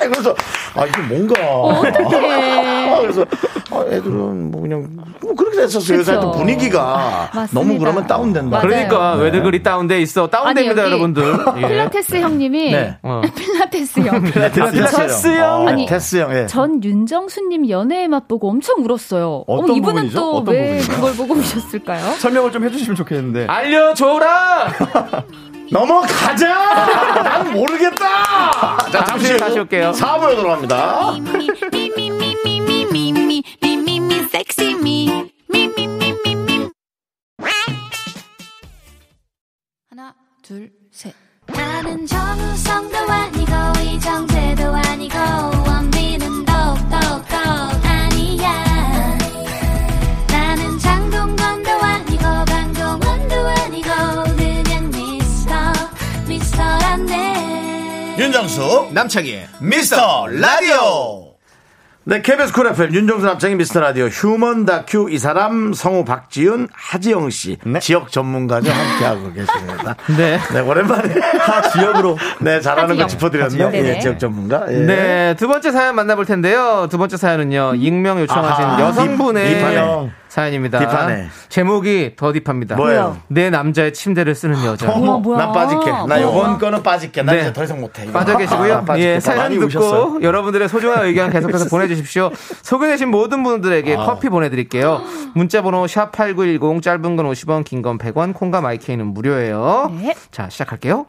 Speaker 1: 그래서 아 이게 뭔가
Speaker 16: 어떡해.
Speaker 1: 아, 그래서 아, 애들은 뭐 그냥 뭐 그렇게 됐었어요.
Speaker 2: 그쵸.
Speaker 1: 사실 분위기가
Speaker 16: 맞습니다.
Speaker 1: 너무 그러면 다운된다.
Speaker 2: 그러니까
Speaker 1: 네.
Speaker 2: 왜들 그리 다운돼 있어? 다운됩니다,
Speaker 16: 아니, 여기
Speaker 2: 여러분들.
Speaker 16: 필라테스 형님이
Speaker 2: 네. 어.
Speaker 16: 필라테스 형.
Speaker 2: 필라테스
Speaker 16: 저-
Speaker 2: 형.
Speaker 16: 아니,
Speaker 2: 필라테스 형, 예.
Speaker 16: 전 윤정수님 연애의 맛 보고 엄청 울었어요.
Speaker 17: 어떤
Speaker 16: 어머, 이분은
Speaker 17: 부분이죠?
Speaker 16: 또
Speaker 17: 어떤
Speaker 16: 왜
Speaker 17: 부분이죠?
Speaker 16: 그걸 보고 우셨을까요?
Speaker 17: 설명을 좀 해주시면 좋겠는데.
Speaker 2: 알려줘라!
Speaker 1: 넘어가자! 난 모르겠다! 자, 잠시 후
Speaker 2: 다시 올게요.
Speaker 1: 4부로 돌아옵니다.
Speaker 15: 둘, 셋. 나는 정우성도 아니고, 이정재도 아니고, 원빈은 더욱더 아니야. 나는 장동건도 아니고, 강동원도 아니고, 그냥 미스터, 미스터란데.
Speaker 18: 윤정수 남창희의 미스터 라디오
Speaker 1: 네, KBS 쿨 FM 윤정수 남창희 미스터 라디오 휴먼 다큐 이 사람 성우 박지윤 하지영 씨
Speaker 18: 네.
Speaker 1: 지역 전문가죠 함께하고 계십니다. 네. 오랜만에 하 지역으로 네 잘하는 거
Speaker 2: 하지영.
Speaker 1: 짚어드렸네요.
Speaker 2: 하지영.
Speaker 1: 예,
Speaker 2: 네네.
Speaker 1: 지역 전문가. 예.
Speaker 2: 네, 두 번째 사연 만나볼 텐데요. 두 번째 사연은요, 익명 요청하신
Speaker 1: 아하.
Speaker 2: 여성분의
Speaker 1: 딥- 딥하네.
Speaker 2: 사연입니다.
Speaker 1: 딥하네.
Speaker 2: 제목이 더 딥합니다.
Speaker 1: 뭐예요?
Speaker 2: 내 남자의 침대를 쓰는 여자.
Speaker 1: 어머, 나 빠질게. 나 요번 거는 빠질게. 나
Speaker 2: 네.
Speaker 1: 이제 더 이상 못해. 이거.
Speaker 2: 빠져
Speaker 1: 아,
Speaker 2: 계시고요.
Speaker 1: 빠질게.
Speaker 2: 예, 사연
Speaker 1: 많이
Speaker 2: 듣고
Speaker 1: 우셨어요.
Speaker 2: 여러분들의 소중한 의견 계속해서 보내주십시오. 소개되신 모든 분들에게
Speaker 1: 아.
Speaker 2: 커피 보내드릴게요. 문자번호 샵 #8910 짧은 건 50원, 긴 건 100원, 콩과 마이케이는 무료예요.
Speaker 1: 네.
Speaker 2: 자, 시작할게요.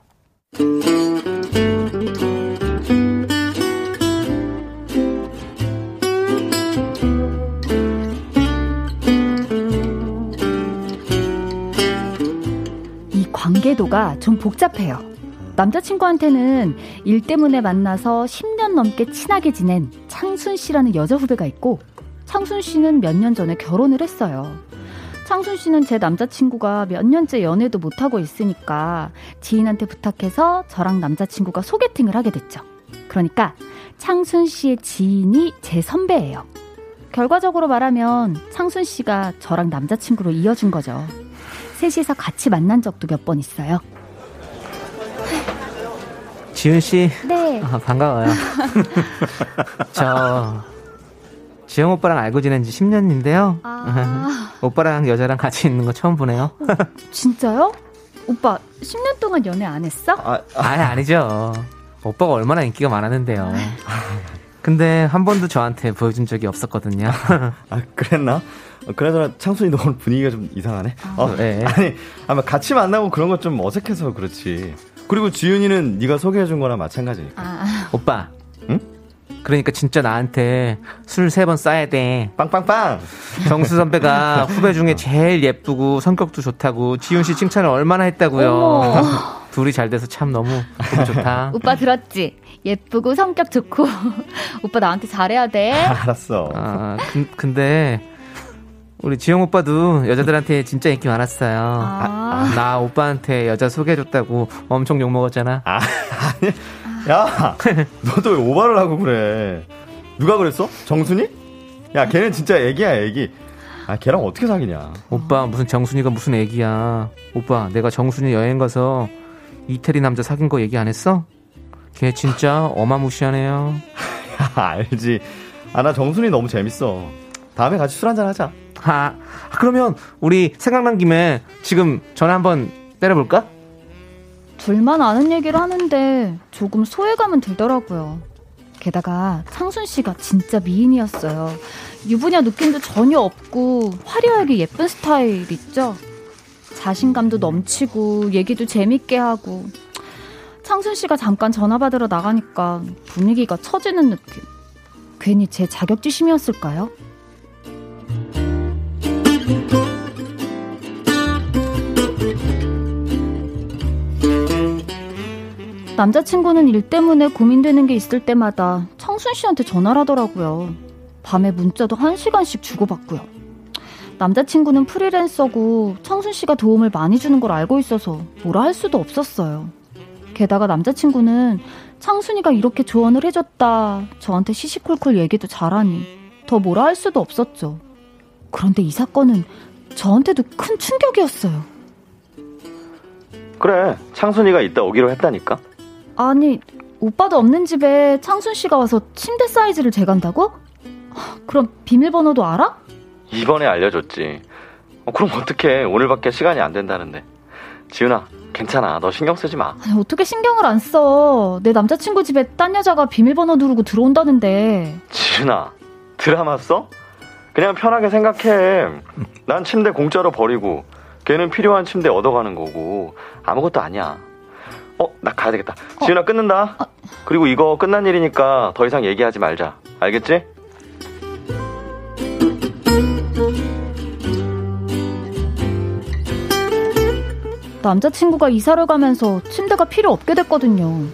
Speaker 16: 이 관계도가 좀 복잡해요. 남자친구한테는 일 때문에 만나서 10년 넘게 친하게 지낸 창순 씨라는 여자 후배가 있고, 창순 씨는 몇 년 전에 결혼을 했어요. 창순 씨는 제 남자친구가 몇 년째 연애도 못하고 있으니까 지인한테 부탁해서 저랑 남자친구가 소개팅을 하게 됐죠. 그러니까 창순 씨의 지인이 제 선배예요. 결과적으로 말하면 창순 씨가 저랑 남자친구로 이어준 거죠. 셋이서 같이 만난 적도 몇 번 있어요.
Speaker 2: 지은 씨.
Speaker 16: 네.
Speaker 2: 아, 반가워요. 저 지영 오빠랑 알고 지낸 지 10년인데요. 오빠랑 여자랑 같이 있는 거 처음 보네요.
Speaker 16: 진짜요? 오빠 10년 동안 연애 안 했어?
Speaker 2: 아, 아니 아니죠. 오빠가 얼마나 인기가 많았는데요. 근데 한 번도 저한테 보여준 적이 없었거든요.
Speaker 17: 아, 그랬나? 어, 그나저나 창순이 너 오늘 분위기가 좀 이상하네. 어,
Speaker 2: 네.
Speaker 17: 아니 아마 같이 만나고 그런 건 좀 어색해서 그렇지. 그리고 지윤이는 네가 소개해준 거랑 마찬가지니까.
Speaker 2: 오빠. 그러니까 진짜 나한테 술 세 번 싸야 돼.
Speaker 17: 빵빵빵.
Speaker 2: 정수 선배가 후배 중에 제일 예쁘고 성격도 좋다고 지윤 씨 칭찬을 얼마나 했다고요.
Speaker 16: 어머.
Speaker 2: 둘이 잘 돼서 참 너무 기분 좋다.
Speaker 16: 오빠 들었지? 예쁘고 성격 좋고 오빠 나한테 잘해야 돼.
Speaker 17: 알았어.
Speaker 2: 아, 근- 근데 우리 지영 오빠도 여자들한테 진짜 인기 많았어요.
Speaker 16: 아.
Speaker 2: 나 오빠한테 여자 소개해줬다고 엄청 욕 먹었잖아.
Speaker 17: 야, 너도 왜 오바를 하고 그래? 누가 그랬어? 정순이? 야, 걔는 진짜 애기야, 애기. 아, 걔랑 어떻게 사귀냐?
Speaker 2: 오빠 무슨 정순이가 무슨 애기야. 오빠 내가 정순이 여행 가서 이태리 남자 사귄 거 얘기 안 했어? 걔 진짜 어마무시하네요.
Speaker 17: 알지. 아, 나 정순이 너무 재밌어. 다음에 같이 술 한잔 하자.
Speaker 2: 아, 그러면 우리 생각난 김에 지금 전화 한번 때려볼까?
Speaker 16: 둘만 아는 얘기를 하는데 조금 소외감은 들더라고요. 게다가 창순 씨가 진짜 미인이었어요. 유부녀 느낌도 전혀 없고 화려하게 예쁜 스타일 있죠. 자신감도 넘치고 얘기도 재밌게 하고 창순 씨가 잠깐 전화 받으러 나가니까 분위기가 처지는 느낌. 괜히 제 자격지심이었을까요? 남자친구는 일 때문에 고민되는 게 있을 때마다 청순 씨한테 전화를 하더라고요. 밤에 문자도 한 시간씩 주고받고요. 남자친구는 프리랜서고 청순 씨가 도움을 많이 주는 걸 알고 있어서 뭐라 할 수도 없었어요. 게다가 남자친구는 창순이가 이렇게 조언을 해줬다. 저한테 시시콜콜 얘기도 잘하니 더 뭐라 할 수도 없었죠. 그런데 이 사건은 저한테도 큰 충격이었어요.
Speaker 17: 그래, 창순이가 이따 오기로 했다니까.
Speaker 16: 아니, 오빠도 없는 집에 창순 씨가 와서 침대 사이즈를 재간다고? 하, 그럼 비밀번호도 알아?
Speaker 19: 이번에 알려줬지. 어, 그럼 어떡해. 오늘밖에 시간이 안 된다는데. 지훈아, 괜찮아. 너 신경 쓰지 마.
Speaker 16: 아니, 어떻게 신경을 안 써. 내 남자친구 집에 딴 여자가 비밀번호 누르고 들어온다는데.
Speaker 19: 지훈아, 드라마 써? 그냥 편하게 생각해. 난 침대 공짜로 버리고, 걔는 필요한 침대 얻어가는 거고, 아무것도 아니야. 어, 나 가야 되겠다. 지훈아, 끊는다. 그리고 이거 끝난 일이니까 더 이상 얘기하지 말자. 알겠지?
Speaker 16: 남자친구가 이사를 가면서 침대가 필요 없게 됐거든요.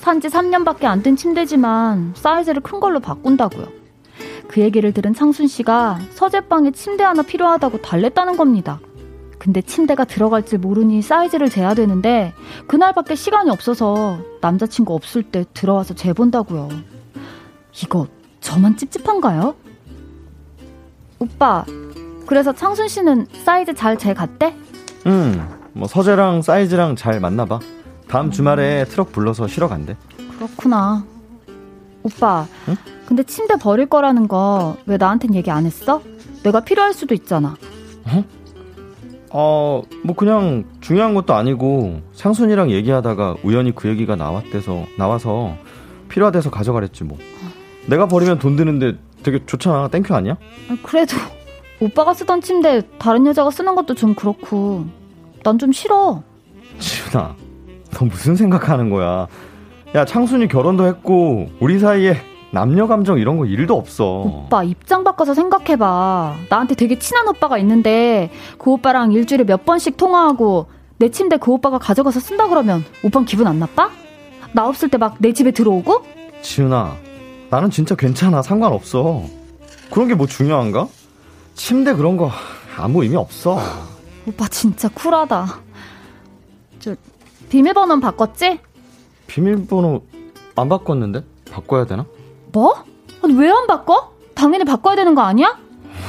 Speaker 16: 산지 3년밖에 안 된 침대지만 사이즈를 큰 걸로 바꾼다고요. 그 얘기를 들은 창순 씨가 서재방에 침대 하나 필요하다고 달랬다는 겁니다. 근데 침대가 들어갈 줄 모르니 사이즈를 재야 되는데 그날밖에 시간이 없어서 남자친구 없을 때 들어와서 재본다고요. 이거 저만 찝찝한가요? 오빠, 그래서 창순 씨는 사이즈 잘 재갔대?
Speaker 17: 음, 뭐 서재랑 사이즈랑 잘 맞나 봐. 다음 주말에 트럭 불러서 실어 간대.
Speaker 16: 그렇구나. 오빠, 근데 침대 버릴 거라는 거 왜 나한텐 얘기 안 했어? 내가 필요할 수도 있잖아.
Speaker 17: 어, 뭐 그냥 중요한 것도 아니고 창순이랑 얘기하다가 우연히 그 얘기가 나왔대서 나와서 필요하대서 가져가랬지 뭐. 내가 버리면 돈 드는데 되게 좋잖아. 땡큐 아니야?
Speaker 16: 아, 그래도 오빠가 쓰던 침대 다른 여자가 쓰는 것도 좀 그렇고 난 좀 싫어.
Speaker 17: 지훈아, 너 무슨 생각하는 거야? 야, 창순이 결혼도 했고 우리 사이에 남녀 감정 이런 거 일도 없어.
Speaker 16: 오빠 입장 바꿔서 생각해봐. 나한테 되게 친한 오빠가 있는데 그 오빠랑 일주일에 몇 번씩 통화하고 내 침대 그 오빠가 가져가서 쓴다 그러면 오빠 기분 안 나빠? 나 없을 때 막 내 집에 들어오고?
Speaker 17: 지훈아, 나는 진짜 괜찮아. 상관없어. 그런 게 뭐 중요한가? 침대 그런 거 아무 의미 없어.
Speaker 16: 오빠 진짜 쿨하다. 저 비밀번호는 바꿨지?
Speaker 17: 비밀번호 안 바꿨는데? 바꿔야 되나?
Speaker 16: 뭐? 왜 안 바꿔? 당연히 바꿔야 되는 거 아니야?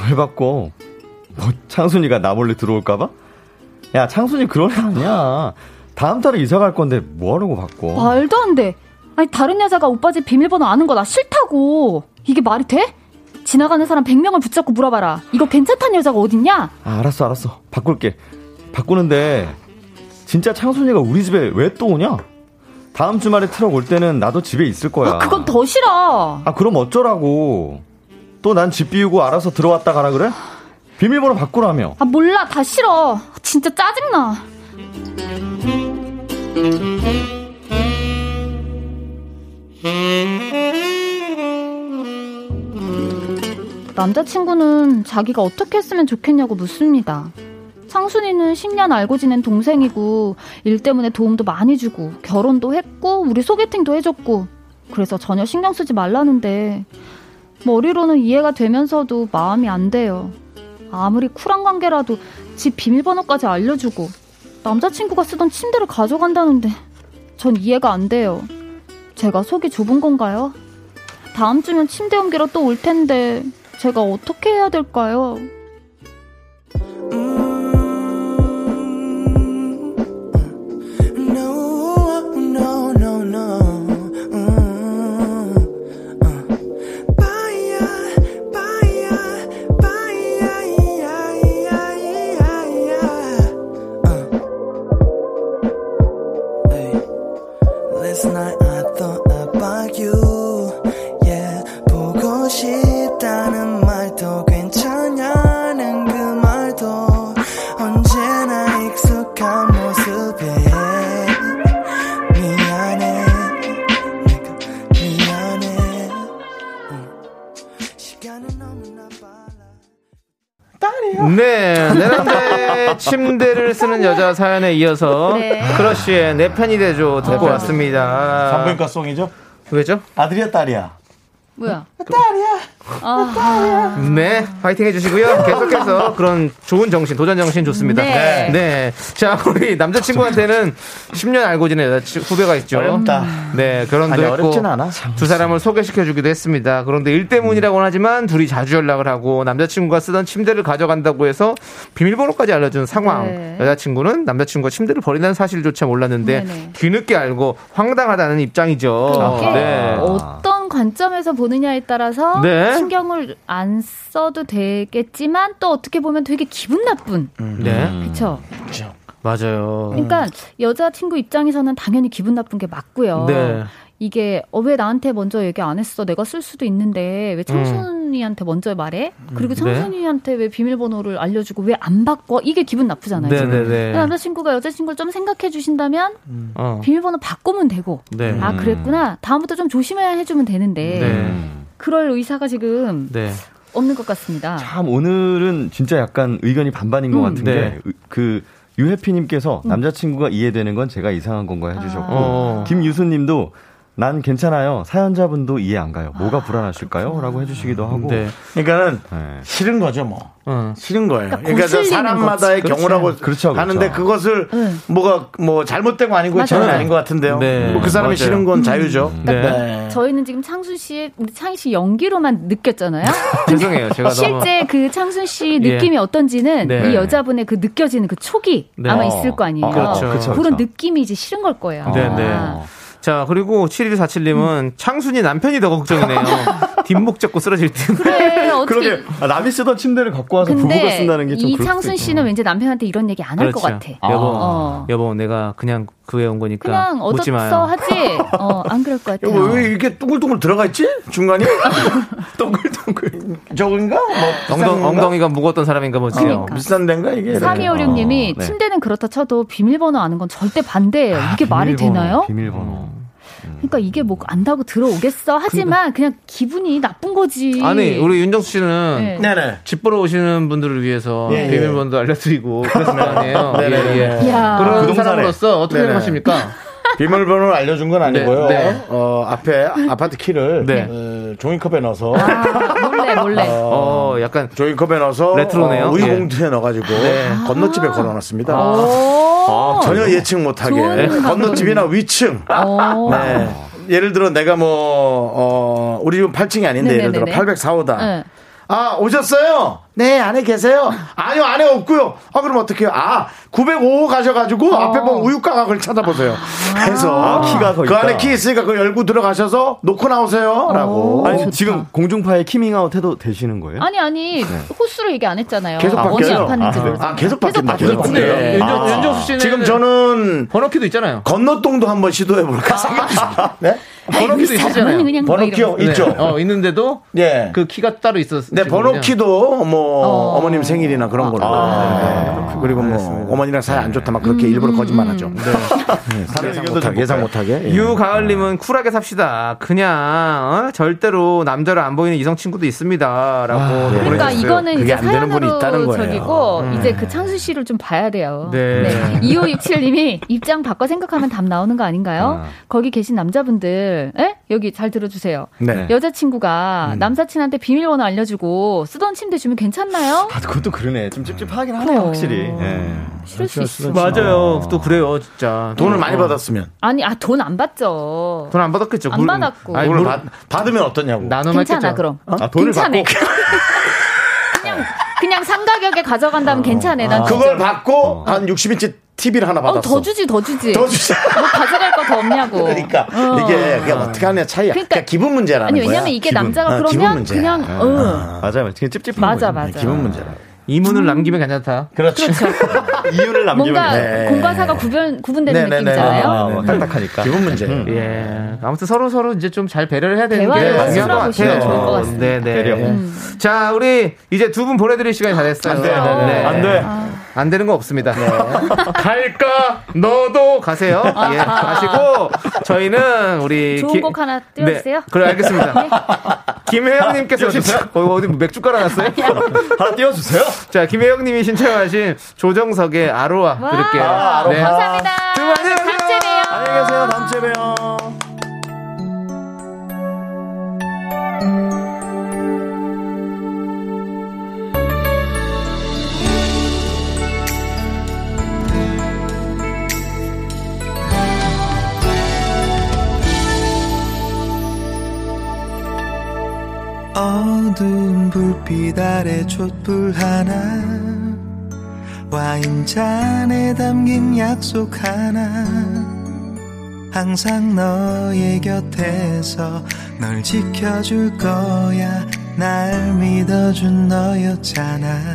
Speaker 17: 왜 바꿔? 뭐 창순이가 나 몰래 들어올까봐? 야 창순이 그런 애 아니야. 다음 달에 이사 갈 건데 뭐하려고 바꿔?
Speaker 16: 말도 안 돼. 아니 다른 여자가 오빠 집 비밀번호 아는 거 나 싫다고. 이게 말이 돼? 지나가는 사람 100명을 붙잡고 물어봐라. 이거 괜찮다는 여자가 어딨냐?
Speaker 17: 아, 알았어 알았어 바꿀게. 바꾸는데 진짜 창순이가 우리 집에 왜 또 오냐? 다음 주말에 트럭 올 때는 나도 집에 있을 거야.
Speaker 16: 그건 더 싫어.
Speaker 17: 아 그럼 어쩌라고 또 난 집 비우고 알아서 들어왔다 가라 그래? 비밀번호 바꾸라며
Speaker 16: 아 몰라 다 싫어. 진짜 짜증나. 남자친구는 자기가 어떻게 했으면 좋겠냐고 묻습니다. 창순이는 10년 알고 지낸 동생이고 일 때문에 도움도 많이 주고 결혼도 했고 우리 소개팅도 해줬고 그래서 전혀 신경 쓰지 말라는데 머리로는 이해가 되면서도 마음이 안 돼요. 아무리 쿨한 관계라도 집 비밀번호까지 알려주고 남자친구가 쓰던 침대를 가져간다는데 전 이해가 안 돼요. 제가 속이 좁은 건가요? 다음 주면 침대 옮기러 또 올 텐데 제가 어떻게 해야 될까요?
Speaker 20: No, no, no, no.
Speaker 12: Uh, Uh. Last night I thought about you. Yeah, 보고 싶다는 말도 괜찮냐는 그 말도 언제나 익숙한 모습에 미안해, 내가 미안해.
Speaker 2: 네, 내 남자의 침대를 쓰는 여자 사연에 이어서
Speaker 1: 네.
Speaker 2: 크러쉬의 내 편이 되죠 듣고
Speaker 1: 아.
Speaker 2: 왔습니다.
Speaker 1: 산부인과 송이죠?
Speaker 2: 왜죠?
Speaker 1: 아들이야 딸이야?
Speaker 15: 뭐야?
Speaker 8: 딸이야.
Speaker 15: 아.
Speaker 8: 딸이야.
Speaker 2: 네, 파이팅 해주시고요. 계속해서 그런 좋은 정신, 도전 정신 좋습니다.
Speaker 8: 네.
Speaker 2: 네. 자, 우리 남자친구한테는 10년 알고 지낸 여자 후배가 있죠.
Speaker 1: 어렵다.
Speaker 2: 네, 결혼도
Speaker 1: 아니,
Speaker 2: 했고
Speaker 1: 어렵진 않아.
Speaker 2: 두 사람을 소개시켜주기도 했습니다. 그런데 일 때문이라고는 하지만 둘이 자주 연락을 하고 남자친구가 쓰던 침대를 가져간다고 해서 비밀번호까지 알려준 상황.
Speaker 8: 네.
Speaker 2: 여자친구는 남자친구가 침대를 버린다는 사실조차 몰랐는데
Speaker 16: 네네.
Speaker 2: 뒤늦게 알고 황당하다는 입장이죠.
Speaker 16: 그게 아, 어떤 관점에서 보느냐에 따라서
Speaker 2: 네.
Speaker 16: 신경을 안 써도 되겠지만 또 어떻게 보면 되게 기분 나쁜.
Speaker 2: 네.
Speaker 16: 그렇죠.
Speaker 2: 맞아요.
Speaker 16: 그러니까 여자친구 입장에서는 당연히 기분 나쁜 게 맞고요.
Speaker 2: 네.
Speaker 16: 이게 어, 왜 나한테 먼저 얘기 안 했어? 내가 쓸 수도 있는데
Speaker 2: 음.
Speaker 16: 왜 청순이한테 먼저 말해? 그리고
Speaker 15: 네.
Speaker 16: 청순이한테 왜 비밀번호를 알려주고 왜 안 바꿔? 이게 기분 나쁘잖아요.
Speaker 2: 네,
Speaker 16: 지금.
Speaker 2: 네, 네.
Speaker 16: 남자친구가 여자친구를 좀 생각해 주신다면
Speaker 2: 어.
Speaker 16: 비밀번호 바꾸면 되고
Speaker 2: 네.
Speaker 16: 아 그랬구나 다음부터 좀 조심해야 해주면
Speaker 17: 네.
Speaker 16: 되는데
Speaker 2: 네.
Speaker 16: 그럴 의사가 지금
Speaker 19: 네.
Speaker 16: 없는 것 같습니다.
Speaker 19: 참 오늘은 진짜 약간 의견이 반반인 것
Speaker 16: 음.
Speaker 19: 같은
Speaker 2: 네.
Speaker 19: 게그 유해피님께서
Speaker 16: 음.
Speaker 19: 남자친구가 이해되는 건 제가 이상한 건가 해주셨고
Speaker 16: 아. 어.
Speaker 19: 김유수님도 난 괜찮아요 사연자분도 이해 안 가요 뭐가 불안하실까요?라고 해주시기도 하고
Speaker 1: 네. 그러니까는 싫은 거죠 뭐 싫은 거예요.
Speaker 19: 그러니까
Speaker 1: 그러니까 저
Speaker 19: 거슬리는
Speaker 1: 사람마다의
Speaker 19: 거지.
Speaker 1: 경우라고
Speaker 19: 그렇죠. 그렇죠, 그렇죠.
Speaker 1: 하는데 그것을 뭐가 뭐 잘못된 거 아니고
Speaker 16: 맞아요.
Speaker 1: 저는 아닌 것 같은데요. 음. 네.
Speaker 2: 네.
Speaker 1: 뭐그 사람이
Speaker 2: 맞아요.
Speaker 1: 싫은 건 자유죠.
Speaker 16: 그러니까 저희는 지금 창순 씨의 창희 씨 연기로만 느꼈잖아요.
Speaker 2: 죄송해요. 제가 너무
Speaker 16: 실제 그 창순 씨 느낌이
Speaker 2: 예.
Speaker 16: 어떤지는
Speaker 2: 네.
Speaker 16: 이 여자분의 그 느껴지는 그 촉이
Speaker 2: 네.
Speaker 16: 아마
Speaker 2: 어.
Speaker 16: 있을 거 아니에요.
Speaker 2: 아, 그렇죠. 그렇죠,
Speaker 16: 런
Speaker 2: 그렇죠.
Speaker 16: 느낌이 이제 싫은 걸 거예요. 아.
Speaker 2: 네, 네. 자, 그리고 7147님은 창순이 남편이 더 걱정이네요. 뒷목 잡고 쓰러질 듯.
Speaker 16: 그래, 어떻게-
Speaker 19: 그러게 아, 남이 쓰던 침대를 갖고
Speaker 2: 아,
Speaker 19: 와서 부부가
Speaker 16: 근데
Speaker 19: 쓴다는 게 좀
Speaker 16: 이
Speaker 19: 그럴 수도
Speaker 16: 창순 씨는 왠지 남편한테 이런 얘기 안 할 것 같아.
Speaker 2: 그렇죠. 여보,
Speaker 16: 어.
Speaker 2: 여보, 내가 그냥 그에 온 거니까.
Speaker 16: 그냥
Speaker 2: 묻지 마요.
Speaker 16: 어떻서 하지. 어, 안 그럴 것 같아요.
Speaker 1: 이거 왜 이렇게 둥글둥글 들어가 있지? 중간이? 둥글둥글. 저건가? 뭐 비싼 건가?
Speaker 2: 엉덩, 이가 무거웠던 사람인가 보지.
Speaker 16: 그러니까.
Speaker 1: 비싼 데인가 이게?
Speaker 2: 어,
Speaker 1: 네.
Speaker 16: 3256님이
Speaker 2: 네.
Speaker 16: 침대는 그렇다 쳐도 비밀번호 아는 건 절대 반대예요.
Speaker 2: 아,
Speaker 16: 이게 말이 되나요?
Speaker 19: 비밀번호.
Speaker 16: 그러니까 이게 뭐 안다고 들어오겠어 하지만 그냥 기분이 나쁜 거지.
Speaker 2: 아니 우리 윤정수 씨는
Speaker 16: 네. 네네.
Speaker 2: 집 보러 오시는 분들을 위해서
Speaker 16: 예, 예.
Speaker 2: 비밀번호도 알려드리고 그러신 거 아니에요. 예,
Speaker 1: 네네네.
Speaker 2: 예.
Speaker 1: 이야.
Speaker 2: 그런
Speaker 1: 부동산에.
Speaker 2: 사람으로서 어떻게
Speaker 1: 네네.
Speaker 2: 하십니까?
Speaker 1: 비밀번호를 알려준 건 아니고요.
Speaker 2: 네, 네.
Speaker 1: 어, 앞에 아파트 키를
Speaker 2: 네. 아.
Speaker 1: 어, 종이컵에 넣어서
Speaker 16: 몰래
Speaker 1: 네.
Speaker 16: 몰래.
Speaker 2: 어, 약간
Speaker 1: 종이컵에 넣어서
Speaker 2: 레트로네요.
Speaker 1: 어, 우유봉투에 넣어가지고
Speaker 2: 네.
Speaker 1: 건너집에 걸어놨습니다.
Speaker 16: 아,
Speaker 1: 전혀
Speaker 2: 그래요?
Speaker 1: 예측 못하게
Speaker 2: 좋은
Speaker 1: 건너집이나 위층.
Speaker 3: 어.
Speaker 16: 어.
Speaker 1: 네. 예를 들어 내가 뭐 어, 우리 집 8층이 아닌데 예를 들어
Speaker 8: 네네네네.
Speaker 1: 804호다.
Speaker 8: 네.
Speaker 1: 아 오셨어요? 네 안에 계세요? 아니요 안에 없고요. 아 그럼 어떻게요? 아 905호 가셔가지고 앞에 보면 우유 가락을 찾아보세요. 해서
Speaker 19: 아, 키가 더
Speaker 1: 그
Speaker 19: 있다.
Speaker 1: 안에 키 있으니까 그거 열고 들어가셔서 놓고 나오세요라고.
Speaker 19: 아니 지금 공중파에 키밍아웃 해도 되시는 거예요? 네.
Speaker 16: 아니 아니 호수를 얘기 안 했잖아요. 네.
Speaker 19: 계속
Speaker 16: 어디
Speaker 19: 바뀌어요?
Speaker 16: 안 파는지.
Speaker 19: 아,
Speaker 16: 모르겠어요.
Speaker 1: 아 계속 바뀐다.
Speaker 2: 계속 바뀌어요. 아. 근데 윤정- 윤정수 씨는
Speaker 1: 지금 저는
Speaker 2: 번호키도 있잖아요. 아,
Speaker 1: 건너동도 한번 시도해 볼까 생각. 네?
Speaker 2: 번호키도 있잖아요.
Speaker 1: 번호키요 있죠.
Speaker 2: 어, 있는데도
Speaker 1: 예.
Speaker 2: 그 키가 따로 있었어요.
Speaker 1: 네, 번호키도 뭐 어... 머님 생일이나 그런 걸로. 네. 그리고 뭐 어머니랑 사이 안 좋다 막 그렇게 일부러 거짓말하죠. 네. 예상 못하게 예상 못하게. 예.
Speaker 2: 유가을님은 쿨하게 삽시다. 그냥 어? 절대로 남자를 안 보이는 이성 친구도
Speaker 1: 아,
Speaker 2: 있습니다라고. 보내주셨어요.
Speaker 16: 그러니까 이거는 이제 사연으로 저기고
Speaker 2: 음.
Speaker 16: 이제 그 창수 씨를 좀 봐야 돼요.
Speaker 2: 네.
Speaker 16: 2567님이 입장 바꿔 생각하면 답 나오는 거 아닌가요? 거기 계신 남자분들, 에? 여기 잘 들어주세요.
Speaker 19: 네. 음.
Speaker 16: 여자친구가 남사친한테 비밀번호 알려주고 쓰던 침대 주면 괜찮나요?
Speaker 19: 아, 그것도 그러네. 좀 찝찝하긴 하네요, 확실히. 예.
Speaker 16: 싫을 수 있어.
Speaker 2: 맞아요. 또 그래요, 진짜.
Speaker 19: 음.
Speaker 1: 돈을 많이
Speaker 2: 어.
Speaker 1: 받았으면.
Speaker 16: 아니, 아, 돈 안 받죠.
Speaker 2: 돈 안 받았겠죠.
Speaker 16: 안 받았고.
Speaker 1: 돈을 받, 받으면 어떠냐고.
Speaker 16: 괜찮아, 그럼.
Speaker 1: 어?
Speaker 16: 괜찮아. 그냥, 그냥 상가격에 가져간다면 괜찮아, 네, 난 진짜.
Speaker 1: 그걸 받고 한 60인치 TV를 하나
Speaker 16: 어,
Speaker 1: 받았어.
Speaker 16: 더 주지, 더 주지.
Speaker 1: 더 주지.
Speaker 16: 뭐 가져갈 거 더 없냐고.
Speaker 1: 그러니까
Speaker 16: 어.
Speaker 1: 이게 그냥 어떻게 하냐 차이야. 그러니까, 기분 문제라는
Speaker 16: 아니,
Speaker 1: 거야.
Speaker 16: 왜냐면 이게
Speaker 1: 기분.
Speaker 16: 남자가
Speaker 1: 어,
Speaker 16: 그러면
Speaker 1: 기분 문제야. 아,
Speaker 16: 그냥, 어.
Speaker 19: 맞아요. 그냥 찝찝한 거죠.
Speaker 16: 맞아, 맞아.
Speaker 1: 문제라.
Speaker 2: 이문을 남기면 괜찮다.
Speaker 1: 그렇죠.
Speaker 19: 이유를
Speaker 16: 뭔가
Speaker 2: 네.
Speaker 16: 공과사가 구분, 구분되는
Speaker 2: 네네네.
Speaker 16: 느낌이잖아요.
Speaker 2: 네, 네.
Speaker 19: 딱딱하니까.
Speaker 1: 기분 문제.
Speaker 2: 예. 아무튼 서로 서로 이제 좀 잘 배려를 해야 되는
Speaker 16: 대화를
Speaker 2: 게 중요한 것
Speaker 16: 서로
Speaker 2: 같아요.
Speaker 16: 보시면 좋을 것 같습니다. 음.
Speaker 2: 네, 네.
Speaker 19: 배려.
Speaker 2: 자, 우리 이제 두 분 보내드릴 시간이 다 됐어요. 네.
Speaker 8: 안 돼, 안 돼, 안 돼.
Speaker 16: 아.
Speaker 2: 안 되는 거 없습니다. 갈까? 너도 가세요. 예, 가시고 저희는 우리
Speaker 16: 좋은
Speaker 2: 기-
Speaker 16: 곡 하나 띄워주세요.
Speaker 2: 네, 그래 알겠습니다. 김혜영님께서 어, 어디 맥주 깔아놨어요?
Speaker 19: 하나 띄워주세요.
Speaker 2: 자, 김혜영님이 신청하신 조정석의 아로하
Speaker 8: 와,
Speaker 2: 들을게요. 네.
Speaker 8: 아, 아로하.
Speaker 2: 감사합니다.
Speaker 8: 다음주에 봬요.
Speaker 1: 안녕히 계세요. 다음주에 봬요.
Speaker 3: 어두운 불빛 아래 촛불 하나 와인잔에 담긴 약속 하나 항상 너의 곁에서 널 지켜줄 거야 날 믿어준 너였잖아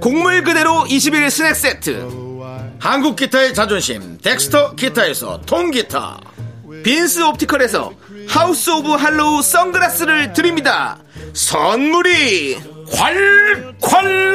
Speaker 2: 곡물 그대로 21 스낵 세트.
Speaker 1: 한국 기타의 자존심 덱스터 기타에서 통기타.
Speaker 2: 빈스 옵티컬에서 하우스 오브 할로우 선글라스를 드립니다. 선물이 콸콸콸!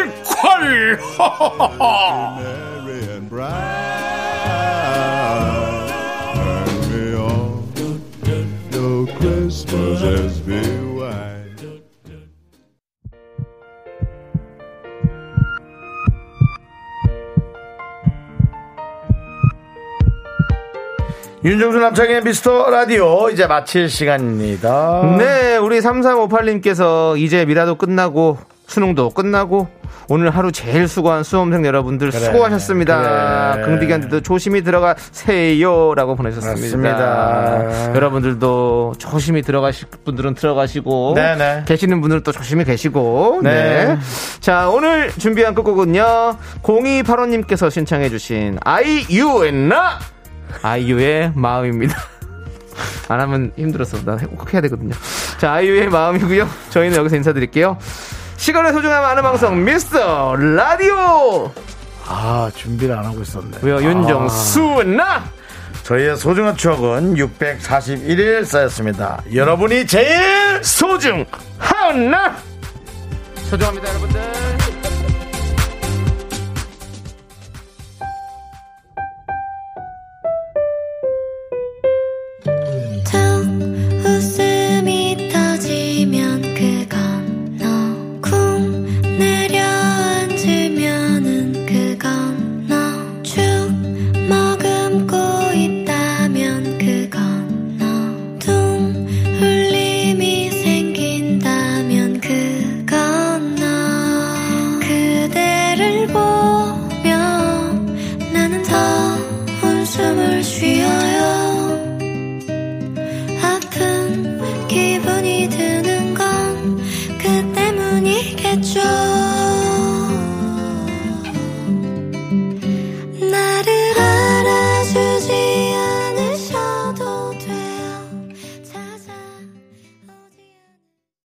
Speaker 1: 윤정수 남창의 미스터 라디오 이제 마칠 시간입니다.
Speaker 2: 네, 우리 3358님께서 이제 미라도 끝나고 수능도 끝나고 오늘 하루 제일 수고한 수험생 여러분들
Speaker 1: 그래,
Speaker 2: 수고하셨습니다.
Speaker 1: 그래.
Speaker 2: 긍디견디도 조심히 들어가세요라고 보내셨습니다.
Speaker 1: 맞습니다.
Speaker 2: 여러분들도 조심히 들어가실 분들은 들어가시고
Speaker 1: 네네.
Speaker 2: 계시는 분들은 또 조심히 계시고
Speaker 1: 네.
Speaker 2: 네. 자, 오늘 준비한 끝곡은요. 0285님께서 신청해 주신 아이유엔나 아이유의 마음입니다. 안 하면 힘들었어. 나꼭 해야 되거든요. 자, 아이유의 마음이고요. 저희는 여기서 인사드릴게요. 시간의 소중함 아는 방송 미스터 라디오.
Speaker 1: 아 준비를 안 하고 있었네.
Speaker 2: 왜요? 윤정수 나
Speaker 1: 저희의 소중한 추억은 641일 쌓였습니다. 여러분이 제일 소중한
Speaker 2: 하나 소중합니다, 여러분들.